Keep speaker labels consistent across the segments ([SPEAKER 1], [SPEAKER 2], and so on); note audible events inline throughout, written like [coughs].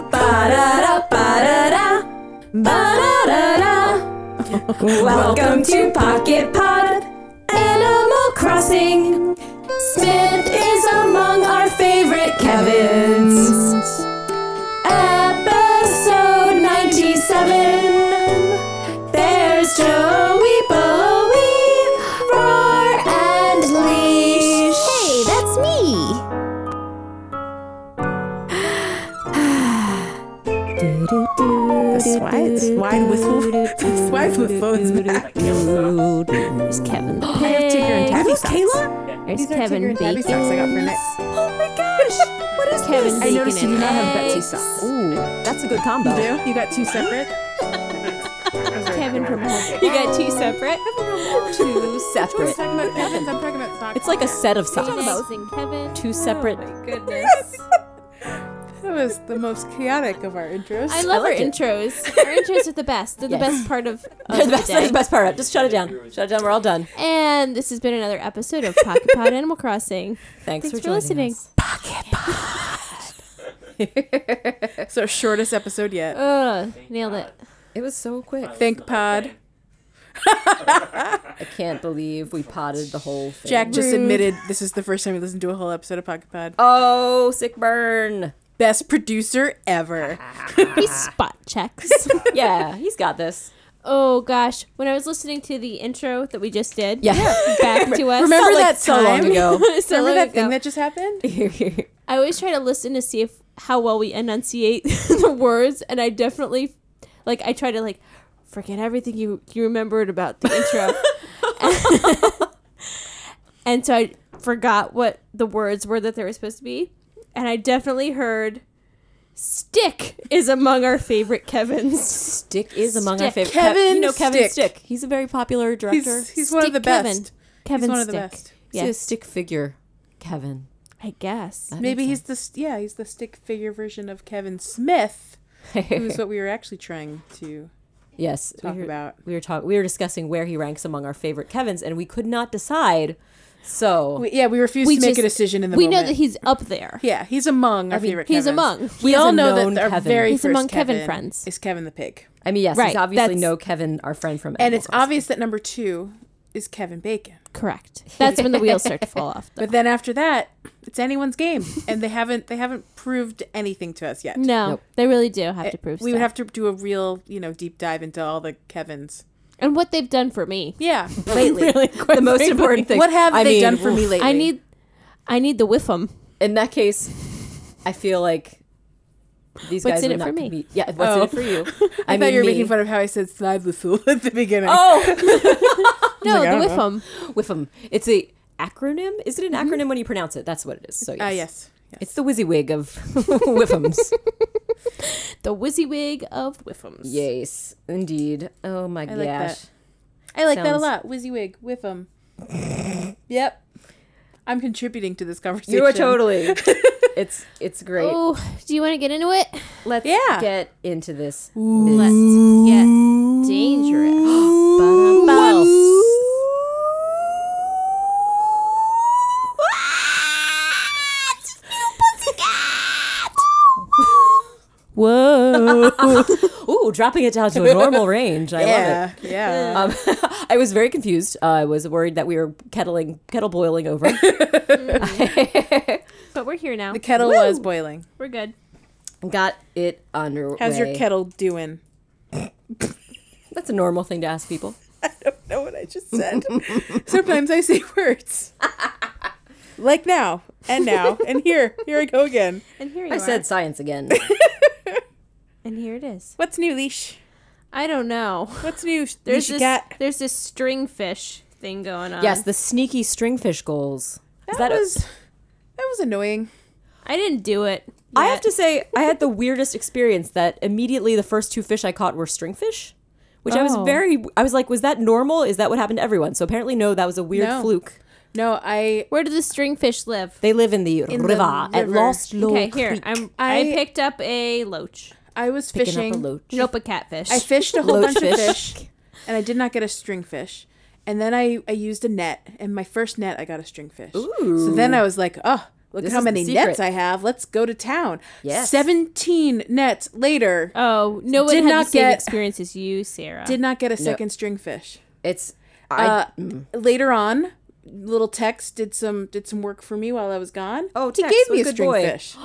[SPEAKER 1] Ba-da-da, ba-da-da, ba-da-da-da. Welcome to Pocket Pod Animal Crossing. Smith is among our favorite Kevins. Episode 97. There's Joey, Bowie, Roar, and Leash.
[SPEAKER 2] Hey, that's me.
[SPEAKER 3] The swine, swine whistle. [laughs] the swine whistle is back.
[SPEAKER 4] There's Kevin. There's Tigger and
[SPEAKER 3] Have you, Kayla?
[SPEAKER 4] There's
[SPEAKER 3] These are Tigger
[SPEAKER 4] Kevin
[SPEAKER 3] and Tabby socks I got
[SPEAKER 4] Bacon.
[SPEAKER 3] for Nick.
[SPEAKER 1] Oh my gosh. What is
[SPEAKER 4] Kevin
[SPEAKER 1] this?
[SPEAKER 3] I noticed you
[SPEAKER 4] Bacon
[SPEAKER 3] do not have
[SPEAKER 4] and
[SPEAKER 3] Betsy
[SPEAKER 4] eggs.
[SPEAKER 3] socks.
[SPEAKER 2] Ooh, that's a good combo.
[SPEAKER 3] You do? You got two separate?
[SPEAKER 4] Kevin from You got two separate.
[SPEAKER 2] Two
[SPEAKER 3] We're
[SPEAKER 2] separate.
[SPEAKER 3] talking about Kevin's. I'm talking about socks.
[SPEAKER 2] It's like a set of [laughs] socks.
[SPEAKER 4] Eggs and Kevin.
[SPEAKER 2] Two separate.
[SPEAKER 4] Goodness.
[SPEAKER 3] That was the most chaotic of our intros.
[SPEAKER 4] I love our
[SPEAKER 2] liked it.
[SPEAKER 4] intros. [laughs] Our intros are the best. They're the
[SPEAKER 2] Yes.
[SPEAKER 4] best part of, of
[SPEAKER 2] That's the best,
[SPEAKER 4] the day.
[SPEAKER 2] that's the best part. Just shut it down. Shut it down. We're all done.
[SPEAKER 4] And this has been another episode of Pocket Pod Animal Crossing.
[SPEAKER 2] Thanks,
[SPEAKER 4] Thanks for
[SPEAKER 2] joining
[SPEAKER 4] listening.
[SPEAKER 2] us.
[SPEAKER 3] It's our shortest episode yet.
[SPEAKER 4] Oh, Ugh, nailed it.
[SPEAKER 2] It was so quick.
[SPEAKER 3] Think Pod.
[SPEAKER 2] I can't believe we potted the whole thing.
[SPEAKER 3] Jack just admitted this is the first time he listened to a whole episode of Pocket Pod.
[SPEAKER 2] Oh, sick burn.
[SPEAKER 3] Best producer ever.
[SPEAKER 4] He spot checks.
[SPEAKER 2] Yeah, he's got this.
[SPEAKER 4] oh gosh, when I was listening to the intro that we just
[SPEAKER 2] [laughs]
[SPEAKER 4] did,
[SPEAKER 2] Yeah.
[SPEAKER 4] back to us.
[SPEAKER 3] Remember
[SPEAKER 2] Felt like
[SPEAKER 3] that
[SPEAKER 2] so long
[SPEAKER 3] time?
[SPEAKER 2] ago.
[SPEAKER 4] [laughs]
[SPEAKER 2] [laughs]
[SPEAKER 4] So
[SPEAKER 3] Remember
[SPEAKER 4] long
[SPEAKER 3] that
[SPEAKER 4] ago.
[SPEAKER 3] thing that just happened?
[SPEAKER 4] I always try to listen to see if how well we enunciate [laughs] the words, and I definitely, like, I try to like forget everything you you remembered about the
[SPEAKER 2] [laughs]
[SPEAKER 4] intro, [laughs] and so I forgot what the words were that they were supposed to be, and I definitely heard. Stick is among our favorite Kevins.
[SPEAKER 2] Stick is among our
[SPEAKER 4] Stick.
[SPEAKER 2] favorite.
[SPEAKER 3] Kevin
[SPEAKER 2] you know Kevin
[SPEAKER 3] Stick.
[SPEAKER 2] Stick. He's a very popular director.
[SPEAKER 3] He's, he's one of
[SPEAKER 4] Stick
[SPEAKER 3] the
[SPEAKER 4] Kevin.
[SPEAKER 3] best.
[SPEAKER 4] Kevin
[SPEAKER 3] He's one of the
[SPEAKER 4] Stick.
[SPEAKER 3] best.
[SPEAKER 2] He's a
[SPEAKER 4] Yes,
[SPEAKER 2] stick figure. Kevin.
[SPEAKER 4] I guess.
[SPEAKER 3] Maybe
[SPEAKER 2] [laughs]
[SPEAKER 3] he's the st- yeah he's the stick figure version of Kevin Smith, who's
[SPEAKER 2] he's.
[SPEAKER 3] what we were actually trying to
[SPEAKER 2] yes.
[SPEAKER 3] talk
[SPEAKER 2] we were-
[SPEAKER 3] about.
[SPEAKER 2] we were talking we were discussing where he ranks among our favorite Kevins and we could not decide. So
[SPEAKER 3] We, yeah, we refused
[SPEAKER 4] We
[SPEAKER 3] to make
[SPEAKER 4] just-
[SPEAKER 3] a decision in the
[SPEAKER 4] we
[SPEAKER 3] moment.
[SPEAKER 4] know that he's up there.
[SPEAKER 3] yeah he's among our
[SPEAKER 2] mean,
[SPEAKER 3] favorite.
[SPEAKER 4] he's
[SPEAKER 3] Kevins.
[SPEAKER 4] among.
[SPEAKER 3] We
[SPEAKER 2] He's
[SPEAKER 3] all
[SPEAKER 2] a
[SPEAKER 3] know
[SPEAKER 2] known
[SPEAKER 3] that our
[SPEAKER 2] Kevin.
[SPEAKER 3] very
[SPEAKER 4] He's
[SPEAKER 3] first
[SPEAKER 4] among Kevin
[SPEAKER 3] Kevin
[SPEAKER 4] friends.
[SPEAKER 3] is Kevin the pig,
[SPEAKER 2] I mean yes,
[SPEAKER 4] Right,
[SPEAKER 2] he's obviously
[SPEAKER 4] that's-
[SPEAKER 2] no Kevin, our friend from
[SPEAKER 3] and
[SPEAKER 2] Animal
[SPEAKER 3] it's
[SPEAKER 2] Crossing.
[SPEAKER 3] obvious that number two is Kevin Bacon.
[SPEAKER 4] Correct. That's when the wheels start to fall off. Though.
[SPEAKER 3] But then after that, it's anyone's game, and they haven't they haven't proved anything to us yet.
[SPEAKER 4] No,
[SPEAKER 2] Nope.
[SPEAKER 4] they really do have to prove.
[SPEAKER 3] Eh, we
[SPEAKER 4] stuff.
[SPEAKER 3] would have to do a real you know deep dive into all the Kevins.
[SPEAKER 4] and what they've done for me
[SPEAKER 3] [laughs] Yeah,
[SPEAKER 4] [laughs]
[SPEAKER 3] lately.
[SPEAKER 4] quite
[SPEAKER 2] the most
[SPEAKER 4] frankly.
[SPEAKER 2] important thing.
[SPEAKER 3] What have
[SPEAKER 2] I
[SPEAKER 3] they
[SPEAKER 2] mean,
[SPEAKER 3] done for me lately?
[SPEAKER 4] I need, I need the whiffum.
[SPEAKER 2] in that case, I feel like these
[SPEAKER 4] What's
[SPEAKER 2] guys
[SPEAKER 4] in
[SPEAKER 2] would
[SPEAKER 4] it
[SPEAKER 2] not
[SPEAKER 4] for me?
[SPEAKER 2] be- yeah, what's in
[SPEAKER 3] Oh. [laughs]
[SPEAKER 2] it for you?
[SPEAKER 3] I, thought
[SPEAKER 2] mean,
[SPEAKER 3] you were
[SPEAKER 2] me.
[SPEAKER 3] making fun of how I said slide whistle [laughs] at the beginning.
[SPEAKER 2] Oh,
[SPEAKER 4] No, the
[SPEAKER 3] I don't know.
[SPEAKER 4] whiffum.
[SPEAKER 2] with them. It's a acronym. Is it an acronym when you pronounce it? That's what it is. So yes,
[SPEAKER 3] Mm-hmm. Ah, yes. yes.
[SPEAKER 2] it's the WYSIWYG of [laughs] Whiffums.
[SPEAKER 4] The WYSIWYG of whiffums.
[SPEAKER 2] yes, indeed. Oh my
[SPEAKER 3] I
[SPEAKER 2] gosh.
[SPEAKER 3] like that. I like that a
[SPEAKER 2] Sounds-
[SPEAKER 3] lot. WYSIWYG, Whiffum. yep. I'm contributing to this conversation.
[SPEAKER 2] You are [laughs] totally. it's it's great.
[SPEAKER 4] Oh, do you want to get into it?
[SPEAKER 2] Let's
[SPEAKER 3] Yeah.
[SPEAKER 2] get into this.
[SPEAKER 4] Let's get dangerous. [gasps] Ba-da-bow. Whoa.
[SPEAKER 3] [laughs]
[SPEAKER 2] Ooh, dropping it down to a normal range. I love it.
[SPEAKER 3] [laughs] Yeah. Yeah.
[SPEAKER 2] Um, [laughs] I was very confused. Uh, I was worried that we were kettling, kettle boiling over.
[SPEAKER 3] [laughs]
[SPEAKER 2] [laughs]
[SPEAKER 4] but we're here now.
[SPEAKER 3] the kettle was boiling.
[SPEAKER 4] We're good.
[SPEAKER 2] Got it underway.
[SPEAKER 3] How's your kettle doing?
[SPEAKER 2] That's a normal thing to ask people.
[SPEAKER 3] Know what I just said. Sometimes I say words. like now. And now. And here. Here I go again.
[SPEAKER 4] And here you
[SPEAKER 2] I
[SPEAKER 4] are.
[SPEAKER 2] said science again.
[SPEAKER 4] and here it is.
[SPEAKER 3] What's new, Leash?
[SPEAKER 4] I don't know.
[SPEAKER 3] What's
[SPEAKER 4] [laughs]
[SPEAKER 3] new?
[SPEAKER 4] There's
[SPEAKER 3] There's
[SPEAKER 4] this.
[SPEAKER 3] leash cat.
[SPEAKER 4] There's this string fish thing going on.
[SPEAKER 2] yes, the sneaky stringfish goals. Is
[SPEAKER 3] That
[SPEAKER 2] a-
[SPEAKER 3] was that was annoying.
[SPEAKER 4] I didn't do it.
[SPEAKER 2] I have
[SPEAKER 4] yet.
[SPEAKER 2] to say, I had the weirdest experience that immediately the first two fish I caught were stringfish, which I was
[SPEAKER 4] Oh.
[SPEAKER 2] very, I was like, was that normal? Is that what happened to everyone? So apparently, no, that was a weird
[SPEAKER 3] No.
[SPEAKER 2] fluke.
[SPEAKER 3] No, I
[SPEAKER 4] Where do the string fish live?
[SPEAKER 2] They live in the,
[SPEAKER 3] the
[SPEAKER 2] river, at
[SPEAKER 3] river.
[SPEAKER 2] Lost Low
[SPEAKER 4] Okay, here.
[SPEAKER 2] Creek.
[SPEAKER 4] I'm, I,
[SPEAKER 3] I-
[SPEAKER 4] picked up a loach.
[SPEAKER 3] I was
[SPEAKER 2] picking
[SPEAKER 3] fishing.
[SPEAKER 2] up a loach.
[SPEAKER 4] Nope, a catfish.
[SPEAKER 3] I fished a whole bunch of
[SPEAKER 2] Loachfish.
[SPEAKER 3] fish, and I did not get a stringfish. And then I, I used a net, and my first net I got a stringfish. So then I was like, oh, Look
[SPEAKER 2] This
[SPEAKER 3] how
[SPEAKER 2] is the
[SPEAKER 3] many
[SPEAKER 2] secret.
[SPEAKER 3] nets I have. Let's go to town.
[SPEAKER 2] Yes.
[SPEAKER 3] 17 nets later.
[SPEAKER 4] Oh, no one
[SPEAKER 3] Did
[SPEAKER 4] had
[SPEAKER 3] not
[SPEAKER 4] the same
[SPEAKER 3] get-
[SPEAKER 4] experience as you, Sarah.
[SPEAKER 3] did not get a second string fish.
[SPEAKER 2] It's I
[SPEAKER 3] uh, later on, little Tex did some did some work for me while I was gone.
[SPEAKER 2] Oh,
[SPEAKER 3] he
[SPEAKER 2] Tex,
[SPEAKER 3] gave
[SPEAKER 2] what
[SPEAKER 3] me
[SPEAKER 2] a
[SPEAKER 3] a
[SPEAKER 2] good
[SPEAKER 3] string
[SPEAKER 2] boy.
[SPEAKER 3] fish,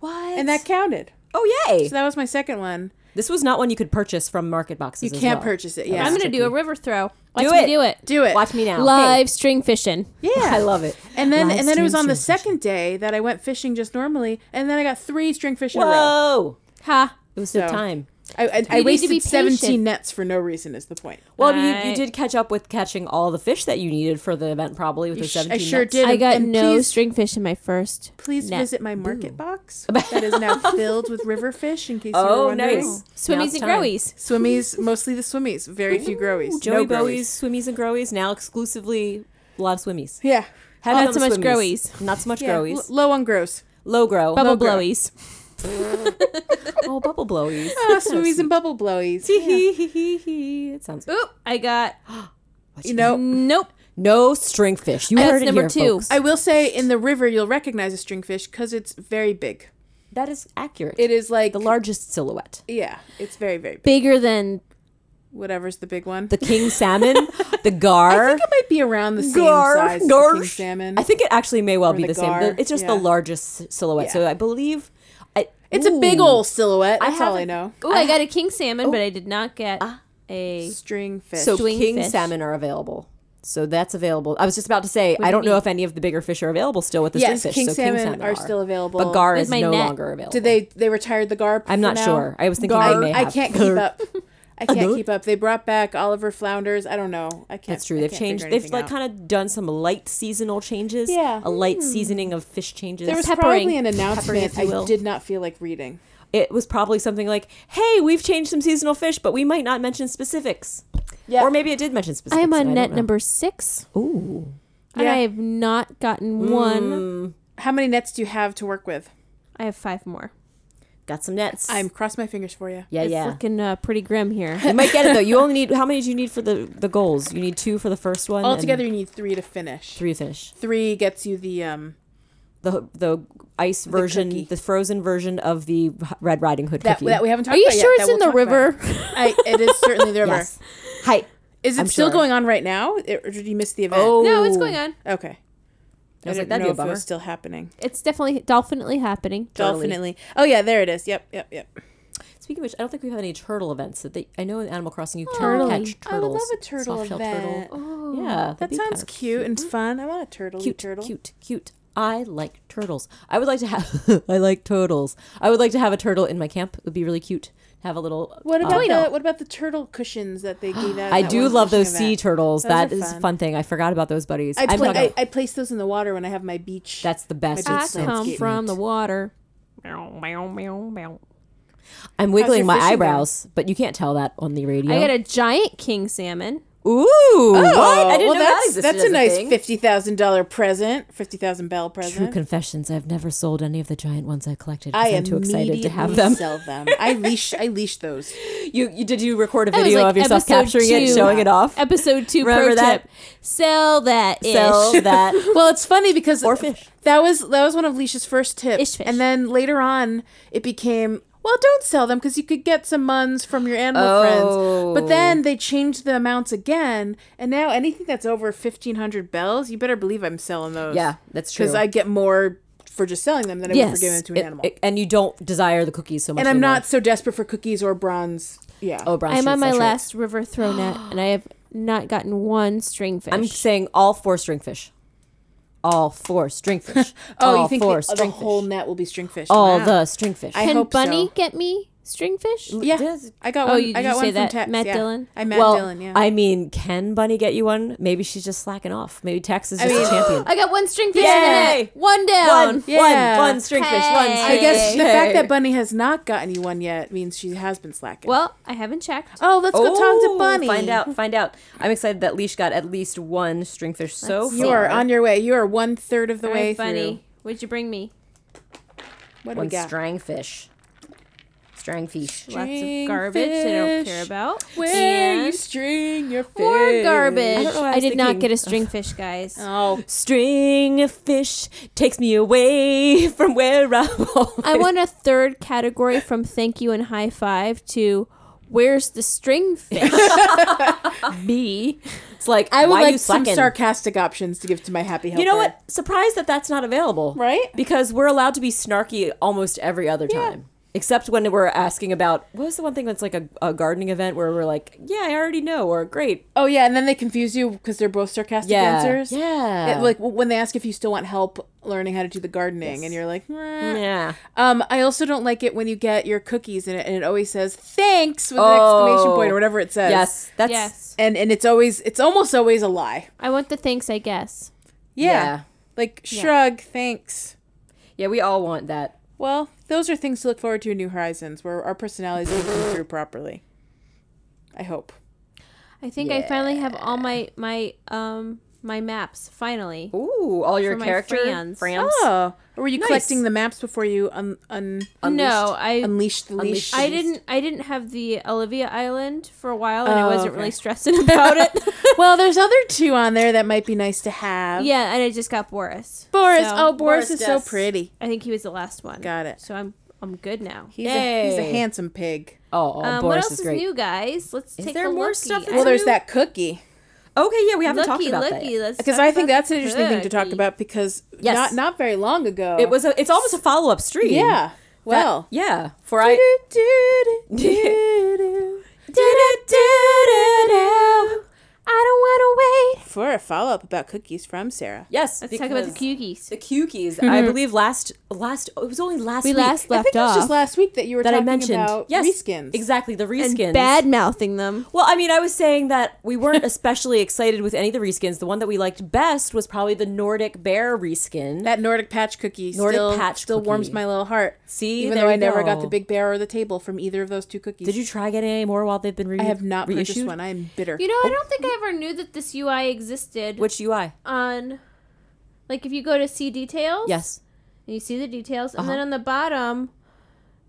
[SPEAKER 2] what?
[SPEAKER 3] and that counted.
[SPEAKER 2] oh yay!
[SPEAKER 3] So that was my second one.
[SPEAKER 2] this was not one you could purchase from market boxes.
[SPEAKER 3] You
[SPEAKER 2] as
[SPEAKER 3] can't
[SPEAKER 2] well.
[SPEAKER 3] purchase it. Yeah,
[SPEAKER 4] I'm gonna do a river throw. Watch
[SPEAKER 2] Do
[SPEAKER 4] me
[SPEAKER 2] it.
[SPEAKER 4] do it.
[SPEAKER 3] do it.
[SPEAKER 2] Watch me now.
[SPEAKER 4] Live string fishing.
[SPEAKER 3] [laughs]
[SPEAKER 2] Hey. Yeah, I love it.
[SPEAKER 3] And then
[SPEAKER 2] Live
[SPEAKER 3] and then it was
[SPEAKER 2] stream
[SPEAKER 3] on the
[SPEAKER 2] string
[SPEAKER 3] second day that I went fishing just normally, and then I got three string fish in a row.
[SPEAKER 2] Whoa!
[SPEAKER 4] Ha.
[SPEAKER 2] It was the
[SPEAKER 3] So-
[SPEAKER 2] time.
[SPEAKER 3] I, I, I
[SPEAKER 4] You need to
[SPEAKER 3] wasted
[SPEAKER 4] be patient.
[SPEAKER 3] seventeen nets for no reason. Is the point?
[SPEAKER 2] Well, you, you
[SPEAKER 4] Right.
[SPEAKER 2] did catch up with catching all the fish that you needed for the event, probably with the
[SPEAKER 3] sh- I
[SPEAKER 2] seventeen.
[SPEAKER 3] sure
[SPEAKER 2] nets.
[SPEAKER 3] did.
[SPEAKER 4] I
[SPEAKER 3] And-
[SPEAKER 4] got
[SPEAKER 3] and
[SPEAKER 4] no
[SPEAKER 3] please-
[SPEAKER 4] string fish in my first.
[SPEAKER 3] Please
[SPEAKER 4] net.
[SPEAKER 3] visit my market box that is now filled with river fish. In case you were
[SPEAKER 2] Oh,
[SPEAKER 3] wondering,
[SPEAKER 2] nice. Now
[SPEAKER 4] Swimmies
[SPEAKER 2] it's
[SPEAKER 4] and
[SPEAKER 2] time.
[SPEAKER 4] growies.
[SPEAKER 3] swimmies mostly the swimmies, very few growies.
[SPEAKER 2] Joey
[SPEAKER 3] no growies.
[SPEAKER 2] Bowie's swimmies and growies now exclusively a lot of swimmies.
[SPEAKER 3] Yeah,
[SPEAKER 2] Have
[SPEAKER 4] Not
[SPEAKER 2] it on
[SPEAKER 4] so
[SPEAKER 2] the
[SPEAKER 4] much
[SPEAKER 2] swimmies. Not so much
[SPEAKER 3] yeah. L-
[SPEAKER 2] growies.
[SPEAKER 3] low on gross.
[SPEAKER 2] Low grow.
[SPEAKER 4] Bubble
[SPEAKER 2] Low grow.
[SPEAKER 4] blowies.
[SPEAKER 2] Oh, bubble blowies.
[SPEAKER 3] [laughs] Ah,
[SPEAKER 2] [laughs]
[SPEAKER 3] swimmies and bubble blowies.
[SPEAKER 2] it sounds good.
[SPEAKER 4] Oop. I got
[SPEAKER 3] You know,
[SPEAKER 4] nope.
[SPEAKER 2] No string fish. You
[SPEAKER 4] That's
[SPEAKER 2] heard it
[SPEAKER 4] number
[SPEAKER 2] here,
[SPEAKER 4] two.
[SPEAKER 2] folks.
[SPEAKER 3] I will say in the river you'll recognize a stringfish because it's very big.
[SPEAKER 2] that is accurate.
[SPEAKER 3] It is like
[SPEAKER 2] the largest silhouette.
[SPEAKER 3] yeah, it's very very big.
[SPEAKER 4] Bigger than
[SPEAKER 3] Whatever's the big one.
[SPEAKER 2] The
[SPEAKER 3] [laughs]
[SPEAKER 2] king salmon, the gar.
[SPEAKER 3] I think it might be around the same size as the king
[SPEAKER 2] garsh.
[SPEAKER 3] salmon.
[SPEAKER 2] I think it actually may well be
[SPEAKER 3] the
[SPEAKER 2] the, same.
[SPEAKER 3] gar,
[SPEAKER 2] It's just
[SPEAKER 3] yeah.
[SPEAKER 2] the largest s- silhouette. So
[SPEAKER 3] Yeah.
[SPEAKER 2] I believe I,
[SPEAKER 3] it's a big
[SPEAKER 2] Ooh.
[SPEAKER 3] old silhouette. That's all I
[SPEAKER 2] haven't-
[SPEAKER 3] know.
[SPEAKER 4] Oh, I, got a king salmon, but I did not get a.
[SPEAKER 3] Stringfish.
[SPEAKER 2] So
[SPEAKER 4] Swing
[SPEAKER 2] king
[SPEAKER 4] fish.
[SPEAKER 2] salmon are available. So that's available. I was just about to say I don't know if any of the bigger fish are available still with the
[SPEAKER 3] yes,
[SPEAKER 2] string fish.
[SPEAKER 3] king,
[SPEAKER 2] so
[SPEAKER 3] salmon
[SPEAKER 2] king salmon
[SPEAKER 3] are still available.
[SPEAKER 2] But gar
[SPEAKER 4] With
[SPEAKER 2] is
[SPEAKER 4] my
[SPEAKER 2] no
[SPEAKER 4] net.
[SPEAKER 2] longer available.
[SPEAKER 3] Did they they retired the garp?
[SPEAKER 2] I'm
[SPEAKER 3] for
[SPEAKER 2] not
[SPEAKER 3] now?
[SPEAKER 2] sure. I was thinking
[SPEAKER 3] I,
[SPEAKER 2] they may
[SPEAKER 3] I
[SPEAKER 2] have.
[SPEAKER 3] can't
[SPEAKER 2] [laughs]
[SPEAKER 3] keep up. I can't
[SPEAKER 2] Gar.
[SPEAKER 3] keep up. They brought back Oliver Flounders. I don't know. I can't.
[SPEAKER 2] That's true.
[SPEAKER 3] I
[SPEAKER 2] They've
[SPEAKER 3] can't figure
[SPEAKER 2] changed. They've
[SPEAKER 3] anything
[SPEAKER 2] like
[SPEAKER 3] out.
[SPEAKER 2] kind of done some light seasonal changes.
[SPEAKER 3] Yeah. Hmm.
[SPEAKER 2] a light seasoning of fish changes.
[SPEAKER 3] There was
[SPEAKER 4] peppering.
[SPEAKER 3] probably an
[SPEAKER 4] Peppering,
[SPEAKER 3] announcement
[SPEAKER 2] if you
[SPEAKER 3] I
[SPEAKER 2] will.
[SPEAKER 3] did not feel like reading.
[SPEAKER 2] it was probably something like, "Hey, we've changed some seasonal fish, but we might not mention specifics."
[SPEAKER 3] Yeah.
[SPEAKER 2] Or maybe it did mention specifics.
[SPEAKER 4] I am on
[SPEAKER 2] and
[SPEAKER 4] net
[SPEAKER 2] don't know.
[SPEAKER 4] number six,
[SPEAKER 2] Ooh.
[SPEAKER 4] and
[SPEAKER 3] Yeah.
[SPEAKER 4] I have not gotten one.
[SPEAKER 3] How many nets do you have to work with?
[SPEAKER 4] I have five more.
[SPEAKER 2] Got some nets.
[SPEAKER 3] I'm cross my fingers for you.
[SPEAKER 2] Yeah,
[SPEAKER 4] it's
[SPEAKER 2] yeah.
[SPEAKER 4] looking uh, pretty grim here.
[SPEAKER 2] you might get it though. You only need how many do you need for the the goals? You need two for the first one. and
[SPEAKER 3] Altogether, you need three to finish.
[SPEAKER 2] three fish.
[SPEAKER 3] Three gets you the um
[SPEAKER 2] The the ice version,
[SPEAKER 3] cookie.
[SPEAKER 2] the, frozen version of the Red Riding Hood
[SPEAKER 3] that
[SPEAKER 2] cookie.
[SPEAKER 3] that we haven't talked.
[SPEAKER 4] Are you
[SPEAKER 3] about
[SPEAKER 4] sure
[SPEAKER 3] yet,
[SPEAKER 4] it's
[SPEAKER 3] that
[SPEAKER 4] in
[SPEAKER 3] we'll
[SPEAKER 4] the
[SPEAKER 3] talk about.
[SPEAKER 4] river?
[SPEAKER 3] I, it is
[SPEAKER 2] [laughs]
[SPEAKER 3] certainly the river.
[SPEAKER 2] yes. Hi.
[SPEAKER 3] Is it
[SPEAKER 2] I'm
[SPEAKER 3] still
[SPEAKER 2] sure. Oh.
[SPEAKER 3] going on right now, It- or did you miss the
[SPEAKER 4] [laughs]
[SPEAKER 3] event?
[SPEAKER 2] Uh,
[SPEAKER 4] no, it's going on.
[SPEAKER 2] I
[SPEAKER 3] okay.
[SPEAKER 2] was
[SPEAKER 3] didn't
[SPEAKER 2] like, that'd be
[SPEAKER 3] know
[SPEAKER 2] a
[SPEAKER 3] if it
[SPEAKER 2] bummer.
[SPEAKER 3] was still happening.
[SPEAKER 4] It's definitely, definitely happening.
[SPEAKER 3] Definitely. Oh yeah, there it is. Yep, yep, yep.
[SPEAKER 2] Speaking of which, I don't think we have any turtle events. That they, I know in Animal Crossing you can
[SPEAKER 4] Turtle.
[SPEAKER 2] catch turtles.
[SPEAKER 3] I would love a turtle
[SPEAKER 2] soft-shell
[SPEAKER 3] event.
[SPEAKER 2] Turtle. Yeah, that'd
[SPEAKER 3] That
[SPEAKER 2] be
[SPEAKER 3] sounds
[SPEAKER 2] kinda
[SPEAKER 3] cute and fun. I want a turtle.
[SPEAKER 2] cute,
[SPEAKER 3] turtle.
[SPEAKER 2] cute, cute. I like turtles. I would like to have. [laughs] I like turtles. I would like to have a turtle in my camp. It would be really cute. Have a little.
[SPEAKER 3] What
[SPEAKER 2] uh,
[SPEAKER 3] about the what about the turtle cushions that
[SPEAKER 2] [gasps]
[SPEAKER 3] they gave out?
[SPEAKER 2] I
[SPEAKER 3] at that
[SPEAKER 2] do
[SPEAKER 3] one
[SPEAKER 2] love
[SPEAKER 3] fishing
[SPEAKER 2] those sea
[SPEAKER 3] event?
[SPEAKER 2] turtles.
[SPEAKER 3] Those
[SPEAKER 2] that
[SPEAKER 3] are
[SPEAKER 2] is
[SPEAKER 3] fun.
[SPEAKER 2] a fun thing. I forgot about those buddies.
[SPEAKER 3] I,
[SPEAKER 2] I'm
[SPEAKER 3] pla-
[SPEAKER 2] talking
[SPEAKER 3] I, I place those in the water when I have my beach. [gasps]
[SPEAKER 2] that's the best.
[SPEAKER 3] I
[SPEAKER 4] I
[SPEAKER 3] It's so
[SPEAKER 4] come
[SPEAKER 3] cute.
[SPEAKER 4] from the water.
[SPEAKER 2] I'm wiggling
[SPEAKER 3] your
[SPEAKER 2] my
[SPEAKER 3] fishing going?
[SPEAKER 2] eyebrows, but you can't tell that on the radio.
[SPEAKER 4] I got a giant king salmon.
[SPEAKER 2] Ooh, what? I didn't
[SPEAKER 3] Oh, well,
[SPEAKER 2] know
[SPEAKER 3] that's
[SPEAKER 2] that
[SPEAKER 3] that's a nice
[SPEAKER 2] fit.
[SPEAKER 3] fifty thousand dollar present, fifty thousand bell
[SPEAKER 2] True
[SPEAKER 3] present.
[SPEAKER 2] confessions. I've never sold any of the giant ones I collected. 'cause
[SPEAKER 3] I
[SPEAKER 2] I'm
[SPEAKER 3] am
[SPEAKER 2] too excited to have them.
[SPEAKER 3] Sell them. I leash. I leash those.
[SPEAKER 2] You, you did you record a
[SPEAKER 4] That was
[SPEAKER 2] video
[SPEAKER 4] like
[SPEAKER 2] of yourself
[SPEAKER 4] episode
[SPEAKER 2] capturing it,
[SPEAKER 4] two.
[SPEAKER 2] showing it off?
[SPEAKER 4] Episode two
[SPEAKER 2] Remember
[SPEAKER 4] pro
[SPEAKER 2] that?
[SPEAKER 4] tip: sell that ish.
[SPEAKER 2] Sell
[SPEAKER 3] [laughs]
[SPEAKER 2] that.
[SPEAKER 3] Well, it's funny because
[SPEAKER 2] Or fish.
[SPEAKER 3] That was that was one of Leisha's first tips,
[SPEAKER 4] Ish fish.
[SPEAKER 3] and then later on it became well, don't sell them because you could get some muns from your animal
[SPEAKER 2] Oh.
[SPEAKER 3] friends. But then they changed the amounts again, and now anything that's over fifteen hundred bells, you better believe I'm selling those.
[SPEAKER 2] Yeah, that's true.
[SPEAKER 3] because I get more for just selling them than I would
[SPEAKER 4] Yes,
[SPEAKER 3] for giving them to an
[SPEAKER 2] It-
[SPEAKER 3] animal.
[SPEAKER 2] it- and you don't desire the cookies so much.
[SPEAKER 3] and I'm
[SPEAKER 2] anymore.
[SPEAKER 3] not so desperate for cookies or bronze. Yeah.
[SPEAKER 2] Oh, brown
[SPEAKER 4] [laughs] I'm
[SPEAKER 2] shirts,
[SPEAKER 4] on my
[SPEAKER 2] that's right.
[SPEAKER 4] last river throw net, and I have not gotten one stringfish.
[SPEAKER 2] I'm saying all four stringfish. All four stringfish.
[SPEAKER 3] [laughs] Oh,
[SPEAKER 2] all
[SPEAKER 3] you think
[SPEAKER 2] four
[SPEAKER 3] the, the
[SPEAKER 2] stringfish.
[SPEAKER 3] whole net will be stringfish?
[SPEAKER 2] all
[SPEAKER 3] Wow.
[SPEAKER 2] the stringfish.
[SPEAKER 3] I
[SPEAKER 4] Can
[SPEAKER 3] hope
[SPEAKER 4] Bunny
[SPEAKER 3] so.
[SPEAKER 4] get me stringfish?
[SPEAKER 3] Yeah,
[SPEAKER 2] Yes.
[SPEAKER 3] I got
[SPEAKER 4] Oh,
[SPEAKER 3] one.
[SPEAKER 4] you-
[SPEAKER 3] I
[SPEAKER 4] did
[SPEAKER 3] got
[SPEAKER 4] you
[SPEAKER 3] one
[SPEAKER 4] say
[SPEAKER 3] from
[SPEAKER 4] that?
[SPEAKER 3] Tex,
[SPEAKER 4] Matt
[SPEAKER 3] yeah.
[SPEAKER 4] Dillon?
[SPEAKER 3] I Matt
[SPEAKER 2] well,
[SPEAKER 3] Dillon. Yeah.
[SPEAKER 2] I mean, can Bunny get you one? Maybe she's just slacking off. Maybe Tex is just
[SPEAKER 3] mean-
[SPEAKER 2] a champion.
[SPEAKER 4] I got one stringfish.
[SPEAKER 2] Yay!
[SPEAKER 4] In it. One down.
[SPEAKER 2] One,
[SPEAKER 3] Yeah.
[SPEAKER 2] one, one stringfish, one
[SPEAKER 4] Hey.
[SPEAKER 2] stringfish.
[SPEAKER 3] I guess the
[SPEAKER 2] Hey.
[SPEAKER 3] fact that Bunny has not gotten you one yet means she has been slacking.
[SPEAKER 4] Well, I haven't checked.
[SPEAKER 3] oh, let's go talk to
[SPEAKER 2] Oh,
[SPEAKER 3] Bunny.
[SPEAKER 2] Find out, find out. I'm excited that Leash got at least one stringfish so far.
[SPEAKER 3] You are on your way. You are one third of the
[SPEAKER 4] All
[SPEAKER 3] way
[SPEAKER 4] right,
[SPEAKER 3] through.
[SPEAKER 4] Bunny. What'd you bring me?
[SPEAKER 3] What do we
[SPEAKER 2] one
[SPEAKER 3] got?
[SPEAKER 2] stringfish.
[SPEAKER 1] Strangfish.
[SPEAKER 4] Lots
[SPEAKER 3] String
[SPEAKER 4] of garbage they don't care
[SPEAKER 3] fish.
[SPEAKER 4] about.
[SPEAKER 3] Where you
[SPEAKER 4] And-
[SPEAKER 3] string your fish.
[SPEAKER 4] More garbage.
[SPEAKER 2] I
[SPEAKER 4] I,
[SPEAKER 2] don't know why I was
[SPEAKER 4] did not
[SPEAKER 2] thinking-
[SPEAKER 4] get a
[SPEAKER 2] [laughs]
[SPEAKER 4] stringfish, guys.
[SPEAKER 3] Oh,
[SPEAKER 2] String of fish takes me away [laughs] from where I'm always.
[SPEAKER 4] I want a third category from thank you and high five to where's
[SPEAKER 2] [laughs]
[SPEAKER 4] the stringfish? B.
[SPEAKER 2] It's like
[SPEAKER 3] I would
[SPEAKER 2] why you
[SPEAKER 3] like some
[SPEAKER 2] sucking?
[SPEAKER 3] sarcastic options to give to my happy helper.
[SPEAKER 2] you know what? Surprised that that's not available,
[SPEAKER 3] Right?
[SPEAKER 2] Because we're allowed to be snarky almost every other time. Except when we're asking about what was the one thing that's like a, a gardening event where we're like, yeah, I already know, or great,
[SPEAKER 3] Oh yeah, and then they confuse you because they're both sarcastic
[SPEAKER 2] yeah,
[SPEAKER 3] answers.
[SPEAKER 2] yeah,
[SPEAKER 3] It- like w- when they ask if you still want help learning how to do the gardening, and you're like, "Meh."
[SPEAKER 2] yeah.
[SPEAKER 3] um, I also don't like it when you get your cookies and it, and it always says thanks with an
[SPEAKER 2] Oh.
[SPEAKER 3] exclamation point or whatever it says.
[SPEAKER 2] Yes, that's
[SPEAKER 4] Yes.
[SPEAKER 3] and and it's always it's almost always a lie.
[SPEAKER 4] I want the thanks, I guess.
[SPEAKER 3] Yeah,
[SPEAKER 2] Yeah.
[SPEAKER 3] like shrug, thanks.
[SPEAKER 2] yeah. We all want that.
[SPEAKER 3] Well, those are things to look forward to in New Horizons, where our personalities will come through properly. I hope.
[SPEAKER 4] I think I finally have all my my um my maps finally.
[SPEAKER 2] Ooh, all your
[SPEAKER 4] For my
[SPEAKER 2] character
[SPEAKER 4] friends.
[SPEAKER 2] friends.
[SPEAKER 3] Oh, were you collecting the maps before you un, un
[SPEAKER 4] No, I
[SPEAKER 3] unleashed the leash?
[SPEAKER 2] Unleashed
[SPEAKER 4] I didn't I didn't have the Olivia Island for a while
[SPEAKER 2] Oh,
[SPEAKER 4] and I wasn't really stressing [laughs]
[SPEAKER 2] [laughs]
[SPEAKER 4] about it.
[SPEAKER 3] well, there's other two on there that might be nice to have.
[SPEAKER 4] yeah, and I just got Boris.
[SPEAKER 3] Boris.
[SPEAKER 4] So,
[SPEAKER 3] oh, Boris,
[SPEAKER 2] Boris,
[SPEAKER 3] is
[SPEAKER 2] yes.
[SPEAKER 3] so pretty.
[SPEAKER 4] I think he was the last one.
[SPEAKER 3] Got it.
[SPEAKER 4] So I'm I'm good now.
[SPEAKER 3] He's, a, he's a
[SPEAKER 2] Yay.
[SPEAKER 3] handsome pig.
[SPEAKER 2] Oh, oh
[SPEAKER 4] Um, what
[SPEAKER 2] Boris
[SPEAKER 4] else
[SPEAKER 2] is
[SPEAKER 4] is,
[SPEAKER 2] great.
[SPEAKER 4] new, guys? Let's take
[SPEAKER 2] there
[SPEAKER 4] a
[SPEAKER 2] more
[SPEAKER 4] lookie.
[SPEAKER 2] stuff
[SPEAKER 4] I
[SPEAKER 2] that's
[SPEAKER 3] Well,
[SPEAKER 4] don't
[SPEAKER 3] there's that cookie
[SPEAKER 2] Okay, yeah, we haven't talked
[SPEAKER 4] Looky,
[SPEAKER 2] about that.
[SPEAKER 4] looky,
[SPEAKER 2] yet.
[SPEAKER 4] let's
[SPEAKER 3] because
[SPEAKER 4] talk
[SPEAKER 3] I think
[SPEAKER 4] about
[SPEAKER 3] that's
[SPEAKER 4] the
[SPEAKER 3] an interesting thing to talk
[SPEAKER 4] cookie.
[SPEAKER 3] about because
[SPEAKER 2] Yes.
[SPEAKER 3] not not very long ago
[SPEAKER 2] It was a, it's almost a follow up stream.
[SPEAKER 3] yeah. Well,
[SPEAKER 2] yeah. For I [laughs]
[SPEAKER 4] I don't want to wait.
[SPEAKER 3] for a follow up about cookies from Sarah.
[SPEAKER 2] yes.
[SPEAKER 4] Let's talk about the
[SPEAKER 2] because
[SPEAKER 4] cookies.
[SPEAKER 2] The Cukies. I believe last last oh, it was only last
[SPEAKER 4] We
[SPEAKER 2] week
[SPEAKER 4] last
[SPEAKER 3] I
[SPEAKER 4] left
[SPEAKER 3] think it was
[SPEAKER 4] off
[SPEAKER 3] just last week that you were
[SPEAKER 2] that I
[SPEAKER 3] talking
[SPEAKER 2] mentioned
[SPEAKER 3] about
[SPEAKER 2] yes,
[SPEAKER 3] reskins.
[SPEAKER 2] Exactly the
[SPEAKER 4] and
[SPEAKER 2] reskins.
[SPEAKER 4] bad mouthing them.
[SPEAKER 2] Well, I mean, I was saying that we weren't [laughs] especially excited with any of the reskins. The one that we liked best was probably the Nordic Bear reskin.
[SPEAKER 3] That Nordic patch cookie
[SPEAKER 2] Nordic
[SPEAKER 3] still,
[SPEAKER 2] patch
[SPEAKER 3] still warms
[SPEAKER 2] cookie.
[SPEAKER 3] my little heart.
[SPEAKER 2] See,
[SPEAKER 3] even
[SPEAKER 2] there
[SPEAKER 3] though I
[SPEAKER 2] you
[SPEAKER 3] never
[SPEAKER 2] go.
[SPEAKER 3] got the big bear or the table from either of those two cookies.
[SPEAKER 2] Did you try getting any more while they've been re-
[SPEAKER 3] I have not purchased
[SPEAKER 2] reissued?
[SPEAKER 3] one. I am bitter.
[SPEAKER 4] You know, I don't think I ever knew that this UI existed
[SPEAKER 2] Which UI?
[SPEAKER 3] Oh.
[SPEAKER 4] on like if you go to see details.
[SPEAKER 2] Yes.
[SPEAKER 4] And you see the details and then on the bottom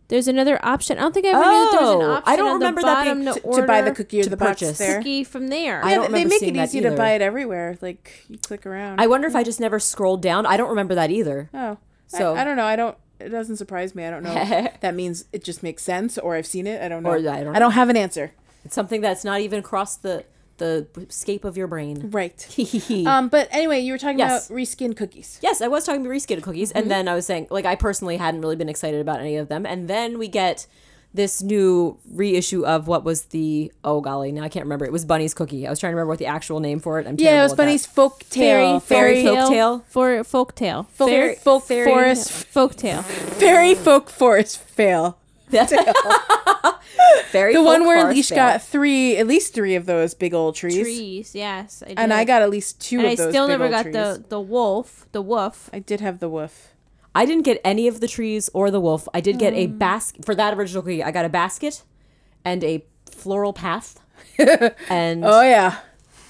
[SPEAKER 4] there's another option. I don't think I ever knew that there was an
[SPEAKER 2] Oh, I
[SPEAKER 4] option
[SPEAKER 2] don't
[SPEAKER 4] on
[SPEAKER 2] remember
[SPEAKER 4] the
[SPEAKER 2] that
[SPEAKER 4] bottom
[SPEAKER 2] being-
[SPEAKER 4] to,
[SPEAKER 3] to buy the
[SPEAKER 4] order
[SPEAKER 3] cookie or
[SPEAKER 2] to
[SPEAKER 3] the box
[SPEAKER 2] purchase.
[SPEAKER 3] there.
[SPEAKER 4] cookie from there.
[SPEAKER 2] I-
[SPEAKER 3] Yeah,
[SPEAKER 2] don't
[SPEAKER 3] but they
[SPEAKER 2] remember
[SPEAKER 3] make
[SPEAKER 2] seeing
[SPEAKER 3] it
[SPEAKER 2] that
[SPEAKER 3] easy
[SPEAKER 2] either.
[SPEAKER 3] to buy it everywhere. Like you click around.
[SPEAKER 2] I wonder if I just never scrolled down. I don't remember that either.
[SPEAKER 3] oh,
[SPEAKER 2] So-
[SPEAKER 3] so I, I don't know. I don't. It doesn't surprise me. I don't know.
[SPEAKER 2] [laughs]
[SPEAKER 3] if that means it just makes sense, or I've seen it. I don't know.
[SPEAKER 2] Or I don't
[SPEAKER 3] I don't have an answer.
[SPEAKER 2] It's something that's not even across the the scape of your [laughs] brain.
[SPEAKER 3] Right. Mm-hmm. um. But anyway, you were talking
[SPEAKER 2] Yes.
[SPEAKER 3] about reskin cookies.
[SPEAKER 2] Yes, I was talking about reskin cookies,
[SPEAKER 3] mm-hmm.
[SPEAKER 2] and then I was saying, like, I personally hadn't really been excited about any of them, and then we get this new reissue of what was the oh golly, now I can't remember. It was Bunny's cookie. I was trying to remember what the actual name for it. I'm
[SPEAKER 3] Yeah,
[SPEAKER 2] terrible
[SPEAKER 3] it was
[SPEAKER 2] at that.
[SPEAKER 3] Bunny's folk
[SPEAKER 4] Fairy,
[SPEAKER 3] tale.
[SPEAKER 2] fairy
[SPEAKER 4] folk
[SPEAKER 2] folktale?
[SPEAKER 4] for folktale,
[SPEAKER 3] folk,
[SPEAKER 2] fairy-
[SPEAKER 3] folk
[SPEAKER 2] fairy-
[SPEAKER 4] [laughs]
[SPEAKER 3] forest.
[SPEAKER 4] folktale.
[SPEAKER 3] Fairy folk forest fail.
[SPEAKER 2] Fairy
[SPEAKER 3] The
[SPEAKER 2] folk
[SPEAKER 3] one where
[SPEAKER 2] forest
[SPEAKER 3] Leash
[SPEAKER 2] fail.
[SPEAKER 3] got three, at least three of those big old trees,
[SPEAKER 4] trees. Yes, I did.
[SPEAKER 3] and I got at least two
[SPEAKER 4] And
[SPEAKER 3] of
[SPEAKER 4] I
[SPEAKER 3] those.
[SPEAKER 4] still
[SPEAKER 3] big
[SPEAKER 4] never
[SPEAKER 3] old
[SPEAKER 4] got
[SPEAKER 3] trees.
[SPEAKER 4] the the wolf, the woof.
[SPEAKER 3] I did have the woof.
[SPEAKER 2] I didn't get any of the trees or the wolf. I did get a
[SPEAKER 3] Mm.
[SPEAKER 2] basket for that original cookie. I got a basket and a floral
[SPEAKER 3] [laughs]
[SPEAKER 2] path, and uh,
[SPEAKER 3] Oh yeah.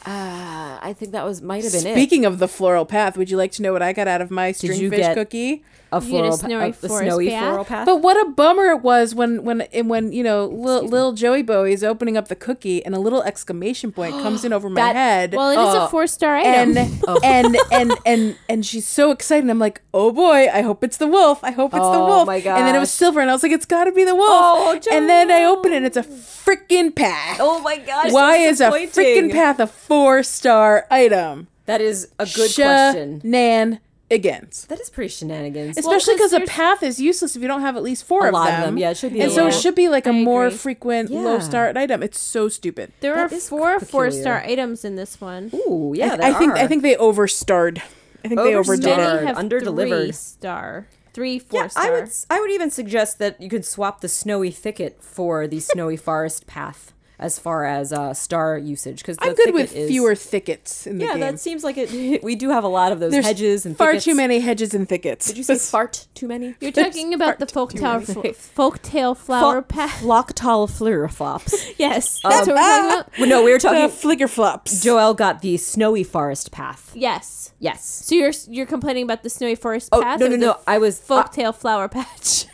[SPEAKER 2] I think that was might have been it.
[SPEAKER 3] Speaking of the floral path, would you like to know what I got out of my
[SPEAKER 2] you
[SPEAKER 3] stringfish
[SPEAKER 2] get-
[SPEAKER 3] cookie?
[SPEAKER 2] A
[SPEAKER 4] get a
[SPEAKER 2] floral, pa-
[SPEAKER 4] snowy
[SPEAKER 2] a, the
[SPEAKER 4] forest
[SPEAKER 2] snowy
[SPEAKER 4] path?
[SPEAKER 2] floral path.
[SPEAKER 3] But what a bummer it was when when and when you know little little Joey Bowie is opening up the cookie and a little exclamation point comes in over my
[SPEAKER 2] That-
[SPEAKER 3] head. Oh.
[SPEAKER 4] Well, it is
[SPEAKER 3] uh,
[SPEAKER 4] a four star item.
[SPEAKER 3] and,
[SPEAKER 2] Oh.
[SPEAKER 3] and and and and she's so excited. I'm like, oh boy, I hope it's the wolf. I hope it's the
[SPEAKER 2] Oh,
[SPEAKER 3] wolf.
[SPEAKER 2] my
[SPEAKER 3] And then it
[SPEAKER 2] gosh.
[SPEAKER 3] was silver, and I was like, it's got to be the wolf.
[SPEAKER 2] Oh,
[SPEAKER 3] and then I open it, and it's a freaking path.
[SPEAKER 2] oh my gosh!
[SPEAKER 3] Why
[SPEAKER 2] that's
[SPEAKER 3] is a
[SPEAKER 2] disappointing.
[SPEAKER 3] freaking path a four star item?
[SPEAKER 2] That is a good question.
[SPEAKER 3] Nan against.
[SPEAKER 2] That is pretty shenanigans.
[SPEAKER 3] Especially
[SPEAKER 4] 'cause
[SPEAKER 3] because a
[SPEAKER 4] there's-
[SPEAKER 3] path is useless if you don't have at least four
[SPEAKER 2] A
[SPEAKER 3] of
[SPEAKER 2] lot of
[SPEAKER 3] them.
[SPEAKER 2] them. Yeah, it should be
[SPEAKER 3] And
[SPEAKER 2] a
[SPEAKER 3] so it
[SPEAKER 2] lot.
[SPEAKER 3] should be like a
[SPEAKER 4] I
[SPEAKER 3] more
[SPEAKER 4] agree.
[SPEAKER 3] frequent
[SPEAKER 2] Yeah.
[SPEAKER 3] low star item. It's so stupid.
[SPEAKER 4] there are
[SPEAKER 2] That is
[SPEAKER 4] four
[SPEAKER 2] peculiar.
[SPEAKER 4] four star items in this one.
[SPEAKER 2] Ooh, yeah,
[SPEAKER 3] I think I think they overstarred. I think they
[SPEAKER 2] Overstarred.
[SPEAKER 3] overdid it.
[SPEAKER 2] Delivered, underdelivered.
[SPEAKER 4] three star, three four
[SPEAKER 2] Yeah,
[SPEAKER 4] star.
[SPEAKER 2] I would. s- I would even suggest that you could swap the snowy thicket for the snowy forest path as far as uh, star usage. Because
[SPEAKER 3] I'm good with fewer thickets in the
[SPEAKER 2] Yeah,
[SPEAKER 3] game.
[SPEAKER 2] that seems like it. [laughs] We do have a lot of those
[SPEAKER 3] There's
[SPEAKER 2] hedges and
[SPEAKER 3] far
[SPEAKER 2] thickets.
[SPEAKER 3] too many hedges and thickets.
[SPEAKER 2] Did you say
[SPEAKER 3] [laughs]
[SPEAKER 2] fart too many?
[SPEAKER 4] You're talking about the folktale fl- [laughs] folktale flower
[SPEAKER 2] [laughs]
[SPEAKER 4] path.
[SPEAKER 2] Flocktal fleur flops.
[SPEAKER 4] Yes, [laughs] that's what we're talking about.
[SPEAKER 2] Well, no, we were
[SPEAKER 3] the
[SPEAKER 2] talking.
[SPEAKER 3] Uh, flicker flops?
[SPEAKER 2] Joel got the snowy forest path.
[SPEAKER 4] Yes.
[SPEAKER 2] Yes.
[SPEAKER 4] So you're you're complaining about the snowy forest
[SPEAKER 2] Oh
[SPEAKER 4] path?
[SPEAKER 2] no
[SPEAKER 4] or
[SPEAKER 2] no
[SPEAKER 4] the
[SPEAKER 2] no! I was
[SPEAKER 4] Folktale flower patch.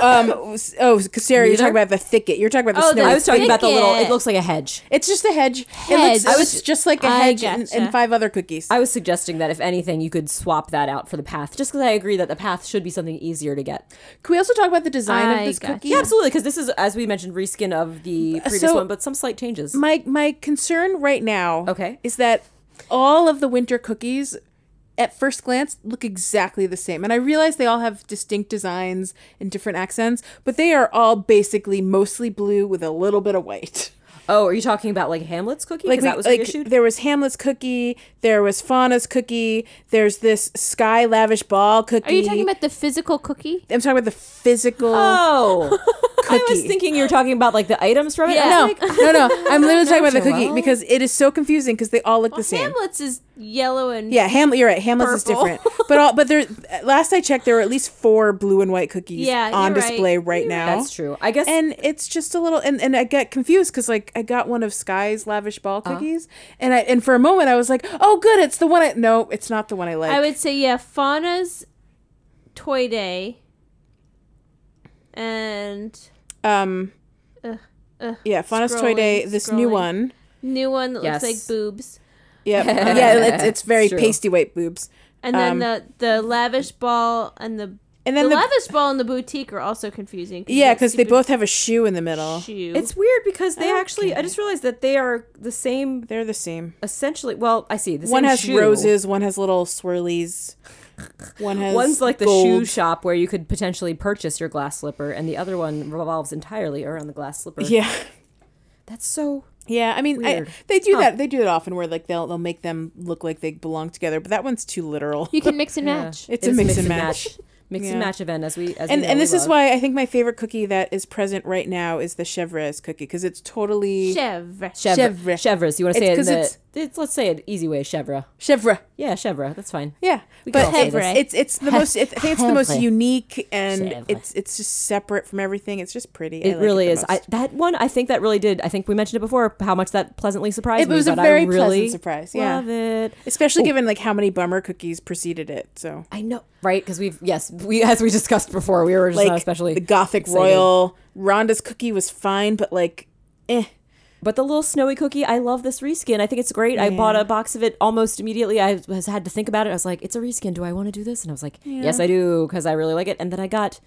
[SPEAKER 3] Um, oh, Sarah, you're talking about the thicket. You're talking about the
[SPEAKER 4] Oh,
[SPEAKER 3] snow.
[SPEAKER 4] the
[SPEAKER 2] I was talking about the little. It
[SPEAKER 4] Thicket.
[SPEAKER 2] looks like a hedge.
[SPEAKER 3] It's just a hedge. It
[SPEAKER 4] Hedge.
[SPEAKER 3] looks, I was just like a
[SPEAKER 4] I
[SPEAKER 3] hedge and,
[SPEAKER 4] gotcha.
[SPEAKER 3] and five other cookies.
[SPEAKER 2] I was suggesting that if anything, you could swap that out for the path, just because I agree that the path should be something easier to get.
[SPEAKER 3] Can we also talk about the design
[SPEAKER 4] I
[SPEAKER 3] of this
[SPEAKER 4] gotcha.
[SPEAKER 3] cookie?
[SPEAKER 2] Yeah, absolutely. Because this is, as we mentioned, reskin of the previous
[SPEAKER 3] uh, so-
[SPEAKER 2] one, but some slight changes.
[SPEAKER 3] My my concern right now,
[SPEAKER 2] Okay.
[SPEAKER 3] is that all of the winter cookies, at first glance, look exactly the same. And I realize they all have distinct designs and different accents, but they are all basically mostly blue with a little bit
[SPEAKER 2] [laughs]
[SPEAKER 3] of white.
[SPEAKER 2] oh, are you talking about like Hamlet's cookie? Because
[SPEAKER 3] we-
[SPEAKER 2] that was
[SPEAKER 3] like,
[SPEAKER 2] reissued.
[SPEAKER 3] there was Hamlet's cookie, there was Fauna's cookie, there's this sky lavish ball cookie.
[SPEAKER 4] Are you talking about the physical [laughs] cookie?
[SPEAKER 3] I'm talking about the physical.
[SPEAKER 2] oh, I was
[SPEAKER 3] Cookie.
[SPEAKER 2] thinking you were talking about like the items from it. I was
[SPEAKER 4] Yeah.
[SPEAKER 3] No,
[SPEAKER 2] like,
[SPEAKER 3] no, no. I'm literally talking about the
[SPEAKER 2] [laughs]
[SPEAKER 3] cookie
[SPEAKER 2] Well-
[SPEAKER 3] because it is so confusing because they all look the same.
[SPEAKER 4] Hamlet's is yellow and
[SPEAKER 3] Yeah, Hamlet. You're right. Hamlet's is
[SPEAKER 4] Purple.
[SPEAKER 3] different, but all but there. Last I checked, there were at least four blue and white cookies
[SPEAKER 4] Yeah,
[SPEAKER 3] on
[SPEAKER 4] you're right.
[SPEAKER 3] display right,
[SPEAKER 4] You're
[SPEAKER 3] now.
[SPEAKER 2] that's true. I guess.
[SPEAKER 3] And it's just a little, and, and I got confused because like I got one of Sky's lavish ball
[SPEAKER 2] Uh-huh.
[SPEAKER 3] cookies, and I and for a moment I was like, oh good, it's the one. I no, it's not the one I like.
[SPEAKER 4] I would say yeah, Fauna's Toy Day and
[SPEAKER 3] um,
[SPEAKER 4] Ugh, ugh,
[SPEAKER 3] yeah, Fauna's Toy Day.
[SPEAKER 4] scrolling,
[SPEAKER 3] This new
[SPEAKER 4] scrolling.
[SPEAKER 3] one.
[SPEAKER 4] new one that
[SPEAKER 2] Yes.
[SPEAKER 4] looks like boobs.
[SPEAKER 2] [laughs]
[SPEAKER 3] Yep. yeah, it's, it's very
[SPEAKER 2] True.
[SPEAKER 3] pasty white boobs.
[SPEAKER 4] And
[SPEAKER 3] Um,
[SPEAKER 4] then the the lavish ball and the
[SPEAKER 3] And then
[SPEAKER 4] the,
[SPEAKER 3] the-
[SPEAKER 4] lavish ball and the boutique are also confusing.
[SPEAKER 3] Yeah, because they both have a shoe in the middle.
[SPEAKER 4] shoe.
[SPEAKER 2] it's weird because they actually. I just realized that they are the same.
[SPEAKER 3] They're the same.
[SPEAKER 2] Essentially, well, I see. The
[SPEAKER 3] One
[SPEAKER 2] same
[SPEAKER 3] has
[SPEAKER 2] shoe.
[SPEAKER 3] roses. One has little swirlies. One has
[SPEAKER 2] One's like the
[SPEAKER 3] gold.
[SPEAKER 2] shoe shop where you could potentially purchase your glass slipper, and the other one revolves entirely around the glass slipper.
[SPEAKER 3] [laughs] Yeah,
[SPEAKER 2] That's so.
[SPEAKER 3] yeah. I mean, I,
[SPEAKER 2] Weird.
[SPEAKER 3] they do that. They do it often, where like they'll they'll make them look like they belong together. But that one's too literal.
[SPEAKER 4] you can mix and match.
[SPEAKER 3] [laughs] It's
[SPEAKER 2] It
[SPEAKER 3] a
[SPEAKER 2] is
[SPEAKER 3] mix, and match.
[SPEAKER 2] mix
[SPEAKER 3] Yeah.
[SPEAKER 2] and match event as we as we
[SPEAKER 3] And
[SPEAKER 2] know
[SPEAKER 3] and
[SPEAKER 2] we
[SPEAKER 3] this is
[SPEAKER 2] love.
[SPEAKER 3] why I think my favorite cookie that is present right now is the Chevres cookie because it's totally
[SPEAKER 4] Chev.
[SPEAKER 2] Chevre.
[SPEAKER 3] Chevre.
[SPEAKER 2] Chevres. You want to
[SPEAKER 3] It's
[SPEAKER 2] say it? In
[SPEAKER 3] 'cause
[SPEAKER 2] the,
[SPEAKER 3] it's-
[SPEAKER 2] it's, let's say it easy way. Chevre.
[SPEAKER 3] Chevre.
[SPEAKER 2] Yeah, Chevre. That's fine.
[SPEAKER 3] Yeah,
[SPEAKER 2] We
[SPEAKER 3] but
[SPEAKER 2] can all say this.
[SPEAKER 3] it's it's the most. It, I think it's the most
[SPEAKER 2] Chevre.
[SPEAKER 3] unique and
[SPEAKER 2] Chevre.
[SPEAKER 3] it's it's just separate from everything. It's just pretty. I
[SPEAKER 2] It
[SPEAKER 3] like
[SPEAKER 2] really
[SPEAKER 3] the
[SPEAKER 2] is. I,
[SPEAKER 3] most.
[SPEAKER 2] that one, I think that really did. I think we mentioned it before how much that pleasantly surprised
[SPEAKER 3] It
[SPEAKER 2] me.
[SPEAKER 3] was a
[SPEAKER 2] but I
[SPEAKER 3] very
[SPEAKER 2] really
[SPEAKER 3] pleasant surprise, yeah.
[SPEAKER 2] love it.
[SPEAKER 3] Especially
[SPEAKER 2] Oh.
[SPEAKER 3] given like how many bummer cookies preceded it. So
[SPEAKER 2] I know, right? Because we've yes, we [laughs] as we discussed before, we were just not
[SPEAKER 3] like
[SPEAKER 2] especially
[SPEAKER 3] the Gothic
[SPEAKER 2] excited.
[SPEAKER 3] Royal Rhonda's cookie was fine, but like eh.
[SPEAKER 2] But the little snowy cookie, I love this reskin. I think it's great. I bought a box of it almost immediately. I was had to think about it. I was like, it's a reskin. Do I want to do this? And I was like, yes, I do, because I really like it. And then I got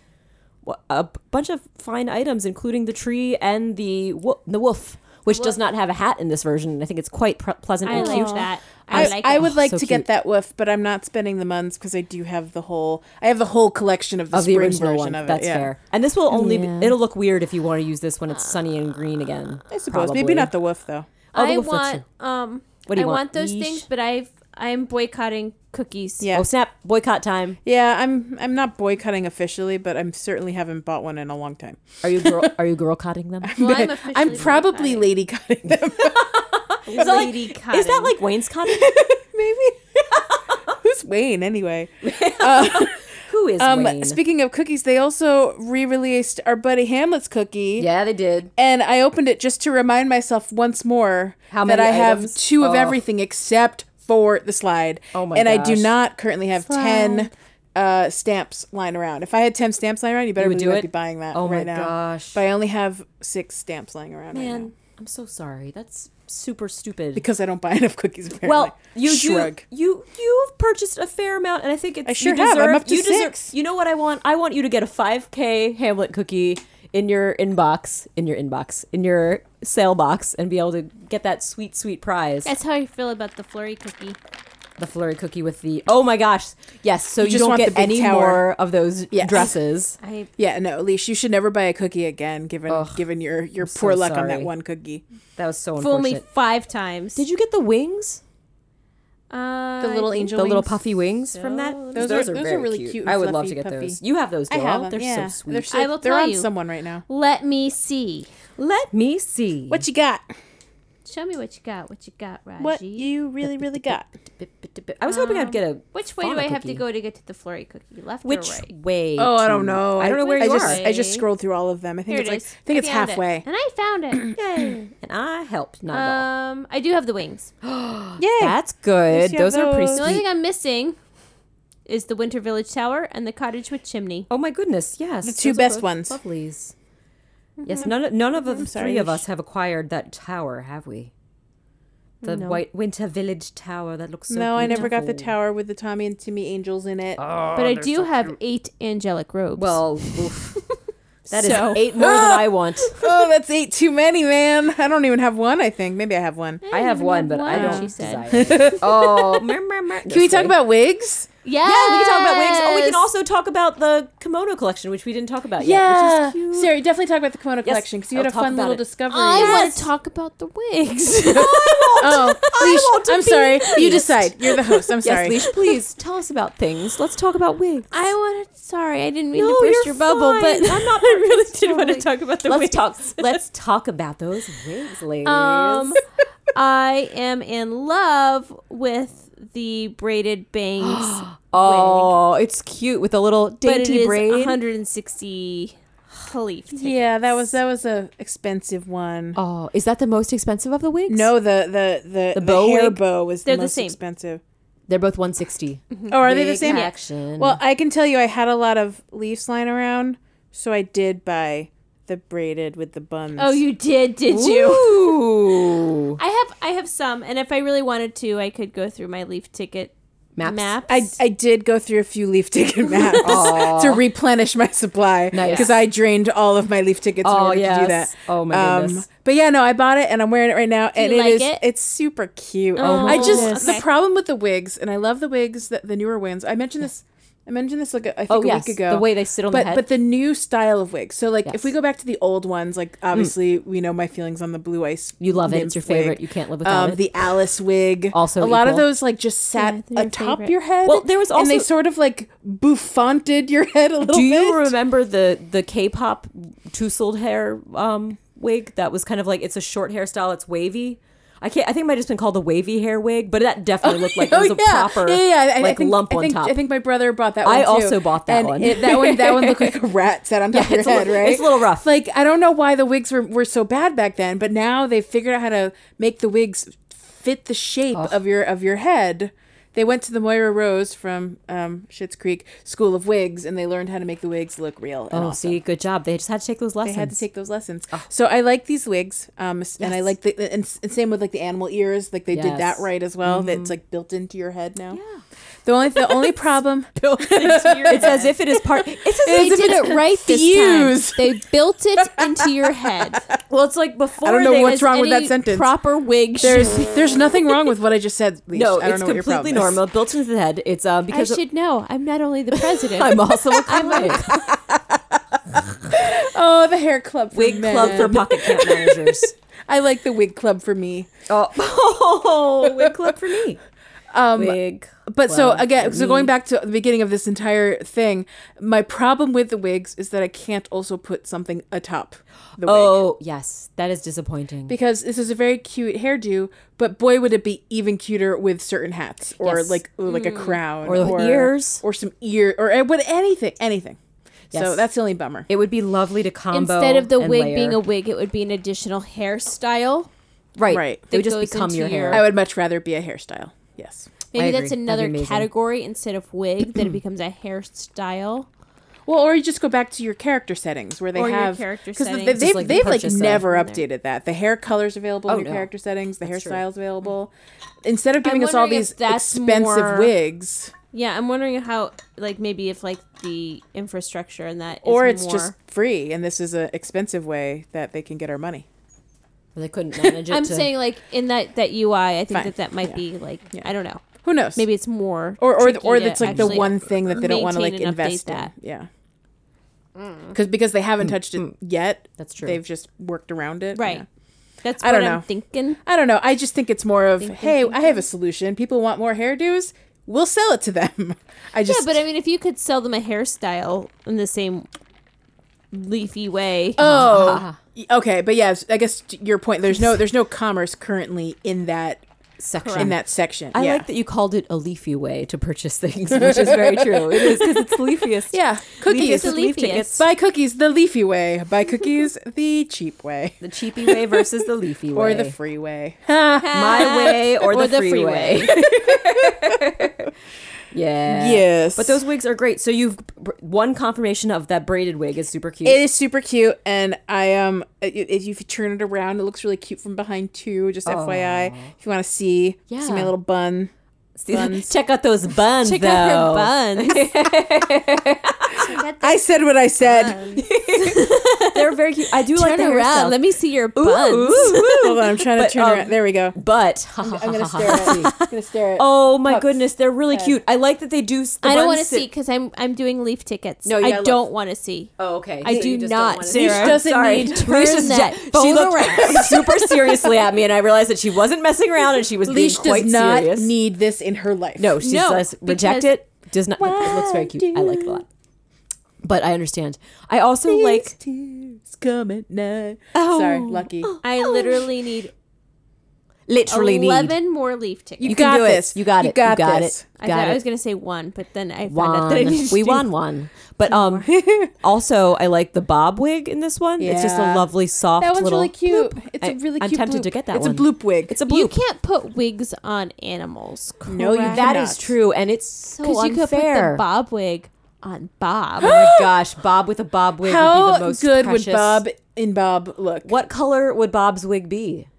[SPEAKER 2] wh- a b- bunch of fine items, including the tree and the wo- the wolf, which does not have a hat in this version. And I think it's quite pre- pleasant
[SPEAKER 4] I
[SPEAKER 2] and cute.
[SPEAKER 4] like that. I,
[SPEAKER 3] I,
[SPEAKER 4] like.
[SPEAKER 3] I
[SPEAKER 4] it.
[SPEAKER 3] would like
[SPEAKER 2] so
[SPEAKER 3] to
[SPEAKER 2] cute.
[SPEAKER 3] get that woof, but I'm not spending the months because I do have the whole. I have the whole collection of the
[SPEAKER 2] Of the
[SPEAKER 3] spring
[SPEAKER 2] original
[SPEAKER 3] version
[SPEAKER 2] one,
[SPEAKER 3] of it.
[SPEAKER 2] that's
[SPEAKER 3] yeah.
[SPEAKER 2] fair. And this will only
[SPEAKER 4] Yeah.
[SPEAKER 2] be, it'll look weird if you want to use this when it's sunny and green again.
[SPEAKER 3] I suppose maybe
[SPEAKER 2] probably.
[SPEAKER 3] not the woof though.
[SPEAKER 2] Oh, the
[SPEAKER 4] I
[SPEAKER 2] wolf, that's
[SPEAKER 4] want. Um.
[SPEAKER 2] What do you
[SPEAKER 4] I
[SPEAKER 2] want?
[SPEAKER 4] want, those
[SPEAKER 2] Yeesh.
[SPEAKER 4] things, but I've I'm boycotting cookies.
[SPEAKER 3] Yeah.
[SPEAKER 2] Oh snap! Boycott time.
[SPEAKER 3] Yeah, I'm I'm not boycotting officially, but I'm certainly haven't bought one in a long time.
[SPEAKER 2] Are you
[SPEAKER 3] [laughs]
[SPEAKER 2] girl? are you girl cotting them?
[SPEAKER 4] Well, I'm, officially
[SPEAKER 3] I'm probably
[SPEAKER 4] boycotting.
[SPEAKER 3] lady cutting them. [laughs]
[SPEAKER 2] Is that like,
[SPEAKER 4] Lady
[SPEAKER 2] is that
[SPEAKER 4] cotton.
[SPEAKER 2] like wainscoting?
[SPEAKER 3] maybe. [laughs] Who's Wayne anyway?
[SPEAKER 2] Who is
[SPEAKER 3] Um,
[SPEAKER 2] Wayne?
[SPEAKER 3] Speaking of cookies, they also re-released our buddy Hamlet's cookie.
[SPEAKER 2] yeah, they did.
[SPEAKER 3] And I opened it just to remind myself once more
[SPEAKER 2] How
[SPEAKER 3] that I
[SPEAKER 2] many
[SPEAKER 3] have
[SPEAKER 2] items?
[SPEAKER 3] two of
[SPEAKER 2] Oh.
[SPEAKER 3] everything except for the slide.
[SPEAKER 2] Oh my
[SPEAKER 3] And I do
[SPEAKER 2] gosh.
[SPEAKER 3] not currently have ten uh, stamps lying around. If I had ten stamps lying around, you better
[SPEAKER 2] would
[SPEAKER 3] believe
[SPEAKER 2] do
[SPEAKER 3] I'd
[SPEAKER 2] it?
[SPEAKER 3] be buying that
[SPEAKER 2] Oh my
[SPEAKER 3] right now.
[SPEAKER 2] gosh.
[SPEAKER 3] But I only have six stamps lying around right now
[SPEAKER 2] Man, I'm so sorry. That's super stupid.
[SPEAKER 3] because I don't buy [laughs] enough cookies.
[SPEAKER 2] [laughs]
[SPEAKER 3] Apparently.
[SPEAKER 2] well, you
[SPEAKER 3] shrug.
[SPEAKER 2] do. You you've purchased a fair amount, and I think it's.
[SPEAKER 3] I sure
[SPEAKER 2] you
[SPEAKER 3] have. I'm
[SPEAKER 2] deserve,
[SPEAKER 3] up to
[SPEAKER 2] you deserve-
[SPEAKER 3] six.
[SPEAKER 2] you know what I want? I want you to get a 5K Hamlet cookie in your inbox, in your inbox, in your sale box, and be able to get that sweet, sweet prize.
[SPEAKER 4] That's how I feel about the flurry cookie.
[SPEAKER 2] the flurry cookie with the. Oh my gosh! Yes. So you,
[SPEAKER 3] just
[SPEAKER 2] don't
[SPEAKER 3] want the
[SPEAKER 2] get
[SPEAKER 3] big
[SPEAKER 2] any
[SPEAKER 3] tower.
[SPEAKER 2] more of those
[SPEAKER 3] Yes.
[SPEAKER 2] dresses.
[SPEAKER 4] I
[SPEAKER 3] Yeah, no, Elise, you should never buy a cookie again, given given your your poor luck on that
[SPEAKER 2] sorry.
[SPEAKER 3] one cookie.
[SPEAKER 2] That was so
[SPEAKER 4] fool me
[SPEAKER 2] unfortunate.
[SPEAKER 4] five times.
[SPEAKER 2] Did you get the wings?
[SPEAKER 4] Uh,
[SPEAKER 3] The little
[SPEAKER 4] I think-
[SPEAKER 3] angel
[SPEAKER 2] the little
[SPEAKER 3] wings?
[SPEAKER 2] puffy wings from that.
[SPEAKER 3] Those are- those are really cute and
[SPEAKER 2] I would love
[SPEAKER 3] fluffy,
[SPEAKER 2] to get
[SPEAKER 3] puffy.
[SPEAKER 2] those. You have those, Doyle. They're
[SPEAKER 3] yeah.
[SPEAKER 2] so sweet.
[SPEAKER 3] They're, so,
[SPEAKER 4] I will
[SPEAKER 3] they're
[SPEAKER 4] tell
[SPEAKER 3] on
[SPEAKER 4] you.
[SPEAKER 3] someone right now.
[SPEAKER 4] Let me see.
[SPEAKER 2] Let me see.
[SPEAKER 3] What you got?
[SPEAKER 4] Show me what you got. What you got, Raji?
[SPEAKER 3] What you really, really got? Um,
[SPEAKER 2] I was hoping I'd get a.
[SPEAKER 4] Which way do I
[SPEAKER 2] fauna
[SPEAKER 4] have to
[SPEAKER 2] cookie.
[SPEAKER 4] go to get to the flurry cookie? Left
[SPEAKER 2] Which
[SPEAKER 4] or right?
[SPEAKER 2] way?
[SPEAKER 3] Oh, I
[SPEAKER 2] to-
[SPEAKER 3] don't know.
[SPEAKER 2] I don't know where
[SPEAKER 3] I
[SPEAKER 2] you
[SPEAKER 3] just,
[SPEAKER 2] are.
[SPEAKER 3] I just scrolled through all of them. I think
[SPEAKER 4] Here
[SPEAKER 3] it's
[SPEAKER 4] it
[SPEAKER 3] like
[SPEAKER 4] is.
[SPEAKER 3] I think it's
[SPEAKER 4] found it. [laughs]
[SPEAKER 3] halfway.
[SPEAKER 4] And I found it.
[SPEAKER 2] Yay. [coughs] And I helped. Not at
[SPEAKER 3] Uh,
[SPEAKER 2] all.
[SPEAKER 4] um, I do have the wings.
[SPEAKER 3] Yay!
[SPEAKER 2] That's good.
[SPEAKER 3] you have
[SPEAKER 2] Those are pretty
[SPEAKER 3] those.
[SPEAKER 4] The only
[SPEAKER 2] sweet.
[SPEAKER 4] thing I'm missing is the Winter Village Tower and the cottage with chimney.
[SPEAKER 2] Oh my goodness, yes. The
[SPEAKER 3] two best ones. Mm-hmm.
[SPEAKER 2] Lovelies. Yes, none of, none of the
[SPEAKER 3] sorry,
[SPEAKER 2] three of
[SPEAKER 3] you
[SPEAKER 2] us have acquired that tower, have we? The
[SPEAKER 4] No.
[SPEAKER 2] white Winter Village Tower that looks so
[SPEAKER 3] no, I never got the
[SPEAKER 2] beautiful. Ah.
[SPEAKER 3] tower with the Tommy and Timmy angels in it.
[SPEAKER 4] but I do have eight angelic robes.
[SPEAKER 2] Well, oof. [laughs] That is
[SPEAKER 4] So-
[SPEAKER 2] eight more than I [laughs] want.
[SPEAKER 3] [laughs] oh, that's eight too many, man. I don't even have one, I think. Maybe I have one.
[SPEAKER 2] I have one, but I
[SPEAKER 4] one,
[SPEAKER 2] don't
[SPEAKER 4] she
[SPEAKER 2] [laughs]
[SPEAKER 4] said.
[SPEAKER 2] desire. it. oh, mer, mer, mer.
[SPEAKER 3] Can we talk about wigs?
[SPEAKER 4] yeah,
[SPEAKER 2] Yeah, we can talk about wigs. Oh, we can also talk about the kimono collection, which we didn't talk about yet. Which is [laughs] cute.
[SPEAKER 3] Sarah, definitely talk about the kimono collection because you had
[SPEAKER 2] I'll
[SPEAKER 3] a
[SPEAKER 2] talk
[SPEAKER 3] fun
[SPEAKER 2] about
[SPEAKER 3] little
[SPEAKER 2] it.
[SPEAKER 3] discovery.
[SPEAKER 4] I want to talk about the wigs.
[SPEAKER 2] [laughs]
[SPEAKER 3] Oh, Leash, I'm sorry. You decide. You're the host. I'm
[SPEAKER 2] Yes,
[SPEAKER 3] sorry.
[SPEAKER 2] Leash, please tell us about things. Let's talk about [laughs] wigs.
[SPEAKER 4] [laughs] I want to. Sorry, I didn't mean
[SPEAKER 2] No,
[SPEAKER 4] to burst
[SPEAKER 2] you're
[SPEAKER 4] your bubble,
[SPEAKER 2] fine.
[SPEAKER 4] but
[SPEAKER 2] I'm
[SPEAKER 4] not. [laughs] I really did want to talk about the
[SPEAKER 2] let's [laughs]
[SPEAKER 4] wigs. [laughs]
[SPEAKER 2] talk. Let's talk about those wigs, ladies. [gasps]
[SPEAKER 4] Um, [laughs] I am in love with the
[SPEAKER 2] [gasps]
[SPEAKER 4] braided bangs.
[SPEAKER 2] oh, it's cute with a little
[SPEAKER 4] but it
[SPEAKER 2] dainty
[SPEAKER 4] is
[SPEAKER 2] braid.
[SPEAKER 4] 160 leaf.
[SPEAKER 3] Yeah, that was that was a expensive one.
[SPEAKER 2] Oh, is that the most expensive of the wigs?
[SPEAKER 3] No, the the the, the,
[SPEAKER 2] bow
[SPEAKER 3] hair
[SPEAKER 2] wig?
[SPEAKER 3] bow was
[SPEAKER 4] They're
[SPEAKER 3] the
[SPEAKER 4] the
[SPEAKER 3] most
[SPEAKER 4] same.
[SPEAKER 3] expensive.
[SPEAKER 2] they're both 160.
[SPEAKER 3] Oh, are they the same?
[SPEAKER 2] Action.
[SPEAKER 3] Well, I can tell you, I had a lot of leaves lying around, so I did buy the braided with the buns.
[SPEAKER 4] Oh, you did, did you?
[SPEAKER 2] Ooh.
[SPEAKER 4] I have I have some, and if I really wanted to, I could go through my leaf ticket
[SPEAKER 2] [laughs] Maps.
[SPEAKER 4] maps.
[SPEAKER 3] I, I did go through a few leaf
[SPEAKER 2] [laughs]
[SPEAKER 3] ticket maps to replenish my supply
[SPEAKER 2] Nice.
[SPEAKER 3] because I drained all of my leaf tickets in
[SPEAKER 2] Oh,
[SPEAKER 3] order to do
[SPEAKER 2] yes.
[SPEAKER 3] that. Um,
[SPEAKER 2] Oh, my goodness.
[SPEAKER 3] but yeah, no, I bought it and I'm wearing it right now, and
[SPEAKER 4] you
[SPEAKER 3] it
[SPEAKER 4] like
[SPEAKER 3] is-
[SPEAKER 4] it?
[SPEAKER 3] it's super cute.
[SPEAKER 4] Oh, my
[SPEAKER 3] I just
[SPEAKER 4] goodness.
[SPEAKER 3] the
[SPEAKER 4] Okay.
[SPEAKER 3] problem with the wigs, and I love the wigs that the newer ones. I mentioned this. I mentioned this like a- I think
[SPEAKER 2] Oh,
[SPEAKER 3] a
[SPEAKER 2] yes,
[SPEAKER 3] week ago.
[SPEAKER 2] the way they sit on the
[SPEAKER 3] but,
[SPEAKER 2] head.
[SPEAKER 3] But the new style of wigs. So like if
[SPEAKER 2] Yes. Mm.
[SPEAKER 3] we go back to the old ones, like obviously we know my feelings on the blue ice.
[SPEAKER 2] You love it. It's
[SPEAKER 3] nymph
[SPEAKER 2] your favorite.
[SPEAKER 3] wig.
[SPEAKER 2] You can't live without
[SPEAKER 3] um,
[SPEAKER 2] it.
[SPEAKER 3] The Alice wig.
[SPEAKER 2] Also
[SPEAKER 3] a lot of
[SPEAKER 2] equal.
[SPEAKER 3] those like just sat
[SPEAKER 4] they're your
[SPEAKER 3] atop
[SPEAKER 4] favorite.
[SPEAKER 3] your head.
[SPEAKER 2] Well, there was
[SPEAKER 3] and they
[SPEAKER 2] also-
[SPEAKER 3] sort of like bouffanted your head a little
[SPEAKER 2] Do you
[SPEAKER 3] bit.
[SPEAKER 2] remember the the K-pop tousled hair um, wig that was kind of like it's a short hairstyle, it's wavy. I can't. I think it might have just been called the wavy hair wig, but that definitely looked
[SPEAKER 3] Oh,
[SPEAKER 2] like it [laughs] was a proper like lump
[SPEAKER 3] I
[SPEAKER 2] on
[SPEAKER 3] think,
[SPEAKER 2] top.
[SPEAKER 3] I think my brother bought that.
[SPEAKER 2] I
[SPEAKER 3] one too.
[SPEAKER 2] also bought that
[SPEAKER 3] And
[SPEAKER 2] one.
[SPEAKER 3] It, that one. That one looked like
[SPEAKER 2] [laughs]
[SPEAKER 3] a rat sat on top of
[SPEAKER 2] it's a
[SPEAKER 3] your head,
[SPEAKER 2] little-
[SPEAKER 3] right?
[SPEAKER 2] it's a little rough.
[SPEAKER 3] Like I don't know why the wigs were, were so bad back then, but now they figured out how to make the wigs fit the shape of your of your head. They went to the Moira Rose from um, Schitt's Creek School of Wigs, and they learned how to make the wigs look real. And
[SPEAKER 2] oh,
[SPEAKER 3] awesome.
[SPEAKER 2] see, good job. They just had to take those
[SPEAKER 3] I
[SPEAKER 2] lessons.
[SPEAKER 3] had to take those lessons. So I like these wigs, um, s- and I
[SPEAKER 2] Oh. Yes.
[SPEAKER 3] like the and, s- and same with like the animal ears. Like they did that
[SPEAKER 2] Yes. Mm-hmm.
[SPEAKER 3] right as well. That's like built into your head now. Yeah. The only
[SPEAKER 2] [laughs]
[SPEAKER 3] the only problem [laughs]
[SPEAKER 2] it's as if it is part. [laughs] It's as
[SPEAKER 4] they
[SPEAKER 2] if
[SPEAKER 4] did it right this
[SPEAKER 3] fuse.
[SPEAKER 4] time. They built it into your head. [laughs]
[SPEAKER 2] well, it's like before.
[SPEAKER 3] I don't know
[SPEAKER 2] they-
[SPEAKER 3] what's
[SPEAKER 4] As
[SPEAKER 3] wrong with that
[SPEAKER 4] any
[SPEAKER 3] sentence.
[SPEAKER 4] Proper wig. should
[SPEAKER 3] there's there's nothing wrong with what I just said. Leash.
[SPEAKER 2] No,
[SPEAKER 3] I don't
[SPEAKER 2] it's
[SPEAKER 3] know what your
[SPEAKER 2] completely
[SPEAKER 3] problem
[SPEAKER 2] normal, built into the head. It's uh,
[SPEAKER 4] I
[SPEAKER 2] because
[SPEAKER 4] should know. I'm not only
[SPEAKER 3] [laughs]
[SPEAKER 4] the
[SPEAKER 2] [laughs]
[SPEAKER 4] president.
[SPEAKER 2] I'm also a comic.
[SPEAKER 3] Is. Oh, the hair club for
[SPEAKER 2] wig
[SPEAKER 3] men.
[SPEAKER 2] club for pocket camp [laughs] managers.
[SPEAKER 3] I like the wig club for me.
[SPEAKER 2] Oh, oh wig club for me.
[SPEAKER 3] Um,
[SPEAKER 2] Wig.
[SPEAKER 3] But so
[SPEAKER 2] club
[SPEAKER 3] again,
[SPEAKER 2] for
[SPEAKER 3] so
[SPEAKER 2] me.
[SPEAKER 3] going back to the beginning of this entire thing, my problem with the wigs is that I can't also put something atop the wig.
[SPEAKER 2] Oh yes, that is disappointing.
[SPEAKER 3] because this is a very cute hairdo, but boy, would it be even cuter with certain hats or
[SPEAKER 2] Yes.
[SPEAKER 3] like or like a crown
[SPEAKER 2] Or the ears.
[SPEAKER 3] or some ear or uh, with anything, anything. So
[SPEAKER 2] Yes.
[SPEAKER 3] that's the only bummer.
[SPEAKER 2] It would be lovely to combo
[SPEAKER 4] Instead of the
[SPEAKER 2] and
[SPEAKER 4] wig
[SPEAKER 2] layer.
[SPEAKER 4] being a wig, it would be an additional hairstyle.
[SPEAKER 2] right,
[SPEAKER 3] Right.
[SPEAKER 2] it would
[SPEAKER 4] that
[SPEAKER 2] just
[SPEAKER 4] goes
[SPEAKER 2] become
[SPEAKER 4] into
[SPEAKER 2] your hair.
[SPEAKER 4] your-
[SPEAKER 3] I would much rather be a hairstyle. Yes.
[SPEAKER 4] Maybe that's
[SPEAKER 2] agree. That'd be
[SPEAKER 4] another
[SPEAKER 2] amazing.
[SPEAKER 4] category instead of wig
[SPEAKER 3] [clears throat]
[SPEAKER 4] that it becomes a hairstyle.
[SPEAKER 3] Well, or you just go back to your character settings where they
[SPEAKER 4] Or your
[SPEAKER 3] have
[SPEAKER 4] character
[SPEAKER 3] they,
[SPEAKER 4] settings.
[SPEAKER 3] they've
[SPEAKER 4] Just
[SPEAKER 3] they've
[SPEAKER 2] like
[SPEAKER 3] like,
[SPEAKER 2] the purchase
[SPEAKER 3] never
[SPEAKER 4] of-
[SPEAKER 3] updated that. The hair colors available in
[SPEAKER 2] Oh,
[SPEAKER 3] your
[SPEAKER 2] no.
[SPEAKER 3] character settings, the
[SPEAKER 2] true.
[SPEAKER 3] hairstyles available. Instead of giving us all
[SPEAKER 4] wondering if
[SPEAKER 3] these
[SPEAKER 4] that's
[SPEAKER 3] expensive
[SPEAKER 4] more-
[SPEAKER 3] wigs,
[SPEAKER 4] Yeah, I'm wondering how, like, maybe if like the infrastructure and that, is
[SPEAKER 3] or it's
[SPEAKER 4] more-
[SPEAKER 3] just free, and this is an expensive way that they can get our money.
[SPEAKER 2] Well, they couldn't manage it.
[SPEAKER 4] I'm
[SPEAKER 2] to-
[SPEAKER 4] saying like in that that UI, I think
[SPEAKER 3] Fine.
[SPEAKER 4] that that might be like I don't know,
[SPEAKER 3] Who knows?
[SPEAKER 4] maybe it's more
[SPEAKER 3] or or,
[SPEAKER 4] tricky
[SPEAKER 3] or
[SPEAKER 4] to
[SPEAKER 3] that's like the
[SPEAKER 4] actually
[SPEAKER 3] one thing that they don't want to like
[SPEAKER 4] maintain and update
[SPEAKER 3] invest in.
[SPEAKER 4] that.
[SPEAKER 3] Yeah. Because because they haven't touched it yet.
[SPEAKER 2] Mm. That's true.
[SPEAKER 3] They've just worked around it.
[SPEAKER 4] Right.
[SPEAKER 3] Yeah.
[SPEAKER 4] That's
[SPEAKER 3] I
[SPEAKER 4] what
[SPEAKER 3] don't know.
[SPEAKER 4] I'm thinking.
[SPEAKER 3] I don't know. I just think it's more of hey, I have a solution. People want more hairdos. We'll sell it to them. [laughs] I just
[SPEAKER 4] Yeah, but I mean, if you could sell them a hairstyle in the same leafy way,
[SPEAKER 3] oh y- okay. But yeah, I guess to your point. There's no there's no commerce currently in that
[SPEAKER 2] section.
[SPEAKER 3] in that section.
[SPEAKER 2] I
[SPEAKER 3] yeah.
[SPEAKER 2] like that you called it a leafy way to purchase things, which is very true. It is because it's leafiest.
[SPEAKER 3] yeah,
[SPEAKER 2] leafiest
[SPEAKER 3] cookies.
[SPEAKER 4] The
[SPEAKER 2] leaf
[SPEAKER 4] leafiest.
[SPEAKER 2] tickets.
[SPEAKER 3] Buy cookies the leafy way. Buy cookies the cheap way
[SPEAKER 2] The cheapy way versus the leafy way,
[SPEAKER 3] or the free way.
[SPEAKER 2] my way or, the, freeway. [laughs] Yeah.
[SPEAKER 3] Yes.
[SPEAKER 2] But those wigs are great. So you've br- one confirmation of that braided wig is super cute.
[SPEAKER 3] It is super cute, and I um, i- if you turn it around, it looks really cute from behind too. Just FYI, if you want to see, see my
[SPEAKER 2] Yeah.
[SPEAKER 3] little bun.
[SPEAKER 2] See, Check out those buns,
[SPEAKER 4] Check
[SPEAKER 2] though.
[SPEAKER 4] out her buns.
[SPEAKER 3] I said what I said.
[SPEAKER 2] They're very cute. I do like
[SPEAKER 4] Turn
[SPEAKER 2] the
[SPEAKER 4] around.
[SPEAKER 2] hairstyle.
[SPEAKER 4] Let me see your
[SPEAKER 2] Ooh,
[SPEAKER 4] buns.
[SPEAKER 2] ooh, ooh.
[SPEAKER 3] [laughs] Hold on, I'm trying
[SPEAKER 2] But,
[SPEAKER 3] to turn
[SPEAKER 2] um,
[SPEAKER 3] around. There we go.
[SPEAKER 4] [laughs]
[SPEAKER 2] But
[SPEAKER 3] I'm
[SPEAKER 2] [laughs]
[SPEAKER 3] gonna stare at. I'm gonna stare at.
[SPEAKER 2] Oh my
[SPEAKER 3] Puck's
[SPEAKER 2] goodness, they're really cute. I like that they do. s- the
[SPEAKER 4] I
[SPEAKER 2] buns
[SPEAKER 4] don't want to
[SPEAKER 2] sit-
[SPEAKER 4] see because I'm I'm doing leaf tickets.
[SPEAKER 2] No,
[SPEAKER 4] No,
[SPEAKER 2] you
[SPEAKER 4] I
[SPEAKER 2] gotta
[SPEAKER 4] don't want to see.
[SPEAKER 2] Oh, okay.
[SPEAKER 4] I do not,
[SPEAKER 2] She
[SPEAKER 4] Sarah.
[SPEAKER 3] Leash doesn't need
[SPEAKER 4] Turn that
[SPEAKER 2] she
[SPEAKER 4] phone
[SPEAKER 2] looked
[SPEAKER 4] around.
[SPEAKER 2] [laughs] super seriously at me, and I realized that she wasn't messing around, and she was
[SPEAKER 3] Leash
[SPEAKER 2] being quite
[SPEAKER 3] does not
[SPEAKER 2] serious.
[SPEAKER 3] need this in her life.
[SPEAKER 2] no, she
[SPEAKER 4] No,
[SPEAKER 2] says reject
[SPEAKER 4] because-
[SPEAKER 2] it. Does not. It looks very cute. I like it a lot. But I understand. I also like.
[SPEAKER 3] These tears come at night. Sorry, [laughs] lucky.
[SPEAKER 4] I literally need
[SPEAKER 2] literally need.
[SPEAKER 4] eleven more leaf tickets.
[SPEAKER 2] You can
[SPEAKER 3] got
[SPEAKER 2] do it.
[SPEAKER 3] this.
[SPEAKER 2] You got
[SPEAKER 3] You
[SPEAKER 2] it.
[SPEAKER 3] got
[SPEAKER 2] you got
[SPEAKER 3] this.
[SPEAKER 2] it.
[SPEAKER 4] I
[SPEAKER 2] You got
[SPEAKER 4] thought
[SPEAKER 2] it.
[SPEAKER 4] I was gonna say one, but then I found out
[SPEAKER 2] Won.
[SPEAKER 4] that I needed to
[SPEAKER 2] We
[SPEAKER 4] do-
[SPEAKER 2] won one. But um also I like the bob wig in this one. It's just a
[SPEAKER 3] Yeah.
[SPEAKER 2] lovely soft
[SPEAKER 3] That one's
[SPEAKER 2] little
[SPEAKER 3] really cute. It's
[SPEAKER 2] I-
[SPEAKER 3] a really
[SPEAKER 2] I'm
[SPEAKER 3] cute.
[SPEAKER 2] tempted
[SPEAKER 3] bloop.
[SPEAKER 2] to get that
[SPEAKER 3] It's
[SPEAKER 2] one.
[SPEAKER 3] a bloop wig.
[SPEAKER 2] It's a blue. Mm.
[SPEAKER 4] You can't put wigs on animals.
[SPEAKER 3] No, you
[SPEAKER 4] correct?
[SPEAKER 2] That
[SPEAKER 3] Cannot.
[SPEAKER 2] is true, and it's so
[SPEAKER 4] Because you could put
[SPEAKER 2] unfair.
[SPEAKER 4] the
[SPEAKER 3] [gasps]
[SPEAKER 4] bob wig on Bob. [gasps]
[SPEAKER 2] oh my gosh, Bob with a bob wig would be the
[SPEAKER 3] How
[SPEAKER 2] most
[SPEAKER 3] good
[SPEAKER 2] precious.
[SPEAKER 3] would Bob in Bob look?
[SPEAKER 2] What color would Bob's wig be?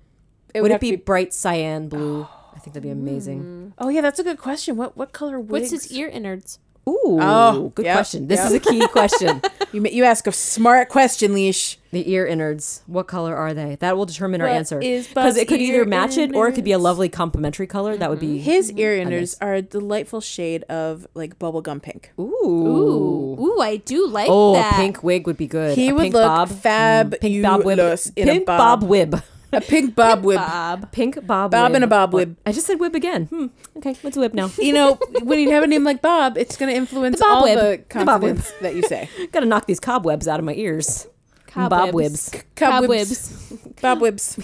[SPEAKER 3] It
[SPEAKER 2] Would
[SPEAKER 3] have
[SPEAKER 2] it be,
[SPEAKER 3] to
[SPEAKER 2] bright cyan blue?
[SPEAKER 3] [gasps]
[SPEAKER 2] I think that'd be amazing.
[SPEAKER 3] Oh yeah, that's a good question. What what color wigs?
[SPEAKER 4] What's his ear innards?
[SPEAKER 2] Ooh,
[SPEAKER 3] Oh,
[SPEAKER 2] good
[SPEAKER 3] yep,
[SPEAKER 2] question. This
[SPEAKER 3] yep.
[SPEAKER 2] is a key
[SPEAKER 3] [laughs]
[SPEAKER 2] question.
[SPEAKER 3] You ma- you ask a smart question, Leash.
[SPEAKER 2] The ear innards. What color are they? That will determine our
[SPEAKER 3] What
[SPEAKER 2] answer.
[SPEAKER 3] is
[SPEAKER 2] Because
[SPEAKER 3] Bob's
[SPEAKER 2] it could either
[SPEAKER 3] ear Mm-hmm.
[SPEAKER 2] match it or it could be a lovely complementary color. That would be.
[SPEAKER 3] His ear innards are a delightful shade of like bubblegum pink.
[SPEAKER 2] Ooh.
[SPEAKER 4] Ooh, ooh, I do like
[SPEAKER 2] Oh,
[SPEAKER 4] that.
[SPEAKER 2] a pink wig would be good.
[SPEAKER 3] He
[SPEAKER 2] a
[SPEAKER 3] would
[SPEAKER 2] pink
[SPEAKER 3] look
[SPEAKER 2] bob. Mm,
[SPEAKER 3] fabulous
[SPEAKER 2] pink bob wib.
[SPEAKER 3] in a
[SPEAKER 2] Pink
[SPEAKER 3] bob.
[SPEAKER 2] bob [laughs] wib.
[SPEAKER 3] A pink bob whip.
[SPEAKER 4] Bob.
[SPEAKER 2] Pink bob.
[SPEAKER 3] Bob
[SPEAKER 2] wib.
[SPEAKER 3] and a bob
[SPEAKER 2] What-
[SPEAKER 3] wib.
[SPEAKER 2] I just said wib again. Hmm. Okay, what's a wib
[SPEAKER 3] [laughs]
[SPEAKER 2] now?
[SPEAKER 3] You know, when you have a name like Bob, it's going to influence
[SPEAKER 2] The bob
[SPEAKER 3] all
[SPEAKER 2] wib.
[SPEAKER 3] the
[SPEAKER 2] The bob wib.
[SPEAKER 3] consonants that you say.
[SPEAKER 2] Gotta knock these cobwebs out of my ears. Bob
[SPEAKER 4] Cobwebs.
[SPEAKER 2] wibs.
[SPEAKER 4] Cobwebs.
[SPEAKER 3] Bob whips.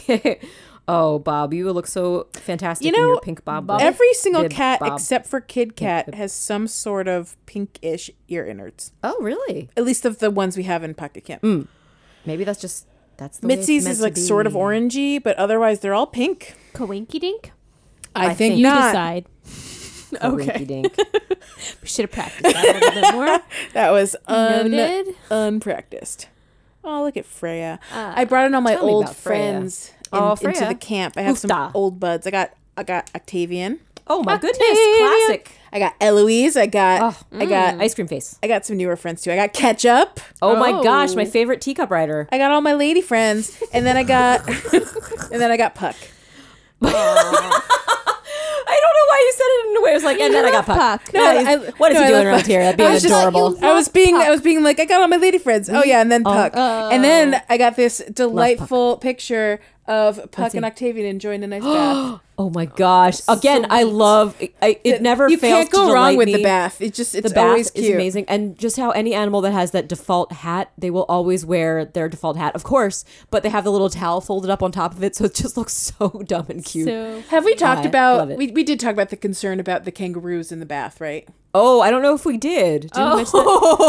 [SPEAKER 2] [laughs] oh, Bob, you would look so fantastic
[SPEAKER 3] You
[SPEAKER 2] in
[SPEAKER 3] know,
[SPEAKER 2] your pink bob. wib.
[SPEAKER 3] Every single
[SPEAKER 2] Bib
[SPEAKER 3] cat
[SPEAKER 2] bob.
[SPEAKER 3] except for Kid Cat has some sort of pinkish ear innards.
[SPEAKER 2] oh, really?
[SPEAKER 3] At least of the ones we have in Pocket Camp.
[SPEAKER 2] Maybe that's just that's the way it's
[SPEAKER 3] Mitzi's
[SPEAKER 2] meant
[SPEAKER 3] is
[SPEAKER 2] to
[SPEAKER 3] like sort of
[SPEAKER 2] be.
[SPEAKER 3] orangey, but otherwise they're all pink.
[SPEAKER 4] Coinky dink.
[SPEAKER 3] I,
[SPEAKER 2] think
[SPEAKER 3] think,
[SPEAKER 2] you
[SPEAKER 4] You
[SPEAKER 3] not.
[SPEAKER 4] decide.
[SPEAKER 2] Okay. Dink.
[SPEAKER 4] We should have practiced
[SPEAKER 3] [laughs]
[SPEAKER 4] that a little bit more.
[SPEAKER 3] That was un-
[SPEAKER 4] Noted.
[SPEAKER 3] unpracticed. Oh, look at Freya. I brought in all my
[SPEAKER 2] Uh, tell me
[SPEAKER 3] old
[SPEAKER 2] about Freya.
[SPEAKER 3] friends in,
[SPEAKER 2] Oh,
[SPEAKER 3] into
[SPEAKER 2] Freya.
[SPEAKER 3] the camp. I have some
[SPEAKER 2] Oofta.
[SPEAKER 3] old buds. I got I got Octavian.
[SPEAKER 2] Oh my goodness,
[SPEAKER 3] Octavian.
[SPEAKER 2] classic.
[SPEAKER 3] I got Eloise. I got
[SPEAKER 2] Oh,
[SPEAKER 3] I got I,
[SPEAKER 2] Ice cream face.
[SPEAKER 3] I got some newer friends too. I got Ketchup.
[SPEAKER 2] Oh, my gosh, my
[SPEAKER 4] Oh.
[SPEAKER 2] favorite teacup rider.
[SPEAKER 3] I got all my lady friends, and then
[SPEAKER 2] [laughs]
[SPEAKER 3] I got and then I got Puck.
[SPEAKER 2] I don't know why you said it in a way. I was like, and then I got puck.
[SPEAKER 4] Puck.
[SPEAKER 2] What is-
[SPEAKER 3] I-
[SPEAKER 2] what is
[SPEAKER 3] no,
[SPEAKER 2] he
[SPEAKER 3] I
[SPEAKER 2] doing
[SPEAKER 3] love
[SPEAKER 2] around
[SPEAKER 3] Puck.
[SPEAKER 2] here? That being
[SPEAKER 3] I was just-
[SPEAKER 2] adorable.
[SPEAKER 3] I was being I was being like I got all my lady friends. Oh yeah, and then Puck,
[SPEAKER 2] uh,
[SPEAKER 3] and then I got this delightful picture of Puck and Octavian enjoying a
[SPEAKER 2] [gasps]
[SPEAKER 3] nice bath.
[SPEAKER 2] oh my gosh! Again, I love. I, it never
[SPEAKER 3] you
[SPEAKER 2] fails
[SPEAKER 3] can't go
[SPEAKER 2] to
[SPEAKER 3] wrong
[SPEAKER 2] delight
[SPEAKER 3] with
[SPEAKER 2] me.
[SPEAKER 3] the bath. It just it's
[SPEAKER 2] The bath
[SPEAKER 3] always
[SPEAKER 2] is
[SPEAKER 3] cute.
[SPEAKER 2] amazing, and just how any animal that has that default hat, they will always wear their default hat, of course. But they have the little towel folded up on top of it, so it [laughs] just looks so dumb and cute.
[SPEAKER 4] So
[SPEAKER 3] Have we talked
[SPEAKER 2] I love
[SPEAKER 3] about
[SPEAKER 2] it.
[SPEAKER 3] we, we did talk about the concern about the kangaroos in the bath, right?
[SPEAKER 2] oh, I don't know if we did. Did
[SPEAKER 3] Oh.
[SPEAKER 2] you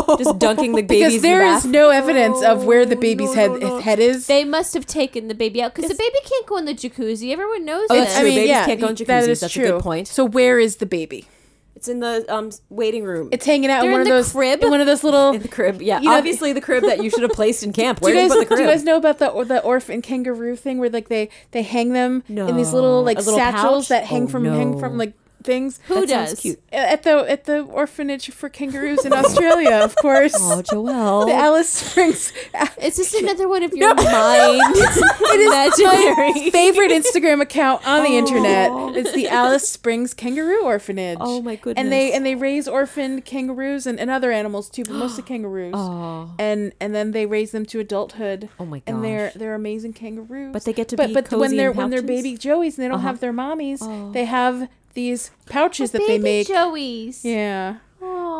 [SPEAKER 2] mention that? Just dunking [laughs] the babies
[SPEAKER 3] Because there
[SPEAKER 2] in the
[SPEAKER 3] is
[SPEAKER 2] bath. Oh,
[SPEAKER 3] no evidence of where the baby's head head is.
[SPEAKER 4] they must have taken the baby out because the baby can't go in the jacuzzi. Everyone knows
[SPEAKER 2] Oh,
[SPEAKER 4] that.
[SPEAKER 2] that's true. Babies can't go in jacuzzis. That's a good point.
[SPEAKER 3] So where is the baby?
[SPEAKER 2] it's in the um waiting room.
[SPEAKER 3] It's hanging out
[SPEAKER 4] They're
[SPEAKER 3] in one
[SPEAKER 4] in
[SPEAKER 3] of
[SPEAKER 4] the
[SPEAKER 3] those
[SPEAKER 4] crib?
[SPEAKER 3] in one of those little.
[SPEAKER 2] [laughs] in the crib. Yeah,
[SPEAKER 3] You know,
[SPEAKER 2] obviously the crib that you should have placed [laughs] in camp.
[SPEAKER 3] do
[SPEAKER 2] Where
[SPEAKER 3] you
[SPEAKER 2] did
[SPEAKER 3] guys
[SPEAKER 2] you put the
[SPEAKER 3] do
[SPEAKER 2] crib?
[SPEAKER 3] you guys know about the or the orphan kangaroo thing where like they they hang them in these
[SPEAKER 2] No.
[SPEAKER 3] little like
[SPEAKER 2] A little
[SPEAKER 3] satchels
[SPEAKER 2] pouch?
[SPEAKER 3] that hang
[SPEAKER 2] Oh,
[SPEAKER 3] from hang
[SPEAKER 2] no.
[SPEAKER 3] from like things
[SPEAKER 4] Who
[SPEAKER 2] That sounds
[SPEAKER 4] does?
[SPEAKER 2] cute.
[SPEAKER 3] at the at the orphanage for kangaroos in Australia, of course.
[SPEAKER 2] [laughs] Oh, Joelle.
[SPEAKER 3] The Alice Springs
[SPEAKER 4] Is this another
[SPEAKER 3] [laughs]
[SPEAKER 4] one of your mind? [laughs]
[SPEAKER 3] my favorite Instagram account
[SPEAKER 2] Oh.
[SPEAKER 3] on the internet. It's the Alice Springs Kangaroo Orphanage.
[SPEAKER 2] Oh, my
[SPEAKER 3] And they
[SPEAKER 2] goodness.
[SPEAKER 3] and they raise orphaned kangaroos and, and other animals too, but
[SPEAKER 2] [gasps]
[SPEAKER 3] mostly kangaroos.
[SPEAKER 2] Oh.
[SPEAKER 3] And and then they raise them to adulthood.
[SPEAKER 2] Oh, my
[SPEAKER 3] And they're
[SPEAKER 2] gosh.
[SPEAKER 3] they're amazing kangaroos.
[SPEAKER 2] But they get to
[SPEAKER 3] but,
[SPEAKER 2] be
[SPEAKER 3] but
[SPEAKER 2] cozy
[SPEAKER 3] when
[SPEAKER 2] in
[SPEAKER 3] they're when they're
[SPEAKER 2] pouches? Uh-huh. Oh.
[SPEAKER 3] baby joeys and they don't have their mommies, they have these pouches that they
[SPEAKER 4] baby
[SPEAKER 3] make.
[SPEAKER 4] Joey's.
[SPEAKER 3] yeah.
[SPEAKER 4] [laughs]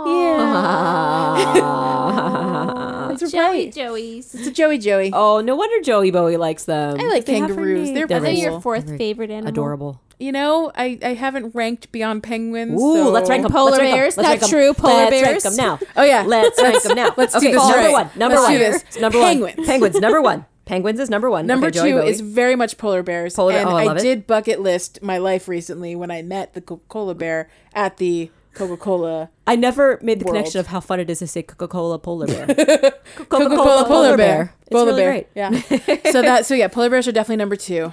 [SPEAKER 2] Ah.
[SPEAKER 3] That's
[SPEAKER 4] Joey
[SPEAKER 3] right.
[SPEAKER 4] Joey's.
[SPEAKER 3] It's a Joey Joey.
[SPEAKER 2] [laughs] oh, no wonder Joey Bowie likes them.
[SPEAKER 3] I like
[SPEAKER 2] They have her
[SPEAKER 3] kangaroos.
[SPEAKER 2] name.
[SPEAKER 3] They're
[SPEAKER 2] They're
[SPEAKER 4] They're
[SPEAKER 3] pretty
[SPEAKER 2] Cool.
[SPEAKER 4] your fourth
[SPEAKER 2] Very
[SPEAKER 4] favorite animal.
[SPEAKER 2] Adorable.
[SPEAKER 3] You know, I, I haven't ranked beyond penguins.
[SPEAKER 2] Ooh,
[SPEAKER 3] so-
[SPEAKER 2] let's rank them.
[SPEAKER 4] Polar
[SPEAKER 2] let's rank 'em.
[SPEAKER 4] bears?
[SPEAKER 2] Let's
[SPEAKER 4] Not
[SPEAKER 2] rank 'em.
[SPEAKER 4] true, polar
[SPEAKER 2] let's
[SPEAKER 4] bears.
[SPEAKER 2] rank them now.
[SPEAKER 3] [laughs] Oh yeah,
[SPEAKER 2] Let's rank them now.
[SPEAKER 3] [laughs] Let's
[SPEAKER 2] okay,
[SPEAKER 3] do this
[SPEAKER 2] number
[SPEAKER 3] right.
[SPEAKER 2] one. Number
[SPEAKER 3] Let's
[SPEAKER 2] one.
[SPEAKER 3] do this.
[SPEAKER 2] Number one.
[SPEAKER 3] Penguins.
[SPEAKER 2] Penguins. Number one. Penguins is number one.
[SPEAKER 3] Number
[SPEAKER 2] Okay, Joey
[SPEAKER 3] two
[SPEAKER 2] Bowie.
[SPEAKER 3] is very much polar bears.
[SPEAKER 2] Polar bear-
[SPEAKER 3] and
[SPEAKER 2] oh, I love it.
[SPEAKER 3] did bucket list my life recently when I met the Coca Cola bear at the Coca Cola.
[SPEAKER 2] I never made the
[SPEAKER 3] World.
[SPEAKER 2] connection of how fun it is to say Coca Cola polar
[SPEAKER 3] [laughs]
[SPEAKER 2] bear.
[SPEAKER 3] Coca
[SPEAKER 2] Coca-Cola
[SPEAKER 3] Cola polar bear.
[SPEAKER 2] It's really great. [laughs]
[SPEAKER 3] Yeah. so that so yeah, polar bears are definitely number two.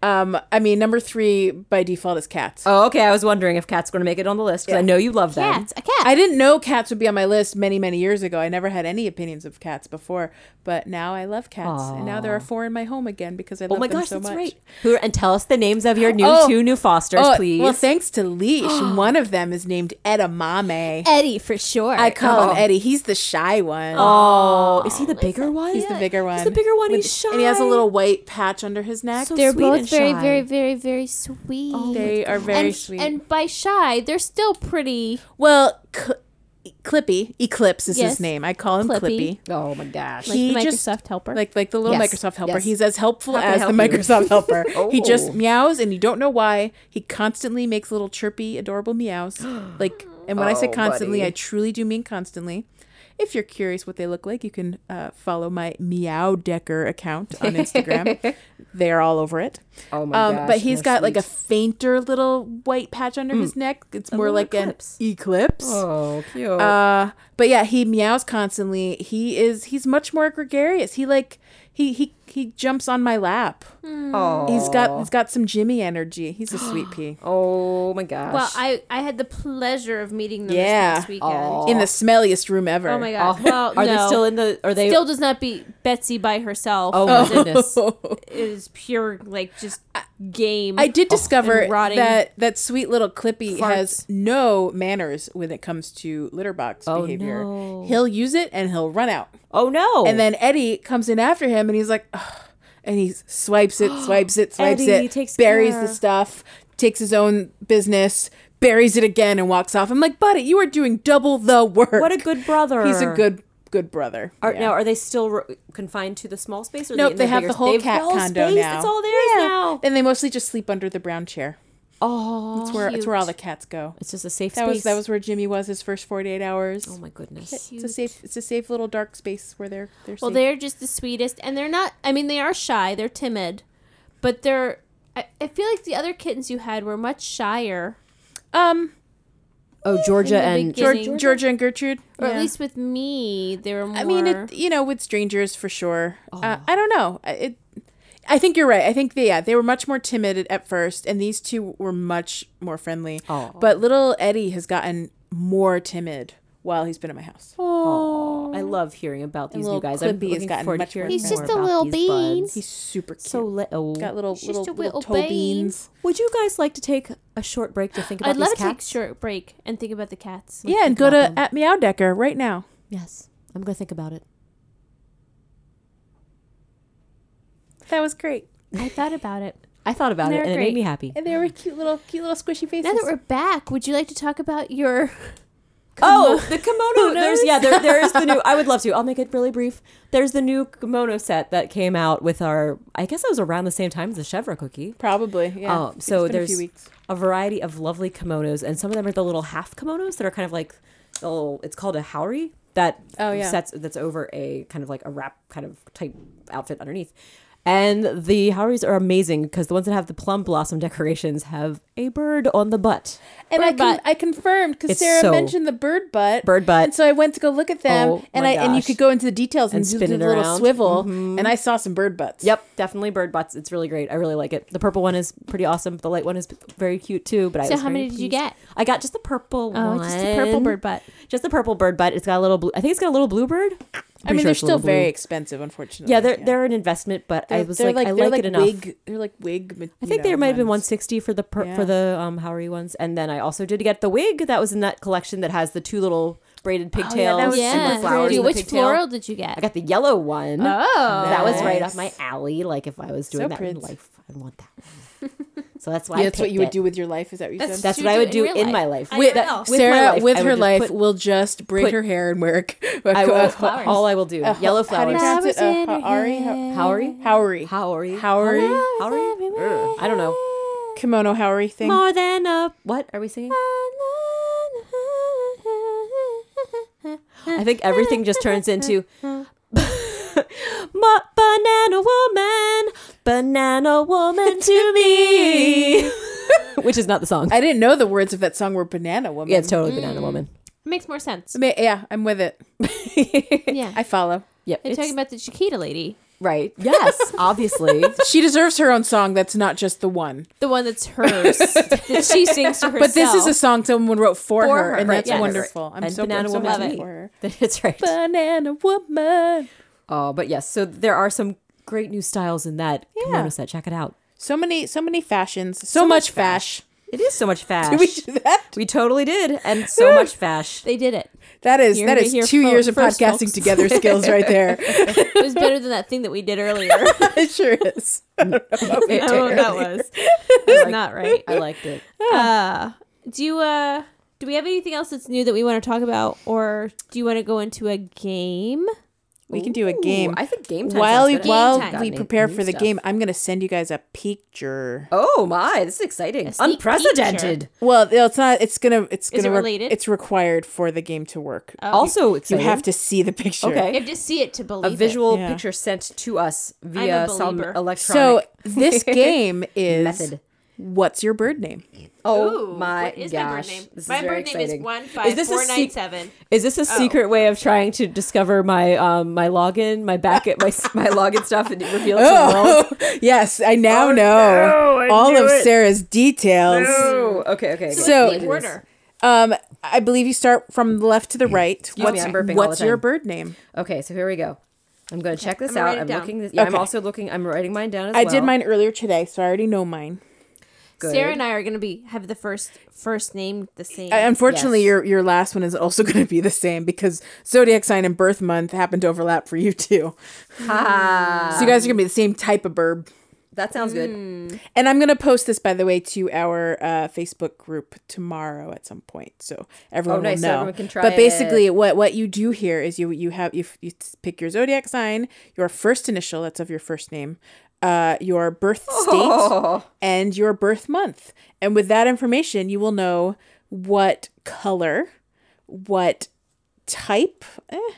[SPEAKER 3] Um, I mean number three by default is cats.
[SPEAKER 2] Oh, okay. I was wondering if Cat's going to make it on the list because I know you love them.
[SPEAKER 4] Cats, a cat.
[SPEAKER 3] I didn't know cats would be on my list many, many years ago. I never had any opinions of cats before, but now I love cats, and now there are four in my home again because I
[SPEAKER 2] Oh
[SPEAKER 3] love
[SPEAKER 2] my
[SPEAKER 3] them
[SPEAKER 2] gosh,
[SPEAKER 3] so
[SPEAKER 2] that's
[SPEAKER 3] much.
[SPEAKER 2] right. Who and tell us the names of your new
[SPEAKER 3] Oh.
[SPEAKER 2] two new fosters,
[SPEAKER 3] Oh,
[SPEAKER 2] please.
[SPEAKER 3] Well, thanks
[SPEAKER 2] [gasps]
[SPEAKER 3] to Leash, one of them is named Edamame.
[SPEAKER 4] Eddie for sure. Oh,
[SPEAKER 3] I call him Eddie. He's the shy one.
[SPEAKER 2] oh, is he the bigger one?
[SPEAKER 3] he's the bigger one.
[SPEAKER 2] He's the bigger one.
[SPEAKER 3] With-
[SPEAKER 2] he's shy.
[SPEAKER 3] and he has a little white patch under his neck.
[SPEAKER 2] So
[SPEAKER 4] They're
[SPEAKER 2] sweet
[SPEAKER 4] both
[SPEAKER 2] and
[SPEAKER 4] very,
[SPEAKER 2] shy.
[SPEAKER 4] very, very, very sweet.
[SPEAKER 3] they are very
[SPEAKER 4] Oh, and,
[SPEAKER 3] sweet.
[SPEAKER 4] And by shy, they're still pretty.
[SPEAKER 3] well, Cl- Clippy Eclipse is his
[SPEAKER 4] Yes.
[SPEAKER 3] name. I call him
[SPEAKER 4] Clippy.
[SPEAKER 3] Clippy.
[SPEAKER 2] Oh my gosh.
[SPEAKER 4] Like the Microsoft helper.
[SPEAKER 3] like like the little
[SPEAKER 2] Yes,
[SPEAKER 3] Microsoft helper.
[SPEAKER 2] yes.
[SPEAKER 3] He's as helpful
[SPEAKER 2] can I
[SPEAKER 3] as
[SPEAKER 2] help
[SPEAKER 3] the
[SPEAKER 2] you?
[SPEAKER 3] Microsoft helper.
[SPEAKER 2] [laughs] Oh.
[SPEAKER 3] He just meows, and you don't know why. He constantly makes little chirpy, adorable
[SPEAKER 2] [gasps]
[SPEAKER 3] meows. Like, and when I say
[SPEAKER 2] Oh,
[SPEAKER 3] constantly,
[SPEAKER 2] buddy.
[SPEAKER 3] I truly do mean constantly. If you're curious what they look like, you can uh, follow my Meow Decker account
[SPEAKER 2] [laughs]
[SPEAKER 3] on Instagram. They're all over it.
[SPEAKER 2] Oh my gosh,
[SPEAKER 3] um, but he's
[SPEAKER 2] how
[SPEAKER 3] got like a
[SPEAKER 2] sweet. Mm.
[SPEAKER 3] fainter little white patch under his neck. It's more
[SPEAKER 2] little
[SPEAKER 3] like
[SPEAKER 2] eclipse.
[SPEAKER 3] an eclipse.
[SPEAKER 2] Oh, cute.
[SPEAKER 3] Uh, but yeah, he meows constantly. He is he's much more gregarious. He like he he he jumps on my lap.
[SPEAKER 2] oh.
[SPEAKER 3] He's got he's got some Jimmy energy. He's a sweet pea.
[SPEAKER 2] Oh my gosh.
[SPEAKER 4] well, I I had the pleasure of meeting them
[SPEAKER 3] Yeah.
[SPEAKER 4] this past weekend.
[SPEAKER 2] Aw.
[SPEAKER 4] Oh,
[SPEAKER 3] In the smelliest room ever.
[SPEAKER 4] my god. Well,
[SPEAKER 2] are they
[SPEAKER 4] no.
[SPEAKER 2] still in the? Are they
[SPEAKER 4] Still does not beat Betsy by herself.
[SPEAKER 2] Oh my goodness.
[SPEAKER 4] It is pure like just game.
[SPEAKER 3] [laughs] I did discover
[SPEAKER 4] And rotting
[SPEAKER 3] that that sweet little Clippy
[SPEAKER 4] farts.
[SPEAKER 3] has no manners when it comes to litter box
[SPEAKER 2] Oh,
[SPEAKER 3] behavior.
[SPEAKER 2] no.
[SPEAKER 3] He'll use it and he'll run out.
[SPEAKER 2] Oh no.
[SPEAKER 3] And then Eddie comes in after him, and he's like, "Ugh," and he
[SPEAKER 2] [gasps]
[SPEAKER 3] swipes it, swipes it, swipes
[SPEAKER 2] Eddie
[SPEAKER 3] it,
[SPEAKER 2] takes
[SPEAKER 3] buries
[SPEAKER 2] care.
[SPEAKER 3] the stuff, takes his own business, buries it again, and walks off. I'm like, buddy, you are doing double the work.
[SPEAKER 2] what a good brother.
[SPEAKER 3] He's a good good brother.
[SPEAKER 2] Are,
[SPEAKER 3] Yeah.
[SPEAKER 2] Now, are they still re- confined to the small space? Or are
[SPEAKER 3] Nope,
[SPEAKER 2] in
[SPEAKER 3] they have
[SPEAKER 2] bigger-
[SPEAKER 3] the whole
[SPEAKER 2] they've
[SPEAKER 3] cat
[SPEAKER 2] got whole
[SPEAKER 3] condo
[SPEAKER 2] space.
[SPEAKER 3] now.
[SPEAKER 2] It's all theirs
[SPEAKER 3] Yeah.
[SPEAKER 2] now.
[SPEAKER 3] and they mostly just sleep under the brown chair.
[SPEAKER 2] Oh,
[SPEAKER 3] It's where it's where all the
[SPEAKER 4] cute.
[SPEAKER 3] cats go.
[SPEAKER 2] it's just a safe
[SPEAKER 3] That
[SPEAKER 2] space.
[SPEAKER 3] was that was where Jimmy was his first 48 hours.
[SPEAKER 2] Oh my goodness.
[SPEAKER 3] it's a safe it's a safe little dark space where they're they're
[SPEAKER 4] Well,
[SPEAKER 3] safe.
[SPEAKER 4] they're just the sweetest, and they're not. I mean, they are shy. They're timid, but they're. I, I feel like the other kittens you had were much shyer,
[SPEAKER 3] um
[SPEAKER 2] Oh, Georgia
[SPEAKER 4] In the
[SPEAKER 2] and
[SPEAKER 4] beginning.
[SPEAKER 3] George, Georgia and Gertrude
[SPEAKER 4] or at
[SPEAKER 3] yeah.
[SPEAKER 4] least with me, they were more.
[SPEAKER 3] I mean, it, you know, with strangers for sure. Uh, I don't know. I- It, I think you're right. I think they, yeah, they were much more timid at, at first, and these two were much more friendly.
[SPEAKER 2] Aw.
[SPEAKER 3] But little Eddie has gotten more timid while he's been at my house.
[SPEAKER 2] Oh, I love hearing about these new
[SPEAKER 3] little
[SPEAKER 2] guys. I'm
[SPEAKER 3] Clippy has
[SPEAKER 2] looking
[SPEAKER 3] gotten
[SPEAKER 2] forward to
[SPEAKER 3] much
[SPEAKER 2] hearing
[SPEAKER 3] more
[SPEAKER 4] He's just
[SPEAKER 2] more
[SPEAKER 4] a
[SPEAKER 2] about
[SPEAKER 4] little
[SPEAKER 2] these
[SPEAKER 4] bean.
[SPEAKER 2] buds.
[SPEAKER 3] He's super cute.
[SPEAKER 2] so little.
[SPEAKER 3] got little
[SPEAKER 4] He's
[SPEAKER 3] little,
[SPEAKER 4] just a little
[SPEAKER 3] little toe
[SPEAKER 4] bean.
[SPEAKER 3] beans.
[SPEAKER 2] Would you guys like to take a short break to think about
[SPEAKER 4] I'd
[SPEAKER 2] these
[SPEAKER 4] love to take a
[SPEAKER 2] cats?
[SPEAKER 4] short break and think about the cats.
[SPEAKER 3] Yeah, and go to at Meow Decker right now.
[SPEAKER 2] Yes, I'm going to think about it.
[SPEAKER 3] That was great.
[SPEAKER 4] I thought
[SPEAKER 2] [laughs]
[SPEAKER 4] about it.
[SPEAKER 2] I thought about it
[SPEAKER 4] They're
[SPEAKER 2] and it made
[SPEAKER 4] great.
[SPEAKER 2] me happy.
[SPEAKER 3] And they were cute little, cute little squishy faces.
[SPEAKER 4] Now that we're back, would you like to talk about your? [laughs]
[SPEAKER 2] Oh, the kimono. There's yeah, there, there is the new. I would love to. I'll make it really brief. There's the new kimono set that came out with our. I guess it was around the same time as the Chevra cookie.
[SPEAKER 3] Probably. Yeah.
[SPEAKER 2] Um, so
[SPEAKER 3] it's been a
[SPEAKER 2] there's
[SPEAKER 3] few weeks.
[SPEAKER 2] a variety of lovely kimonos, and some of them are the little half kimonos that are kind of like the little. It's called a haori that
[SPEAKER 3] Oh, yeah.
[SPEAKER 2] sets that's over a kind of like a wrap kind of type outfit underneath. And the howries are amazing because the ones that have the plum blossom [laughs] decorations have a bird on the butt.
[SPEAKER 3] And I,
[SPEAKER 4] Bird
[SPEAKER 3] con-
[SPEAKER 4] butt.
[SPEAKER 3] I confirmed because
[SPEAKER 2] It's
[SPEAKER 3] Sarah
[SPEAKER 2] so-
[SPEAKER 3] mentioned the bird butt.
[SPEAKER 2] Bird butt.
[SPEAKER 3] And so I went to go look at them,
[SPEAKER 2] Oh
[SPEAKER 3] and
[SPEAKER 2] my
[SPEAKER 3] I and you
[SPEAKER 2] gosh.
[SPEAKER 3] could go into the details and,
[SPEAKER 2] And
[SPEAKER 3] do
[SPEAKER 2] spin
[SPEAKER 3] the
[SPEAKER 2] it
[SPEAKER 3] little
[SPEAKER 2] around.
[SPEAKER 3] swivel, and I saw some bird butts.
[SPEAKER 2] Yep, definitely bird butts. It's really great. I really like it. The purple one is pretty awesome. The light one is very cute too. But I
[SPEAKER 4] So
[SPEAKER 2] was
[SPEAKER 4] how
[SPEAKER 2] very
[SPEAKER 4] many did you
[SPEAKER 2] pleased.
[SPEAKER 4] get?
[SPEAKER 2] I got just the purple one.
[SPEAKER 4] Oh, just a purple bird butt.
[SPEAKER 2] Just the purple bird butt. It's got a little blue. I think it's got a little bluebird.
[SPEAKER 3] I mean, they're still very expensive, unfortunately.
[SPEAKER 2] Yeah, they're they're an investment, but I
[SPEAKER 3] They're-
[SPEAKER 2] was
[SPEAKER 3] they're
[SPEAKER 2] like, I
[SPEAKER 3] they're
[SPEAKER 2] like, it enough.
[SPEAKER 3] Wig, they're like wig.
[SPEAKER 2] I think there might have been 160 for the per, for
[SPEAKER 3] Yeah.
[SPEAKER 2] the um, Howery ones, and then I also did get the wig that was in that collection that has the two little braided pigtails
[SPEAKER 3] Oh, was
[SPEAKER 2] and
[SPEAKER 4] Yeah,
[SPEAKER 2] the flowers.
[SPEAKER 3] pretty.
[SPEAKER 2] in the
[SPEAKER 4] which
[SPEAKER 2] pigtail.
[SPEAKER 4] floral did you get?
[SPEAKER 2] I got the yellow one.
[SPEAKER 4] oh,
[SPEAKER 2] That was right
[SPEAKER 3] Nice.
[SPEAKER 2] up my alley. Like if I was doing that in
[SPEAKER 3] pretty.
[SPEAKER 2] life, I'd want that.
[SPEAKER 3] [laughs]
[SPEAKER 2] One. so that's why I
[SPEAKER 3] that's what
[SPEAKER 2] picked
[SPEAKER 3] you would
[SPEAKER 2] it.
[SPEAKER 3] do with your life. Is that what you
[SPEAKER 4] That's-
[SPEAKER 3] said?
[SPEAKER 2] That's
[SPEAKER 4] You
[SPEAKER 2] what I
[SPEAKER 4] do
[SPEAKER 2] would
[SPEAKER 4] it
[SPEAKER 2] do
[SPEAKER 4] in
[SPEAKER 2] in
[SPEAKER 4] real
[SPEAKER 2] my
[SPEAKER 4] life.
[SPEAKER 2] life.
[SPEAKER 4] I don't
[SPEAKER 2] that-
[SPEAKER 4] know.
[SPEAKER 2] my
[SPEAKER 3] Sarah,
[SPEAKER 2] life,
[SPEAKER 3] with
[SPEAKER 2] I would
[SPEAKER 3] her
[SPEAKER 2] just
[SPEAKER 3] life,
[SPEAKER 2] put-
[SPEAKER 3] will just braid her hair and wear. a-
[SPEAKER 2] I
[SPEAKER 3] a-
[SPEAKER 2] will.
[SPEAKER 4] flowers.
[SPEAKER 2] All I will do.
[SPEAKER 3] a-
[SPEAKER 2] yellow
[SPEAKER 3] How do
[SPEAKER 2] flowers.
[SPEAKER 3] you pronounce it? A
[SPEAKER 4] Flowers in her
[SPEAKER 3] Haori?
[SPEAKER 4] hair.
[SPEAKER 2] Howery.
[SPEAKER 3] Howery.
[SPEAKER 2] Howery.
[SPEAKER 3] Howery.
[SPEAKER 2] Howery. Ur, I don't know.
[SPEAKER 3] Kimono Howery thing.
[SPEAKER 2] More than a what are we singing? I think everything just turns into [laughs] Ma- banana woman, banana woman to me. [laughs] which is not the song.
[SPEAKER 3] I didn't know the words of that song were Banana Woman.
[SPEAKER 2] yeah, it's totally Banana Woman.
[SPEAKER 4] It [laughs] makes more sense.
[SPEAKER 3] I mean, yeah, I'm with it.
[SPEAKER 4] Yeah.
[SPEAKER 3] I follow.
[SPEAKER 2] Yep.
[SPEAKER 4] They're talking about the Chiquita lady.
[SPEAKER 3] [laughs]
[SPEAKER 2] right. Yes, obviously.
[SPEAKER 3] She deserves her own song that's not just the one.
[SPEAKER 4] The one that's
[SPEAKER 2] [laughs]
[SPEAKER 4] hers. that she sings to herself.
[SPEAKER 3] But this is a song someone wrote for,
[SPEAKER 4] For
[SPEAKER 3] her,
[SPEAKER 4] her,
[SPEAKER 3] and
[SPEAKER 4] right,
[SPEAKER 3] that's
[SPEAKER 4] yes.
[SPEAKER 3] wonderful. I'm
[SPEAKER 2] And
[SPEAKER 3] so,
[SPEAKER 2] Banana
[SPEAKER 3] I'm so
[SPEAKER 2] Woman.
[SPEAKER 3] happy
[SPEAKER 4] Love it.
[SPEAKER 3] for her.
[SPEAKER 2] [laughs] That's right.
[SPEAKER 3] Banana Woman.
[SPEAKER 2] Oh, but yes. So there are some great new styles in that kimono set. Check it out.
[SPEAKER 3] So many, so many fashions. So, much fash. [laughs]
[SPEAKER 2] It is so much fash.
[SPEAKER 3] Did we do that?
[SPEAKER 2] We totally did,
[SPEAKER 3] [laughs]
[SPEAKER 2] and so much fash.
[SPEAKER 4] They did it.
[SPEAKER 3] That is
[SPEAKER 4] You
[SPEAKER 3] that
[SPEAKER 4] heard it
[SPEAKER 3] is
[SPEAKER 4] here
[SPEAKER 3] two
[SPEAKER 4] fo-
[SPEAKER 3] years of
[SPEAKER 4] first,
[SPEAKER 3] podcasting
[SPEAKER 4] folks.
[SPEAKER 3] [laughs] together skills right there.
[SPEAKER 4] It was better than that thing that we
[SPEAKER 2] [laughs]
[SPEAKER 4] did earlier.
[SPEAKER 3] it sure is. I don't know what we
[SPEAKER 4] I [laughs]
[SPEAKER 3] did
[SPEAKER 4] don't know what that
[SPEAKER 2] [laughs]
[SPEAKER 3] earlier.
[SPEAKER 4] was. It's not right.
[SPEAKER 2] I liked it.
[SPEAKER 4] Uh, do you uh do we have anything else that's new that we want to talk about or do you want to go into a game?
[SPEAKER 3] We can do a
[SPEAKER 2] Ooh,
[SPEAKER 3] game.
[SPEAKER 2] I think game time.
[SPEAKER 3] While
[SPEAKER 2] sounds
[SPEAKER 3] we,
[SPEAKER 2] good. Got
[SPEAKER 3] while we
[SPEAKER 2] new-
[SPEAKER 3] prepare
[SPEAKER 2] new
[SPEAKER 3] for the
[SPEAKER 2] stuff.
[SPEAKER 3] game, I'm gonna send you guys a picture.
[SPEAKER 2] Oh my, this is exciting.
[SPEAKER 4] sneak
[SPEAKER 2] Unprecedented.
[SPEAKER 3] Well, it's not. It's gonna. It's
[SPEAKER 4] Is
[SPEAKER 3] gonna.
[SPEAKER 4] it
[SPEAKER 3] re-
[SPEAKER 4] related?
[SPEAKER 3] It's required for the game to work.
[SPEAKER 4] Oh,
[SPEAKER 2] Also
[SPEAKER 3] you
[SPEAKER 2] exciting.
[SPEAKER 3] have to see the picture.
[SPEAKER 4] You
[SPEAKER 2] Okay.
[SPEAKER 4] have to see it to believe
[SPEAKER 2] A visual
[SPEAKER 3] Yeah.
[SPEAKER 2] picture sent to us via some
[SPEAKER 4] believer.
[SPEAKER 2] electronic
[SPEAKER 3] So [laughs]
[SPEAKER 2] [laughs]
[SPEAKER 3] this game is
[SPEAKER 2] method.
[SPEAKER 3] what's your bird name?
[SPEAKER 2] Oh
[SPEAKER 4] Ooh,
[SPEAKER 2] my
[SPEAKER 4] what is my bird
[SPEAKER 2] gosh.
[SPEAKER 4] name?
[SPEAKER 2] This is
[SPEAKER 4] My
[SPEAKER 2] very
[SPEAKER 4] bird name is
[SPEAKER 2] exciting.
[SPEAKER 4] 15497.
[SPEAKER 2] A sec- is
[SPEAKER 4] Oh,
[SPEAKER 2] this a secret way of trying to discover my um my login, my back at my my login stuff and reveal it to the
[SPEAKER 3] [laughs]
[SPEAKER 2] world?
[SPEAKER 3] Oh, yes, I now know
[SPEAKER 2] no, I
[SPEAKER 3] all
[SPEAKER 2] knew
[SPEAKER 3] of
[SPEAKER 2] it.
[SPEAKER 3] Sarah's details.
[SPEAKER 2] Oh, okay, okay.
[SPEAKER 3] So-
[SPEAKER 2] let's do
[SPEAKER 4] The
[SPEAKER 2] this.
[SPEAKER 4] order.
[SPEAKER 3] Um, I believe you start from left to the right.
[SPEAKER 2] me,
[SPEAKER 3] what's
[SPEAKER 2] I'm burping all
[SPEAKER 3] what's
[SPEAKER 2] the time.
[SPEAKER 3] your bird name?
[SPEAKER 2] okay, so here we go. I'm going to check this
[SPEAKER 4] I'm gonna
[SPEAKER 2] out.
[SPEAKER 4] write it
[SPEAKER 2] I'm
[SPEAKER 4] down.
[SPEAKER 2] looking this. Yeah, I'm
[SPEAKER 3] Okay.
[SPEAKER 2] also looking. I'm writing mine down as
[SPEAKER 3] I
[SPEAKER 2] well.
[SPEAKER 3] did mine earlier today, so I already know mine.
[SPEAKER 2] Good.
[SPEAKER 4] Sarah and I are going to be have the first first name the same.
[SPEAKER 3] I- Unfortunately,
[SPEAKER 2] Yes.
[SPEAKER 3] your your last one is also [laughs] going to be the same because zodiac sign and birth month happen to overlap for you too.
[SPEAKER 2] Ha.
[SPEAKER 3] So you guys are going to be the same type of bird.
[SPEAKER 2] That sounds good.
[SPEAKER 3] And I'm going to post this, by the way, to our uh, Facebook group tomorrow at some point, so everyone
[SPEAKER 2] Oh, nice.
[SPEAKER 3] will
[SPEAKER 2] So
[SPEAKER 3] know.
[SPEAKER 2] everyone can try
[SPEAKER 3] but basically, what what you do here is you you have you, f- you s- pick your zodiac sign, your first initial that's of your first name, uh, your
[SPEAKER 2] [laughs]
[SPEAKER 3] birth state, and your birth month. And with that information, you will know what color, what type, eh,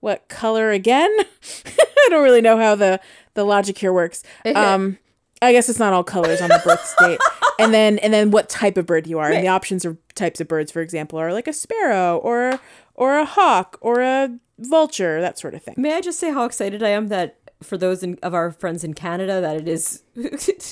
[SPEAKER 3] what color again. [laughs] I don't really know how the the logic
[SPEAKER 2] [laughs]
[SPEAKER 3] here works. Um, I guess it's not all colors on the birth state. And then and then what type of bird you are. And the options are types of birds, for example, are like a sparrow or or a hawk or a vulture, that sort of thing.
[SPEAKER 2] May I just say how excited I am that for those in, of our friends in Canada that it is [laughs]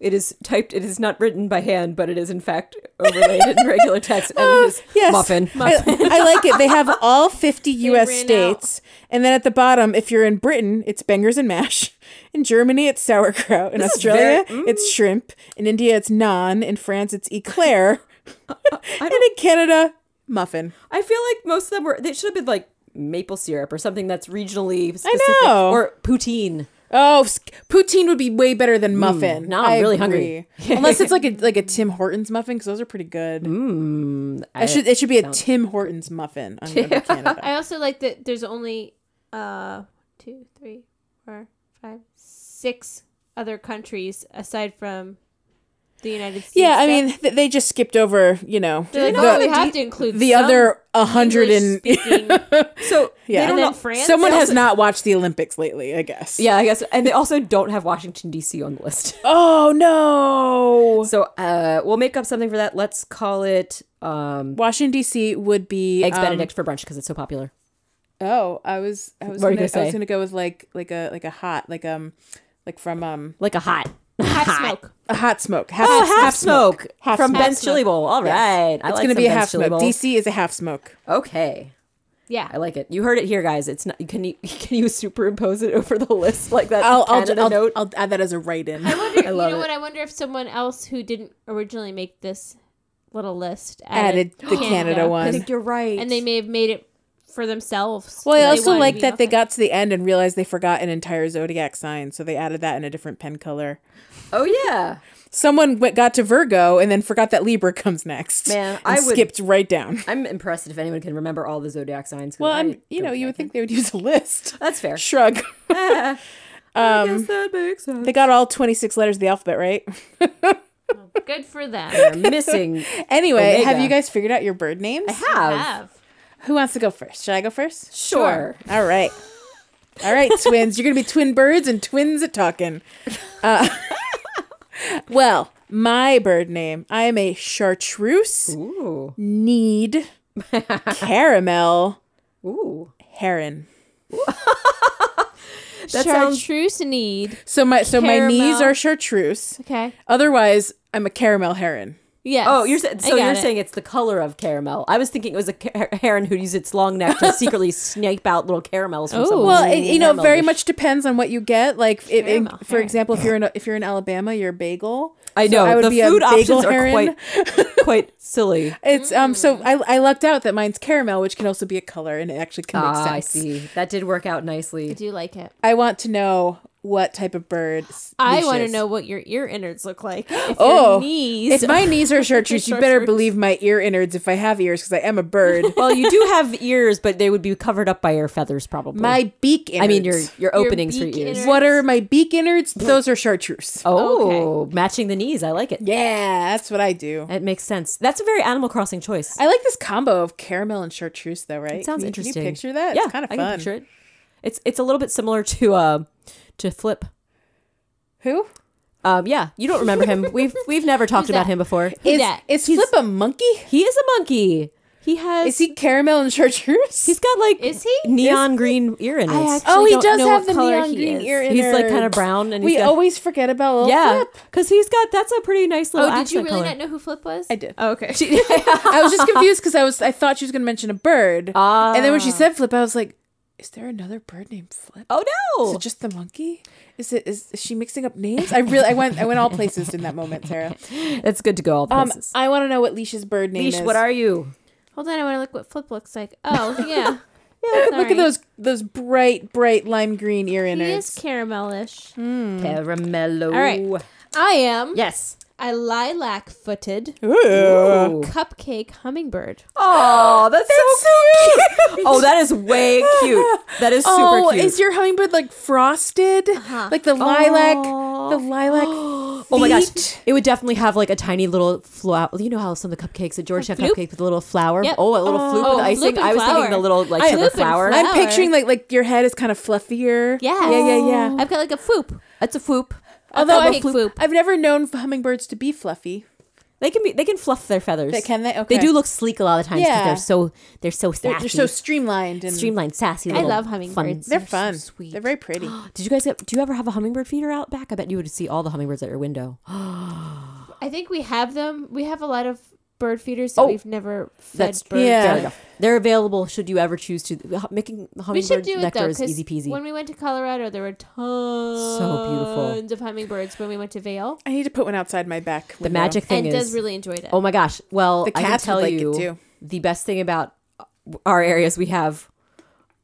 [SPEAKER 2] it is typed it is not written by hand but it is in fact overlaid in regular text and it is
[SPEAKER 3] Yes. [laughs]
[SPEAKER 2] muffin.
[SPEAKER 3] I, I like it. They have
[SPEAKER 2] [laughs]
[SPEAKER 3] all 50 US
[SPEAKER 4] ran
[SPEAKER 3] states. And then at the bottom, if you're in Britain, it's bangers and mash. [laughs] In Germany, it's sauerkraut. In Australia,
[SPEAKER 2] mm.
[SPEAKER 3] it's shrimp. In India, it's naan. In France, it's
[SPEAKER 2] [laughs]
[SPEAKER 3] eclair. [laughs] and in Canada, muffin.
[SPEAKER 2] I feel like most of them were they should have been like maple syrup or something that's regionally specific
[SPEAKER 3] know.
[SPEAKER 2] or poutine.
[SPEAKER 3] Oh, s- poutine would be way better than muffin.
[SPEAKER 2] Mm, now I'm really hungry. [laughs]
[SPEAKER 3] agree. Unless it's like a like a Tim Hortons muffin, because those are pretty good.
[SPEAKER 2] Mm,
[SPEAKER 3] I should it should be a Tim Hortons muffin on Yum Canada.
[SPEAKER 4] I also like that there's only uh two, three, four, five, six other countries aside from the United States.
[SPEAKER 3] [laughs] Yeah,
[SPEAKER 4] that-
[SPEAKER 3] I mean th- they just skipped over, you know,
[SPEAKER 4] they're like,
[SPEAKER 3] the,
[SPEAKER 4] oh, we have to include
[SPEAKER 3] the
[SPEAKER 4] some
[SPEAKER 3] other a
[SPEAKER 4] [laughs]
[SPEAKER 3] hundred and [laughs]
[SPEAKER 4] English-speaking-
[SPEAKER 2] So
[SPEAKER 3] yeah.
[SPEAKER 4] and then France.
[SPEAKER 3] [laughs] Someone
[SPEAKER 4] They
[SPEAKER 3] has
[SPEAKER 4] also-
[SPEAKER 3] not watched the Olympics lately, I guess.
[SPEAKER 2] yeah, I guess and they also don't have Washington DC on the list.
[SPEAKER 3] Oh no.
[SPEAKER 2] So uh we'll make up something for that. Let's call it um
[SPEAKER 3] Washington D.C. would be
[SPEAKER 2] eggs
[SPEAKER 3] um,
[SPEAKER 2] benedict for brunch because it's so popular.
[SPEAKER 3] Oh, I was I was
[SPEAKER 2] What were
[SPEAKER 3] gonna,
[SPEAKER 2] you gonna
[SPEAKER 3] I
[SPEAKER 2] say?
[SPEAKER 3] was gonna go with like like a like a hot like um like from um
[SPEAKER 2] Like a hot
[SPEAKER 4] Hot smoke.
[SPEAKER 3] a hot smoke half,
[SPEAKER 2] Oh, half, smoke,
[SPEAKER 3] Half
[SPEAKER 2] from
[SPEAKER 3] smoke.
[SPEAKER 2] Ben's Chili Bowl. All right, I
[SPEAKER 3] It's
[SPEAKER 2] like
[SPEAKER 3] gonna
[SPEAKER 2] some
[SPEAKER 3] be a
[SPEAKER 2] Ben's
[SPEAKER 3] half
[SPEAKER 2] Chili
[SPEAKER 3] smoke.
[SPEAKER 2] Bowl.
[SPEAKER 3] D.C. is a half smoke.
[SPEAKER 2] Okay,
[SPEAKER 4] Yeah.
[SPEAKER 2] I like it. You heard it here, guys. It's not. Can you [laughs] can you superimpose it over the list like that?
[SPEAKER 3] I'll I'll,
[SPEAKER 2] Canada
[SPEAKER 3] I'll,
[SPEAKER 2] note.
[SPEAKER 3] I'll add that as a write-in.
[SPEAKER 4] I wonder.
[SPEAKER 2] I love
[SPEAKER 4] you know
[SPEAKER 2] it.
[SPEAKER 4] what? I wonder if someone else who didn't originally make this little list
[SPEAKER 3] Added
[SPEAKER 4] added,
[SPEAKER 3] the Canada one.
[SPEAKER 2] I think you're right.
[SPEAKER 4] and they may have made it for themselves.
[SPEAKER 3] Well, I
[SPEAKER 4] They
[SPEAKER 3] also
[SPEAKER 4] wanted to
[SPEAKER 3] like
[SPEAKER 4] be
[SPEAKER 3] that they
[SPEAKER 4] muffin.
[SPEAKER 3] got to the end and realized they forgot an entire zodiac sign, so they added that in a different pen color.
[SPEAKER 2] oh yeah,
[SPEAKER 3] Someone went, got to Virgo and then forgot that Libra comes next.
[SPEAKER 2] Man,
[SPEAKER 3] and
[SPEAKER 2] I would-
[SPEAKER 3] skipped right down.
[SPEAKER 2] I'm impressed if anyone can remember all the zodiac signs. 'cause
[SPEAKER 3] Well,
[SPEAKER 2] I
[SPEAKER 3] I'm, you
[SPEAKER 2] don't
[SPEAKER 3] know, you
[SPEAKER 2] I
[SPEAKER 3] would
[SPEAKER 2] can.
[SPEAKER 3] think they would use a
[SPEAKER 2] [laughs]
[SPEAKER 3] list.
[SPEAKER 2] that's fair.
[SPEAKER 3] Shrug.
[SPEAKER 2] [laughs] I guess that makes sense. [laughs]
[SPEAKER 3] [laughs] they got all 26 letters of the alphabet, right?
[SPEAKER 4] good for
[SPEAKER 3] [laughs]
[SPEAKER 4] them.
[SPEAKER 2] They're missing.
[SPEAKER 3] Anyway, have
[SPEAKER 2] Omega.
[SPEAKER 3] you guys figured out your bird names?
[SPEAKER 2] Have
[SPEAKER 4] Have.
[SPEAKER 3] Who wants to go first? Should I go first?
[SPEAKER 2] sure.
[SPEAKER 3] All right. All right, twins. You're going to be twin birds and twins at talking. Uh, [laughs] well, My bird name. I am a chartreuse,
[SPEAKER 2] Ooh.
[SPEAKER 3] need, caramel,
[SPEAKER 2] Ooh.
[SPEAKER 3] heron.
[SPEAKER 2] That sounds-
[SPEAKER 4] Chartreuse need.
[SPEAKER 3] So my so my knees
[SPEAKER 4] Caramel.
[SPEAKER 3] are chartreuse.
[SPEAKER 4] Okay.
[SPEAKER 3] Otherwise, I'm a caramel heron.
[SPEAKER 4] Yes.
[SPEAKER 2] Oh, you're sa-
[SPEAKER 4] I
[SPEAKER 2] so you're
[SPEAKER 4] got it.
[SPEAKER 2] saying it's the color of caramel. I was thinking it was a ca- heron who'd use its long neck
[SPEAKER 3] [laughs]
[SPEAKER 2] to secretly snipe out little caramels from
[SPEAKER 4] Ooh.
[SPEAKER 2] someone.
[SPEAKER 3] Well, it, you know,
[SPEAKER 2] Caramel
[SPEAKER 3] very
[SPEAKER 2] dish.
[SPEAKER 3] much depends on what you get. Like, it, it,
[SPEAKER 4] Caramel
[SPEAKER 3] for
[SPEAKER 4] heron.
[SPEAKER 3] example, if you're in if you're in Alabama, you're a bagel.
[SPEAKER 2] I
[SPEAKER 3] So
[SPEAKER 2] know
[SPEAKER 3] I would
[SPEAKER 2] the
[SPEAKER 3] be a
[SPEAKER 2] food
[SPEAKER 3] bagel
[SPEAKER 2] options are
[SPEAKER 3] heron.
[SPEAKER 2] quite
[SPEAKER 3] [laughs]
[SPEAKER 2] quite silly.
[SPEAKER 3] It's um. So
[SPEAKER 2] Mm.
[SPEAKER 3] I I lucked out that mine's caramel, which can also be a color, and it actually can make
[SPEAKER 2] Ah, I
[SPEAKER 3] sense.
[SPEAKER 2] see. That did work out
[SPEAKER 4] I
[SPEAKER 2] nicely.
[SPEAKER 4] do like it.
[SPEAKER 3] I want to know what type of bird. s-
[SPEAKER 4] I
[SPEAKER 3] Leash
[SPEAKER 4] want to
[SPEAKER 3] is.
[SPEAKER 4] know what your ear innards look like. If
[SPEAKER 3] Oh,
[SPEAKER 4] your knees.
[SPEAKER 3] If my
[SPEAKER 2] [laughs]
[SPEAKER 3] knees are chartreuse, you better
[SPEAKER 4] Chartreuse.
[SPEAKER 3] believe my ear innards. If I have ears, because I am a
[SPEAKER 2] [laughs]
[SPEAKER 3] bird.
[SPEAKER 2] Well, you
[SPEAKER 3] [laughs]
[SPEAKER 2] do have ears, but they would be covered up by your feathers, probably.
[SPEAKER 3] my beak innards.
[SPEAKER 2] I mean, your your openings
[SPEAKER 4] beak
[SPEAKER 2] for ears.
[SPEAKER 4] innards.
[SPEAKER 3] What are my beak innards? Those are chartreuse.
[SPEAKER 2] Oh, matching the knees. I like it.
[SPEAKER 3] Yeah, that's what I do.
[SPEAKER 2] It makes sense. That's a very Animal Crossing choice.
[SPEAKER 3] I like this combo of caramel and chartreuse, though, right?
[SPEAKER 2] It sounds
[SPEAKER 3] Can you-
[SPEAKER 2] interesting.
[SPEAKER 3] Can you picture that?
[SPEAKER 2] Yeah,
[SPEAKER 3] it's kind of
[SPEAKER 2] I
[SPEAKER 3] fun.
[SPEAKER 2] Can picture it. It's it's a little bit similar to uh, to Flip.
[SPEAKER 3] Who
[SPEAKER 2] Um, yeah, you don't remember
[SPEAKER 3] [laughs]
[SPEAKER 2] him. We've we've never talked about
[SPEAKER 4] that?
[SPEAKER 2] him before.
[SPEAKER 4] Who
[SPEAKER 3] is
[SPEAKER 4] dat?
[SPEAKER 3] is Flip a monkey?
[SPEAKER 2] He is a monkey. He has.
[SPEAKER 3] Is he caramel and chartreuse?
[SPEAKER 2] has got like
[SPEAKER 4] Is he?
[SPEAKER 2] neon green ear in
[SPEAKER 4] I
[SPEAKER 2] it.
[SPEAKER 3] Oh,
[SPEAKER 4] actually don't know what color he is.
[SPEAKER 2] He's, like,
[SPEAKER 3] innards.
[SPEAKER 2] kinda brown and he's
[SPEAKER 3] we
[SPEAKER 2] got-
[SPEAKER 3] always forget about little
[SPEAKER 2] Yeah,
[SPEAKER 3] Flip.
[SPEAKER 2] because he's got. That's a pretty nice
[SPEAKER 4] Oh,
[SPEAKER 2] little.
[SPEAKER 4] did you
[SPEAKER 2] accent
[SPEAKER 4] really
[SPEAKER 2] color.
[SPEAKER 4] not know who Flip was?
[SPEAKER 3] I did.
[SPEAKER 4] Oh, [laughs] okay.
[SPEAKER 3] I was just confused because I was I thought she was going to mention a bird,
[SPEAKER 2] Ah.
[SPEAKER 3] and then when she said Flip, I was like, "Is there another bird named Flip?
[SPEAKER 2] Oh
[SPEAKER 3] Is
[SPEAKER 2] no!
[SPEAKER 3] it just the monkey? Is it is, is she mixing up names? I really I went I went all places in that moment, Sarah.
[SPEAKER 2] It's good to go all the
[SPEAKER 3] Um,
[SPEAKER 2] places.
[SPEAKER 3] I want to know what Leash's bird name
[SPEAKER 2] Leash,
[SPEAKER 3] is.
[SPEAKER 2] what are you?
[SPEAKER 4] Hold on, I want to look what Flip looks like. [laughs] Oh, yeah.
[SPEAKER 3] Yeah, look, look
[SPEAKER 4] Sorry.
[SPEAKER 3] at those those bright bright lime green ear
[SPEAKER 4] he is
[SPEAKER 3] innards.
[SPEAKER 4] caramelish.
[SPEAKER 3] Hmm.
[SPEAKER 2] Caramello.
[SPEAKER 4] All right. Mm. I am
[SPEAKER 2] Yes.
[SPEAKER 4] a lilac footed
[SPEAKER 3] Ooh.
[SPEAKER 2] Ooh.
[SPEAKER 4] cupcake hummingbird.
[SPEAKER 2] Oh, that's, so, cute. oh, that is way cute. That is super
[SPEAKER 3] [laughs] oh,
[SPEAKER 2] cute.
[SPEAKER 3] is your hummingbird like frosted? Like the lilac, the [gasps] lilac.
[SPEAKER 2] Oh my gosh!
[SPEAKER 3] feet?
[SPEAKER 2] It would definitely have like a tiny little flower. You know how some of the cupcakes at Georgetown
[SPEAKER 4] floop?
[SPEAKER 2] cupcakes with a little flower.
[SPEAKER 4] Yep.
[SPEAKER 2] Oh, a little
[SPEAKER 3] Oh.
[SPEAKER 2] floop
[SPEAKER 4] Oh,
[SPEAKER 2] with icing.
[SPEAKER 4] floop and
[SPEAKER 2] I was thinking
[SPEAKER 4] flower.
[SPEAKER 2] the little like
[SPEAKER 3] I-
[SPEAKER 2] sugar
[SPEAKER 4] Floop and
[SPEAKER 2] flower.
[SPEAKER 4] flower.
[SPEAKER 3] I'm picturing like like your head is kind of fluffier.
[SPEAKER 4] Yeah.
[SPEAKER 3] Yeah, yeah, yeah.
[SPEAKER 4] I've got like a foop.
[SPEAKER 2] That's a floop.
[SPEAKER 3] Although I've,
[SPEAKER 4] cupcake floop.
[SPEAKER 3] I've never known hummingbirds to be fluffy.
[SPEAKER 2] They can be. They can fluff their feathers.
[SPEAKER 3] They can they?
[SPEAKER 2] They
[SPEAKER 3] Okay.
[SPEAKER 2] do look sleek a lot of times because
[SPEAKER 3] Yeah.
[SPEAKER 2] they're so they're so
[SPEAKER 3] They're,
[SPEAKER 2] sassy.
[SPEAKER 3] they're so streamlined and
[SPEAKER 2] streamlined, sassy.
[SPEAKER 4] I
[SPEAKER 2] Little
[SPEAKER 4] love
[SPEAKER 2] fun-
[SPEAKER 4] hummingbirds.
[SPEAKER 3] They're,
[SPEAKER 4] They're
[SPEAKER 2] so
[SPEAKER 3] fun.
[SPEAKER 2] sweet.
[SPEAKER 3] They're very
[SPEAKER 2] [gasps]
[SPEAKER 3] pretty.
[SPEAKER 2] Did you guys get? Do you ever have a hummingbird feeder out back? I bet you would see all the hummingbirds at your window.
[SPEAKER 4] Uh, I think we have them. We have a lot of bird feeders that
[SPEAKER 2] Oh.
[SPEAKER 4] we've never fed
[SPEAKER 2] That's-
[SPEAKER 4] birds.
[SPEAKER 3] yeah.
[SPEAKER 2] There we go. They're available should you ever choose to. hu- Making
[SPEAKER 4] We should
[SPEAKER 2] hummingbird
[SPEAKER 4] do it
[SPEAKER 2] nectar
[SPEAKER 4] though,
[SPEAKER 2] is easy
[SPEAKER 4] because
[SPEAKER 2] peasy.
[SPEAKER 4] when we went to Colorado, there were tons
[SPEAKER 2] beautiful.
[SPEAKER 4] of hummingbirds. When we went to Vail,
[SPEAKER 3] I need to put one outside my back.
[SPEAKER 2] the
[SPEAKER 3] window.
[SPEAKER 2] magic thing
[SPEAKER 4] and
[SPEAKER 2] is
[SPEAKER 4] Des really enjoyed it.
[SPEAKER 2] Oh my gosh! Well,
[SPEAKER 3] The
[SPEAKER 2] I can
[SPEAKER 3] cats would
[SPEAKER 2] tell
[SPEAKER 3] like it,
[SPEAKER 2] you
[SPEAKER 3] too.
[SPEAKER 2] the best thing about our areas we have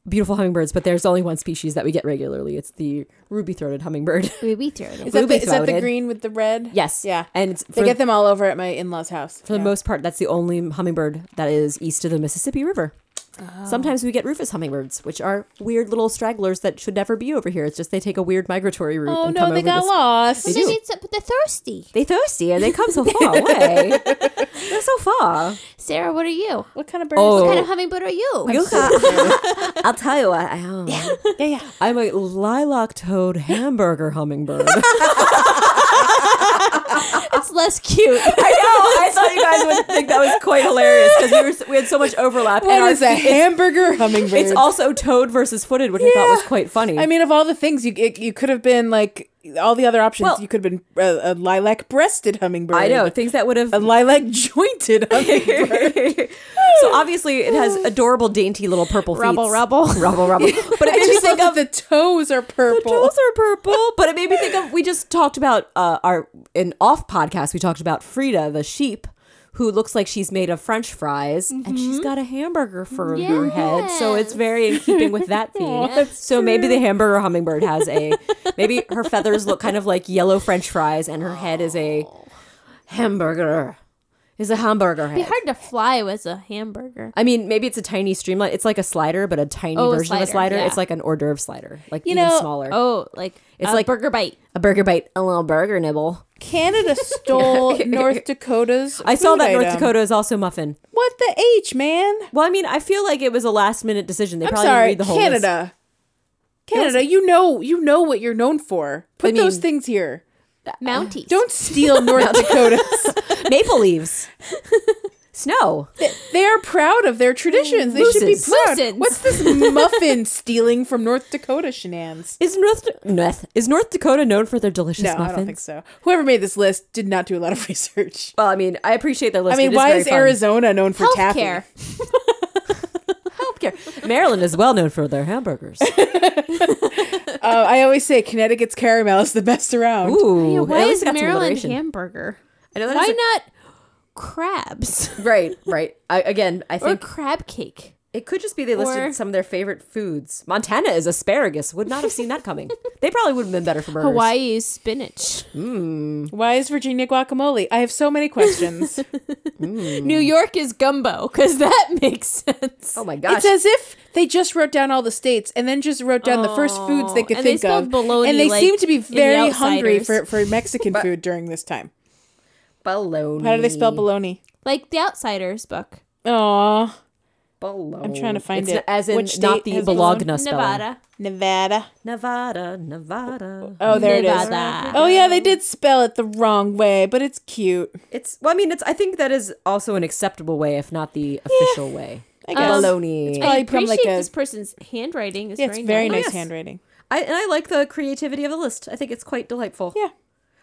[SPEAKER 2] beautiful hummingbirds, but there's only one species that we get regularly. It's the ruby-throated hummingbird. [laughs]
[SPEAKER 4] we we threw it.
[SPEAKER 3] Is that, the, is that the
[SPEAKER 2] ruby-throated.
[SPEAKER 3] green with the red?
[SPEAKER 2] yes.
[SPEAKER 3] Yeah.
[SPEAKER 2] And it's
[SPEAKER 3] They
[SPEAKER 2] for,
[SPEAKER 3] get them all over at my in-laws house.
[SPEAKER 2] for the most part, that's the only hummingbird that is east of the Mississippi River.
[SPEAKER 3] Oh.
[SPEAKER 2] Sometimes we get Rufus hummingbirds, which are weird little stragglers that should never be over here. It's just they take a weird migratory route.
[SPEAKER 3] Oh
[SPEAKER 2] and
[SPEAKER 3] no,
[SPEAKER 2] come
[SPEAKER 3] they
[SPEAKER 2] over
[SPEAKER 3] got
[SPEAKER 2] this-
[SPEAKER 3] lost.
[SPEAKER 2] They
[SPEAKER 4] They
[SPEAKER 2] do.
[SPEAKER 4] need some, but they're thirsty.
[SPEAKER 2] They thirsty and they come
[SPEAKER 3] [laughs]
[SPEAKER 2] so far away. They're so far.
[SPEAKER 4] Sarah, what are you?
[SPEAKER 3] What kind of bird
[SPEAKER 2] Oh.
[SPEAKER 4] What kind
[SPEAKER 2] Oh.
[SPEAKER 4] of hummingbird
[SPEAKER 2] [laughs]
[SPEAKER 4] are you?
[SPEAKER 2] I'll tell you what I am.
[SPEAKER 3] is it? Yeah, yeah.
[SPEAKER 2] I'm a lilac toed hamburger hummingbird. [laughs] I know.
[SPEAKER 4] It's less cute.
[SPEAKER 2] [laughs] I thought you guys
[SPEAKER 3] [laughs]
[SPEAKER 2] would think that was quite hilarious because we, were- we had so much overlap.
[SPEAKER 3] What
[SPEAKER 2] our
[SPEAKER 3] is a
[SPEAKER 2] feet-
[SPEAKER 3] hamburger hummingbird?
[SPEAKER 2] [laughs] It's also toad versus footed, which I thought was
[SPEAKER 3] Yeah.
[SPEAKER 2] quite funny.
[SPEAKER 3] I mean, of all the things you it, you could have been like all the other options,
[SPEAKER 2] Well-
[SPEAKER 3] you could have been uh, a, a lilac-breasted hummingbird.
[SPEAKER 2] I know things that would have.
[SPEAKER 3] a [laughs] lilac-jointed hummingbird.
[SPEAKER 2] so obviously, it has adorable, dainty little purple feet.
[SPEAKER 4] Rubble, rubble.
[SPEAKER 2] [laughs] rubble, rubble. But it
[SPEAKER 3] [laughs] I
[SPEAKER 2] made me
[SPEAKER 3] just love
[SPEAKER 2] think of
[SPEAKER 3] that the toes are purple.
[SPEAKER 2] Those are purple, but it made me think of. We just talked about uh, our an off podcast. We talked about Frida the sheep, who looks like she's made of French fries, and
[SPEAKER 4] Mm-hmm.
[SPEAKER 2] she's got a hamburger for her head. So it's very in keeping with
[SPEAKER 4] [laughs]
[SPEAKER 2] that theme. so maybe the hamburger hummingbird has a. Maybe her feathers look kind of like yellow French fries, and her head is a hamburger. Is a hamburger
[SPEAKER 4] It'd
[SPEAKER 2] head.
[SPEAKER 4] Oh. be hard to fly with a hamburger.
[SPEAKER 2] I mean, maybe it's a tiny streamline. It's like a slider, but a tiny
[SPEAKER 4] Oh, a
[SPEAKER 2] version of a
[SPEAKER 4] slider,
[SPEAKER 2] slider.
[SPEAKER 4] yeah.
[SPEAKER 2] It's like an hors d'oeuvre slider, like even
[SPEAKER 3] know-
[SPEAKER 2] smaller.
[SPEAKER 4] Oh, like
[SPEAKER 2] It's
[SPEAKER 4] a
[SPEAKER 2] like-
[SPEAKER 4] burger bite.
[SPEAKER 2] A burger bite, a little burger nibble.
[SPEAKER 3] Canada [laughs] stole North Dakota's.
[SPEAKER 2] I saw
[SPEAKER 3] food
[SPEAKER 2] that North
[SPEAKER 3] item.
[SPEAKER 2] Dakota is also muffin.
[SPEAKER 3] What the H, man?
[SPEAKER 2] Well, I mean, I feel like it was a last minute decision. They
[SPEAKER 3] I'm
[SPEAKER 2] probably
[SPEAKER 3] sorry,
[SPEAKER 2] didn't read the whole list.
[SPEAKER 3] Canada. Canada, you know, you know what you're known for. Put
[SPEAKER 2] mean-
[SPEAKER 3] those things here.
[SPEAKER 2] uh,
[SPEAKER 4] Mounties.
[SPEAKER 3] Don't [laughs] steal North Dakotas.
[SPEAKER 2] [laughs] Maple
[SPEAKER 3] [laughs]
[SPEAKER 2] leaves. Snow.
[SPEAKER 3] They are proud of their traditions. They should be
[SPEAKER 2] Mooses.
[SPEAKER 3] proud.
[SPEAKER 4] Mooses.
[SPEAKER 3] What's this muffin [laughs] stealing from North Dakota shenanigans?
[SPEAKER 2] Is North, North is North Dakota known for their delicious
[SPEAKER 3] No,
[SPEAKER 2] muffins?
[SPEAKER 3] I don't think so. Whoever made this list did not do a lot of [laughs] research.
[SPEAKER 2] Well, I mean, I appreciate their list.
[SPEAKER 3] I mean,
[SPEAKER 2] It
[SPEAKER 3] why
[SPEAKER 2] very
[SPEAKER 3] is
[SPEAKER 2] fun.
[SPEAKER 3] Arizona known for taffy? [laughs]
[SPEAKER 4] Healthcare.
[SPEAKER 2] Healthcare. Maryland is well known for their
[SPEAKER 3] [laughs]
[SPEAKER 2] hamburgers.
[SPEAKER 3] Uh, I always say Connecticut's caramel is the best around.
[SPEAKER 2] Ooh,
[SPEAKER 4] Yeah, why
[SPEAKER 2] at least
[SPEAKER 4] is
[SPEAKER 2] it got some
[SPEAKER 4] Maryland
[SPEAKER 2] alliteration.
[SPEAKER 4] hamburger?
[SPEAKER 2] I know that
[SPEAKER 4] Why
[SPEAKER 2] is a-
[SPEAKER 4] not
[SPEAKER 2] [laughs]
[SPEAKER 4] crabs
[SPEAKER 2] Right, right. I, again, I
[SPEAKER 4] or
[SPEAKER 2] think
[SPEAKER 4] crab cake?
[SPEAKER 2] it could just be they listed
[SPEAKER 4] or-
[SPEAKER 2] some of their favorite foods. Montana is asparagus. Would not have seen that
[SPEAKER 3] [laughs]
[SPEAKER 2] coming. they probably would have been better for burgers.
[SPEAKER 4] Hawaii is spinach.
[SPEAKER 3] Why is Virginia guacamole? I have so
[SPEAKER 4] [laughs]
[SPEAKER 3] many questions.
[SPEAKER 4] New York is gumbo because that [laughs] makes sense.
[SPEAKER 2] Mm. Oh my gosh.
[SPEAKER 3] it's as if they just wrote down all the states and then just wrote down the first foods they could
[SPEAKER 4] Oh, and they
[SPEAKER 3] think
[SPEAKER 4] spelled
[SPEAKER 3] of.
[SPEAKER 4] bologna
[SPEAKER 3] and they
[SPEAKER 4] like
[SPEAKER 3] seem to be
[SPEAKER 4] in The
[SPEAKER 3] very hungry for,
[SPEAKER 4] Outsiders.
[SPEAKER 3] for
[SPEAKER 4] [laughs]
[SPEAKER 3] Mexican food during this time.
[SPEAKER 2] Bologna.
[SPEAKER 3] How do they spell bologna?
[SPEAKER 4] Like the Outsiders book.
[SPEAKER 3] Aw,
[SPEAKER 2] Bologna.
[SPEAKER 3] I'm trying to find
[SPEAKER 2] It's
[SPEAKER 3] it.
[SPEAKER 2] As in
[SPEAKER 3] Which
[SPEAKER 2] not
[SPEAKER 3] state
[SPEAKER 2] the
[SPEAKER 3] has
[SPEAKER 2] Bologna spelling.
[SPEAKER 4] Nevada.
[SPEAKER 3] Nevada.
[SPEAKER 2] Nevada, Nevada.
[SPEAKER 3] Oh, there it
[SPEAKER 4] Nevada.
[SPEAKER 3] is. Oh yeah, they did spell it the wrong way, but it's cute.
[SPEAKER 2] It's well, I mean, it's. I think that is also an acceptable way, if not the official way.
[SPEAKER 4] Oh,
[SPEAKER 3] I guess.
[SPEAKER 2] Bologna.
[SPEAKER 3] Probably
[SPEAKER 4] I
[SPEAKER 3] become
[SPEAKER 4] appreciate
[SPEAKER 3] like a-
[SPEAKER 4] this person's handwriting. It's
[SPEAKER 3] Yeah,
[SPEAKER 4] very,
[SPEAKER 3] it's very
[SPEAKER 4] nice.
[SPEAKER 3] nice
[SPEAKER 2] yes.
[SPEAKER 3] handwriting.
[SPEAKER 2] I, and I like the creativity of the list. I think it's quite delightful.
[SPEAKER 3] Yeah.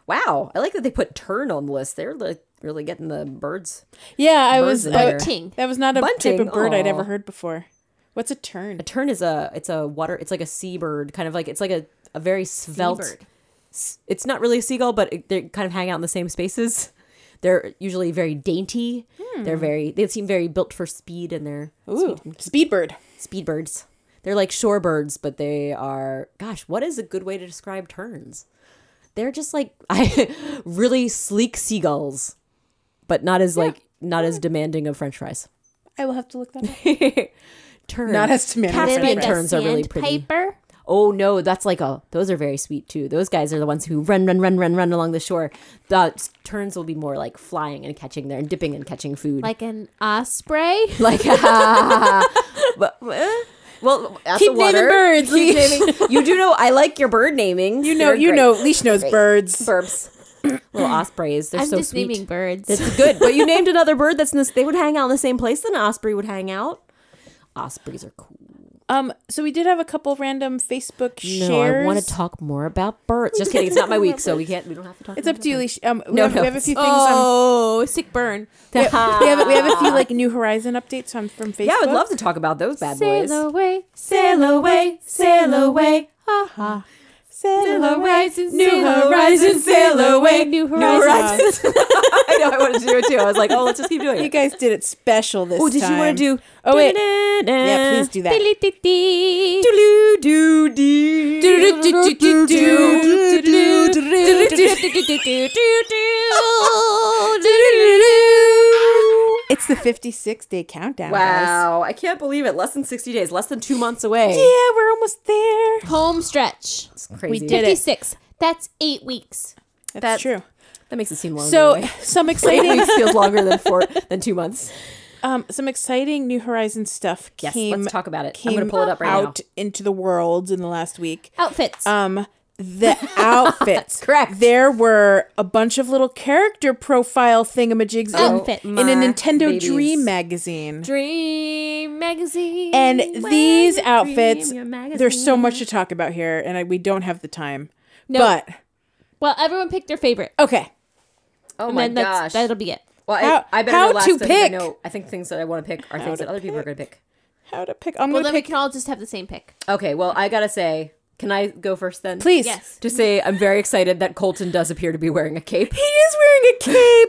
[SPEAKER 2] Wow, I like that they put turn on the list. They're like really getting the birds.
[SPEAKER 3] Yeah, I
[SPEAKER 2] Birds
[SPEAKER 3] was
[SPEAKER 2] in there.
[SPEAKER 3] I-
[SPEAKER 4] Bunting.
[SPEAKER 3] that was not a
[SPEAKER 2] Bunting? Oh.
[SPEAKER 3] type of bird I'd
[SPEAKER 2] Aw.
[SPEAKER 3] ever heard before. What's a turn?
[SPEAKER 2] A turn is a it's a water. It's like a seabird, kind of like it's like a, a very svelte.
[SPEAKER 4] Seabird.
[SPEAKER 2] s- It's not really a seagull, but it, they kind of hang out in the same spaces. [laughs] They're usually very dainty. They're very they seem very built for speed, and they're
[SPEAKER 3] Hmm. Ooh, speedbird.
[SPEAKER 2] speed birds. They're like shorebirds, but they are gosh, what is a good way to describe terns? They're just like [laughs] I really sleek seagulls, but not as like not
[SPEAKER 3] Hmm.
[SPEAKER 2] as demanding of French fries.
[SPEAKER 3] I will have to look that up.
[SPEAKER 2] Terns.
[SPEAKER 3] Not as demanding of
[SPEAKER 2] Caspian
[SPEAKER 3] French fries.
[SPEAKER 2] terns are really pretty.
[SPEAKER 4] Paper.
[SPEAKER 2] Oh no, that's like a. Those are very sweet too. Those guys are the ones who run, run, run, run, run along the shore. The s- terns will be more like flying and catching there and dipping and catching food. [laughs]
[SPEAKER 4] Like an osprey.
[SPEAKER 2] like, [laughs]
[SPEAKER 3] [laughs]
[SPEAKER 2] but, eh, well, at
[SPEAKER 3] Keep
[SPEAKER 2] the water.
[SPEAKER 3] naming birds.
[SPEAKER 2] Keep
[SPEAKER 3] Leash.
[SPEAKER 2] naming. You do know I like your bird naming.
[SPEAKER 3] You know, you know, Leash knows birds.
[SPEAKER 2] burps,
[SPEAKER 3] [coughs]
[SPEAKER 2] little ospreys. They're
[SPEAKER 4] I'm
[SPEAKER 2] so
[SPEAKER 4] just
[SPEAKER 2] sweet.
[SPEAKER 4] naming birds.
[SPEAKER 2] That's good. But you
[SPEAKER 3] [laughs]
[SPEAKER 2] named another bird that's in this. They would hang out in the same place that an osprey would hang out. Ospreys are cool.
[SPEAKER 3] Um, so we did have a couple random Facebook
[SPEAKER 2] No,
[SPEAKER 3] shares.
[SPEAKER 2] I want to talk more about birds.
[SPEAKER 3] [laughs]
[SPEAKER 2] Just kidding. It's not my week, so we can't. We don't have to talk.
[SPEAKER 3] It's up to you, Leash. Um, we,
[SPEAKER 2] No,
[SPEAKER 3] have,
[SPEAKER 2] no,
[SPEAKER 3] we have a
[SPEAKER 2] it's-
[SPEAKER 3] few things.
[SPEAKER 4] oh, sick burn.
[SPEAKER 3] on, we, have, we have we have a few like New Horizon updates on from Facebook.
[SPEAKER 2] Yeah, I would love to talk about those bad boys.
[SPEAKER 4] Sail away, sail away, sail away. Ha ha. Sail horizons,
[SPEAKER 3] New
[SPEAKER 4] new
[SPEAKER 3] horizons,
[SPEAKER 4] horizons,
[SPEAKER 3] sail
[SPEAKER 4] sail
[SPEAKER 3] away,
[SPEAKER 4] away, new horizons.
[SPEAKER 2] [laughs] I know I wanted to do it too. I was like, oh, let's just keep doing
[SPEAKER 3] You
[SPEAKER 2] it.
[SPEAKER 3] guys did it special this
[SPEAKER 2] Oh, did you
[SPEAKER 3] time.
[SPEAKER 2] want to do?
[SPEAKER 3] Oh, wait. Yeah,
[SPEAKER 2] [laughs] Yeah,
[SPEAKER 3] please do that.
[SPEAKER 4] Dee-dee-dee-dee.
[SPEAKER 2] Do do do
[SPEAKER 3] It's the 56 day countdown. guys.
[SPEAKER 2] Wow, I can't believe it. Less than 60 days, less than two months away.
[SPEAKER 3] Yeah, we're almost there.
[SPEAKER 4] Home stretch.
[SPEAKER 2] It's crazy.
[SPEAKER 3] We did it.
[SPEAKER 4] 56. That's eight weeks.
[SPEAKER 3] That's,
[SPEAKER 2] That's-
[SPEAKER 3] true.
[SPEAKER 2] That makes it seem longer. [laughs]
[SPEAKER 3] So
[SPEAKER 2] anyway.
[SPEAKER 3] some
[SPEAKER 2] eight
[SPEAKER 3] exciting,
[SPEAKER 2] weeks feels longer than four than two
[SPEAKER 3] [laughs]
[SPEAKER 2] months.
[SPEAKER 3] um, some exciting New Horizon stuff
[SPEAKER 2] Yes,
[SPEAKER 3] came.
[SPEAKER 2] let's talk about it. I'm
[SPEAKER 3] Came
[SPEAKER 2] gonna pull it up right now.
[SPEAKER 3] out into the world in the last week.
[SPEAKER 4] Outfits.
[SPEAKER 3] Um, the outfits.
[SPEAKER 2] Correct.
[SPEAKER 3] There were a bunch of little character profile thingamajigs in,
[SPEAKER 4] Outfit
[SPEAKER 3] in a Nintendo
[SPEAKER 2] babies.
[SPEAKER 3] Dream magazine.
[SPEAKER 4] Dream magazine.
[SPEAKER 3] And these
[SPEAKER 4] Dream
[SPEAKER 3] outfits,
[SPEAKER 4] your magazine.
[SPEAKER 3] there's so much to talk about here, and I, we don't have the time.
[SPEAKER 4] No.
[SPEAKER 3] But
[SPEAKER 4] Well, everyone picked their favorite.
[SPEAKER 3] okay,
[SPEAKER 2] Oh
[SPEAKER 4] and
[SPEAKER 2] my
[SPEAKER 4] then that's,
[SPEAKER 2] gosh.
[SPEAKER 4] that'll be it.
[SPEAKER 2] Well,
[SPEAKER 3] How-
[SPEAKER 2] I, I better
[SPEAKER 3] how
[SPEAKER 2] relax
[SPEAKER 3] to
[SPEAKER 2] so that I
[SPEAKER 3] pick?
[SPEAKER 2] know- I think things that I want to pick are things
[SPEAKER 3] to
[SPEAKER 2] that other people are going to pick.
[SPEAKER 3] how to pick? I'm
[SPEAKER 4] Well,
[SPEAKER 3] gonna
[SPEAKER 4] then we
[SPEAKER 3] pick.
[SPEAKER 4] can all just have the same pick.
[SPEAKER 2] Okay, well, I gotta say, can I go first then?
[SPEAKER 3] Please,
[SPEAKER 4] Yes.
[SPEAKER 2] To say, I'm very excited that Colton does appear to be wearing a cape.
[SPEAKER 3] he is wearing a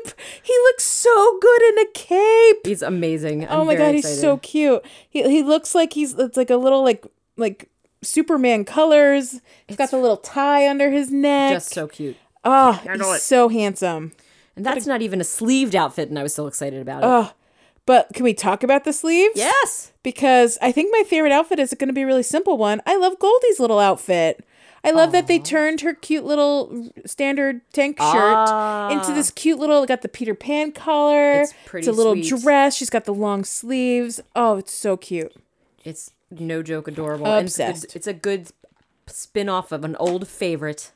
[SPEAKER 3] cape. he looks so good in a cape.
[SPEAKER 2] He's amazing. I'm
[SPEAKER 3] Oh my
[SPEAKER 2] very
[SPEAKER 3] god,
[SPEAKER 2] excited.
[SPEAKER 3] he's so cute. He he looks like he's it's like a little like like Superman colors. He's got the little tie under his neck.
[SPEAKER 2] just so cute.
[SPEAKER 3] Oh,
[SPEAKER 2] know
[SPEAKER 3] he's
[SPEAKER 2] it.
[SPEAKER 3] so handsome.
[SPEAKER 2] And that's not even a sleeved outfit, and I was still excited about it.
[SPEAKER 3] But can we talk about the sleeves?
[SPEAKER 2] yes.
[SPEAKER 3] Because I think my favorite outfit is going to be a really simple one. I love Goldie's little outfit. I love that they turned her cute little standard tank shirt into this cute little got the Peter Pan collar.
[SPEAKER 2] Ah. It's pretty
[SPEAKER 3] a little
[SPEAKER 2] sweet.
[SPEAKER 3] dress. She's got the long sleeves. Oh, it's so cute.
[SPEAKER 2] It's no joke adorable. And
[SPEAKER 3] Obsessed.
[SPEAKER 2] it's, it's a good spin off of an old favorite.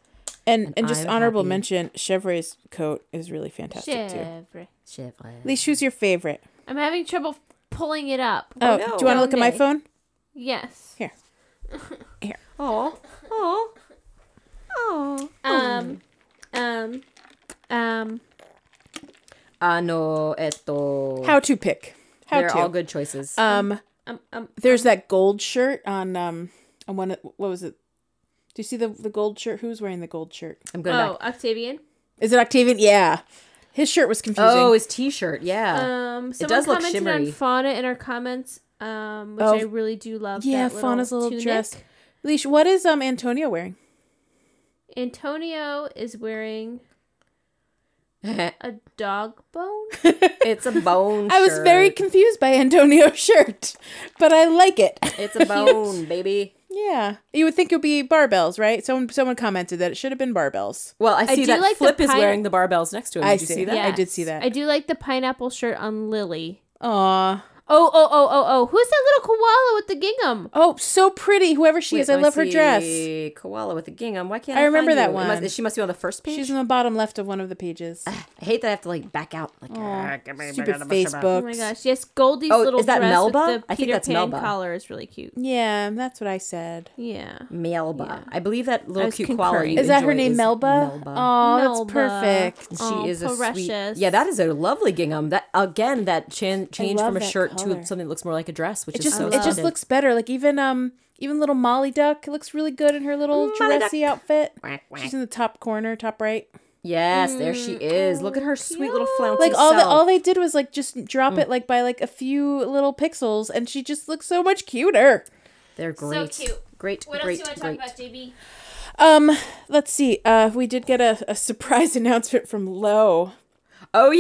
[SPEAKER 3] And and, just
[SPEAKER 2] I'm
[SPEAKER 3] honorable
[SPEAKER 2] happy.
[SPEAKER 3] mention, Chevre's coat is really fantastic too.
[SPEAKER 4] Chevre.
[SPEAKER 2] Chevrolet.
[SPEAKER 3] Leash, who's your favorite?
[SPEAKER 4] I'm having trouble pulling it up.
[SPEAKER 3] Oh, do you want to
[SPEAKER 4] Well,
[SPEAKER 3] look at my
[SPEAKER 4] Nick.
[SPEAKER 3] phone?
[SPEAKER 4] Yes.
[SPEAKER 3] Here. Here.
[SPEAKER 4] Oh. Oh. Oh. Um. Um. Um.
[SPEAKER 2] Ano eto.
[SPEAKER 3] How to pick? How
[SPEAKER 2] Ah, They're
[SPEAKER 3] to?
[SPEAKER 2] all good choices.
[SPEAKER 3] Um,
[SPEAKER 4] Um. Um.
[SPEAKER 3] there's that gold shirt on um on one. of- What was it? Do you see the the gold shirt? Who's wearing the gold shirt?
[SPEAKER 2] I'm going
[SPEAKER 4] Oh,
[SPEAKER 2] back.
[SPEAKER 4] Octavian.
[SPEAKER 3] Is it Octavian? Yeah, his shirt was confusing.
[SPEAKER 2] Oh, his t-shirt.
[SPEAKER 3] Uh,
[SPEAKER 2] Yeah.
[SPEAKER 4] Um. Someone
[SPEAKER 2] Oh. does look
[SPEAKER 4] commented on
[SPEAKER 2] shimmery.
[SPEAKER 4] Fauna in our comments. Um. Which
[SPEAKER 3] Oh.
[SPEAKER 4] I really do love.
[SPEAKER 3] yeah,
[SPEAKER 4] that
[SPEAKER 3] Fauna's little
[SPEAKER 4] tunic.
[SPEAKER 3] dress. Leash, what is um Antonio wearing?
[SPEAKER 4] Antonio is
[SPEAKER 2] [laughs]
[SPEAKER 4] wearing a dog
[SPEAKER 2] [laughs]
[SPEAKER 4] bone.
[SPEAKER 2] it's a bone
[SPEAKER 3] [laughs] I was very
[SPEAKER 2] shirt.
[SPEAKER 3] confused by [laughs] Antonio's shirt, but I like it.
[SPEAKER 2] It's a bone, baby.
[SPEAKER 3] yeah, you would think it would be barbells, right? Someone someone commented that it should have been barbells.
[SPEAKER 2] Well, I see
[SPEAKER 4] do
[SPEAKER 2] that
[SPEAKER 4] like the
[SPEAKER 2] Flip is
[SPEAKER 4] pine-
[SPEAKER 2] wearing the barbells next to him. Did
[SPEAKER 3] I
[SPEAKER 2] you
[SPEAKER 3] see.
[SPEAKER 2] see that?
[SPEAKER 3] Yeah. I did see that.
[SPEAKER 4] I do like the pineapple shirt on Lily.
[SPEAKER 3] Aw.
[SPEAKER 4] Oh, oh, oh, oh, oh. Who's that little koala with the gingham?
[SPEAKER 3] Oh, so pretty. Whoever she is, I
[SPEAKER 2] let me
[SPEAKER 3] love her dress.
[SPEAKER 2] see. Koala with a gingham. Why can't I,
[SPEAKER 3] I remember
[SPEAKER 2] find
[SPEAKER 3] that
[SPEAKER 2] you? It must-
[SPEAKER 3] one.
[SPEAKER 2] she must be on the first page.
[SPEAKER 3] She's in the bottom left of one of the pages.
[SPEAKER 2] I hate that I have to like back out. Like, "Ah, give me
[SPEAKER 3] Stupid
[SPEAKER 2] banana
[SPEAKER 3] Facebook.
[SPEAKER 2] mushroom."
[SPEAKER 4] Oh my gosh. Yes, Goldie's
[SPEAKER 2] Oh,
[SPEAKER 4] little
[SPEAKER 2] is that
[SPEAKER 4] dress
[SPEAKER 2] Melba?
[SPEAKER 4] with the Peter
[SPEAKER 2] I think that's
[SPEAKER 4] Pan
[SPEAKER 2] Melba.
[SPEAKER 4] collar is really cute.
[SPEAKER 3] Yeah, that's what I said.
[SPEAKER 4] Yeah.
[SPEAKER 2] Melba. I believe that
[SPEAKER 4] I
[SPEAKER 2] little
[SPEAKER 4] was
[SPEAKER 2] cute
[SPEAKER 4] concurring.
[SPEAKER 2] koala. you
[SPEAKER 3] Is that her
[SPEAKER 2] enjoy
[SPEAKER 3] name,
[SPEAKER 2] is
[SPEAKER 3] Melba?
[SPEAKER 2] Melba.
[SPEAKER 3] Oh,
[SPEAKER 4] Melba.
[SPEAKER 3] that's perfect.
[SPEAKER 2] She
[SPEAKER 4] Aw,
[SPEAKER 2] is a sweet.
[SPEAKER 4] precious.
[SPEAKER 2] Yeah, that is a lovely gingham. That again, that chan- change
[SPEAKER 3] love
[SPEAKER 2] from a
[SPEAKER 3] that
[SPEAKER 2] shirt
[SPEAKER 3] color.
[SPEAKER 2] to something that looks more like a dress, which
[SPEAKER 3] It
[SPEAKER 2] is
[SPEAKER 3] just
[SPEAKER 2] so.
[SPEAKER 3] it just
[SPEAKER 2] stunning.
[SPEAKER 3] looks better. Like even um even little Molly Duck looks really good in her little
[SPEAKER 2] Molly
[SPEAKER 3] dressy outfit. She's in the top corner, top right.
[SPEAKER 2] Yes, there she is. Look at her sweet little flouncy
[SPEAKER 3] Like all
[SPEAKER 2] self.
[SPEAKER 3] that all they did was like just drop
[SPEAKER 2] Mm.
[SPEAKER 3] it like by like a few little pixels and she just looks so much cuter.
[SPEAKER 2] They're great.
[SPEAKER 4] cute.
[SPEAKER 2] Great. great. great.
[SPEAKER 4] JB?
[SPEAKER 3] Um let's see. Uh we did get a, a surprise [laughs] announcement from Lo.
[SPEAKER 2] Oh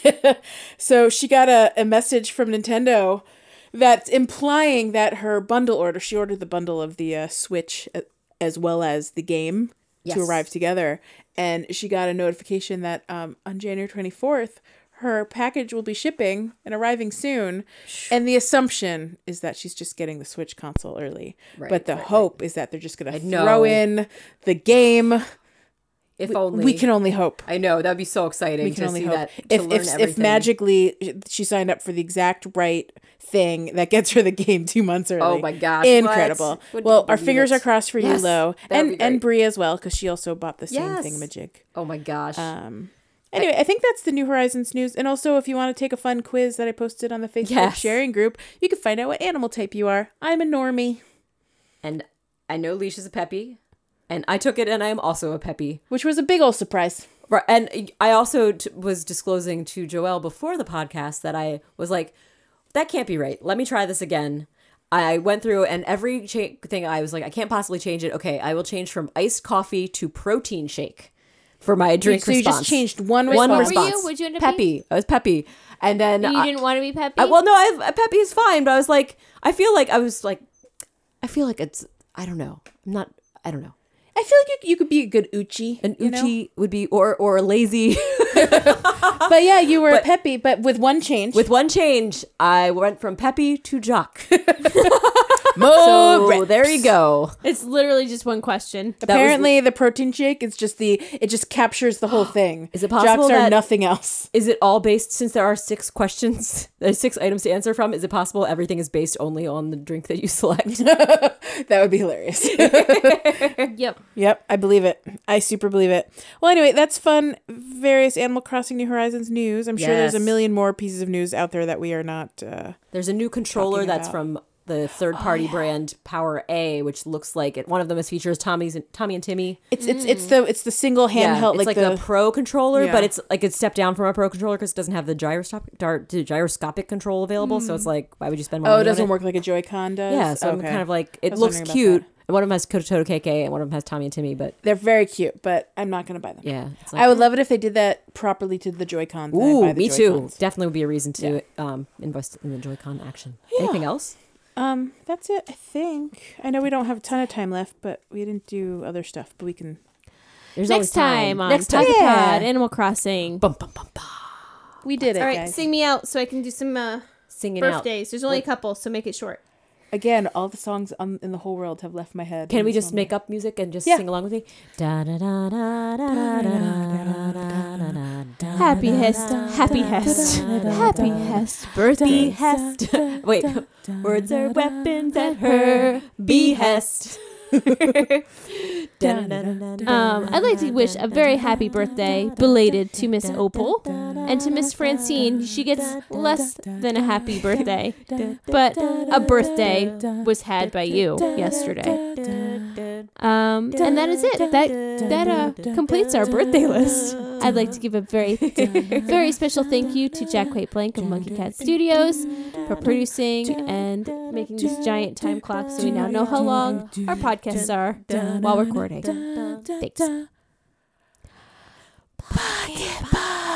[SPEAKER 3] [laughs]
[SPEAKER 2] yeah.
[SPEAKER 3] So she got a, a message from Nintendo that's implying that her bundle order, she ordered the bundle of the uh, Switch a- as well as the game to
[SPEAKER 2] Yes.
[SPEAKER 3] arrive together. And she got a notification that um, on January 24th, her package will be shipping and arriving soon. And the assumption is that she's just getting the Switch console early. but the hope is that they're just going to
[SPEAKER 2] know.
[SPEAKER 3] throw in the game.
[SPEAKER 2] if only
[SPEAKER 3] We can only hope.
[SPEAKER 2] I know that'd be so exciting
[SPEAKER 3] We can
[SPEAKER 2] to
[SPEAKER 3] only
[SPEAKER 2] see
[SPEAKER 3] hope
[SPEAKER 2] that. to
[SPEAKER 3] if
[SPEAKER 2] learn
[SPEAKER 3] if, if
[SPEAKER 2] everything.
[SPEAKER 3] magically she signed up for the exact right thing that gets her the game two months early.
[SPEAKER 2] Oh my gosh,
[SPEAKER 3] Incredible!
[SPEAKER 2] what? Wouldn't
[SPEAKER 3] Well,
[SPEAKER 2] you
[SPEAKER 3] our
[SPEAKER 2] believe
[SPEAKER 3] fingers
[SPEAKER 2] it?
[SPEAKER 3] are crossed for
[SPEAKER 2] Yes,
[SPEAKER 3] you, Lo,
[SPEAKER 2] that would
[SPEAKER 3] and
[SPEAKER 2] be
[SPEAKER 3] and
[SPEAKER 2] great.
[SPEAKER 3] Brie as well, because she also bought the same
[SPEAKER 2] Yes.
[SPEAKER 3] thing, magic.
[SPEAKER 2] Oh my gosh.
[SPEAKER 3] Um. Anyway, I think that's the New Horizons news. And also, if you want to take a fun quiz that I posted on the Facebook
[SPEAKER 2] Yes.
[SPEAKER 3] sharing group, you can find out what animal type you are. I'm a normie.
[SPEAKER 2] and I know Leash is a peppy, and I took it, and I am also a peppy.
[SPEAKER 3] Which was a big old surprise.
[SPEAKER 2] Right. And I also t- was disclosing to Joelle before the podcast that I was like, that can't be right. Let me try this again. I went through and every cha- thing I was like, I can't possibly change it. Okay, I will change from iced coffee to protein shake for my drink
[SPEAKER 3] so you
[SPEAKER 2] response.
[SPEAKER 3] just changed one
[SPEAKER 2] one
[SPEAKER 3] response.
[SPEAKER 2] response.
[SPEAKER 4] Were you? What'd you end up
[SPEAKER 2] peppy. I was peppy, and then
[SPEAKER 4] You
[SPEAKER 2] I-
[SPEAKER 4] didn't want to be peppy?
[SPEAKER 2] I, well, no, I, Peppy is fine, but I was like, I feel like I was like, I feel like it's, I don't know, I'm not, I don't know.
[SPEAKER 3] I feel like you, you could be a good uchi.
[SPEAKER 2] An
[SPEAKER 3] you know?
[SPEAKER 2] uchi would be, or or a lazy. [laughs]
[SPEAKER 3] But yeah, you were a peppy, but with one change.
[SPEAKER 2] With one change, I went from Peppy to Jock.
[SPEAKER 3] [laughs] more
[SPEAKER 2] [laughs] So there you go.
[SPEAKER 4] it's literally just one question.
[SPEAKER 3] Apparently, the protein shake is just the it just captures the
[SPEAKER 2] [gasps]
[SPEAKER 3] whole thing.
[SPEAKER 2] Is it possible
[SPEAKER 3] Jocks are
[SPEAKER 2] that- [laughs]
[SPEAKER 3] nothing else.
[SPEAKER 2] Is it all based? Since there are six questions, [laughs] there's six items to answer from. Is it possible everything is based only on the drink that you [laughs]
[SPEAKER 3] [laughs]
[SPEAKER 2] select?
[SPEAKER 3] That would be hilarious.
[SPEAKER 4] Yep.
[SPEAKER 3] [laughs] yep, I believe it. I super believe it. Well, anyway, that's fun. Various Animal Crossing New Horizons news. I'm sure there's a
[SPEAKER 2] Yes.
[SPEAKER 3] million more pieces of news out there that we are not. Uh,
[SPEAKER 2] There's a new controller
[SPEAKER 3] Talking
[SPEAKER 2] that's
[SPEAKER 3] about- Oh,
[SPEAKER 2] from the third-party brand Power A, which looks like it. One of them is features Tommy's and Tommy and Timmy.
[SPEAKER 3] it's it's it's the it's the single handheld
[SPEAKER 2] Mm. it's
[SPEAKER 3] like,
[SPEAKER 2] like,
[SPEAKER 3] the. oh,
[SPEAKER 2] a pro controller, but
[SPEAKER 3] Yeah.
[SPEAKER 2] it's like it's stepped down from a pro controller because it doesn't have the gyroscopic dar- the gyroscopic control available. So it's like, why would you spend more?
[SPEAKER 3] oh,
[SPEAKER 2] money
[SPEAKER 3] it
[SPEAKER 2] on
[SPEAKER 3] doesn't work like a Joy-Con does.
[SPEAKER 2] Yeah, so I'm
[SPEAKER 3] Okay.
[SPEAKER 2] kind of like, it
[SPEAKER 3] was
[SPEAKER 2] looks
[SPEAKER 3] wondering about
[SPEAKER 2] cute.
[SPEAKER 3] that.
[SPEAKER 2] And one of them has Kototo KK, and one of them has Tommy and Timmy. But
[SPEAKER 3] They're very cute, but I'm not gonna buy them.
[SPEAKER 2] yeah, it's
[SPEAKER 3] I
[SPEAKER 2] like,
[SPEAKER 3] would love it if they did that properly to the Joy-Cons. and I buy
[SPEAKER 2] ooh,
[SPEAKER 3] the
[SPEAKER 2] me too.
[SPEAKER 3] Joy-Cons.
[SPEAKER 2] Definitely would be a reason to um invest in the Joy-Con action. Anything else?
[SPEAKER 3] Um, that's it, I think. I know we don't have a ton of time left, but we didn't do other stuff, but we can.
[SPEAKER 2] There's always
[SPEAKER 4] Next time on
[SPEAKER 2] Next time.
[SPEAKER 4] Pocket
[SPEAKER 3] Yeah.
[SPEAKER 4] Pod, Animal Crossing.
[SPEAKER 2] Bum, bum, bum, bum.
[SPEAKER 3] We did it,
[SPEAKER 4] All right,
[SPEAKER 3] guys.
[SPEAKER 4] sing me out so I can do some uh,
[SPEAKER 2] Singing out.
[SPEAKER 4] birthdays. There's only a couple, so make it short.
[SPEAKER 3] Again, all the songs on, in the whole world have left my head.
[SPEAKER 2] Can we just make up music and just
[SPEAKER 3] Yeah.
[SPEAKER 2] sing along with me? Da da da da da da da da da da da da.
[SPEAKER 4] Happy Hest, Happy Hest, Happy Hest, birthday
[SPEAKER 2] Behest. [laughs] Wait, words are weapons at her
[SPEAKER 4] her
[SPEAKER 2] behest. [laughs]
[SPEAKER 4] [laughs] Um, I'd like to wish a very happy birthday belated to Miss Opal and to Miss Francine. She gets less than a happy birthday, but a birthday was had by you yesterday. Um, and that is it. That that uh, completes our birthday list. I'd like to give a very, very special thank you to Jack Quaid Blank of Monkey Cat Studios for producing and making this giant time clock so we now know how long our podcasts are while recording. Thanks.
[SPEAKER 1] Pocket Pod.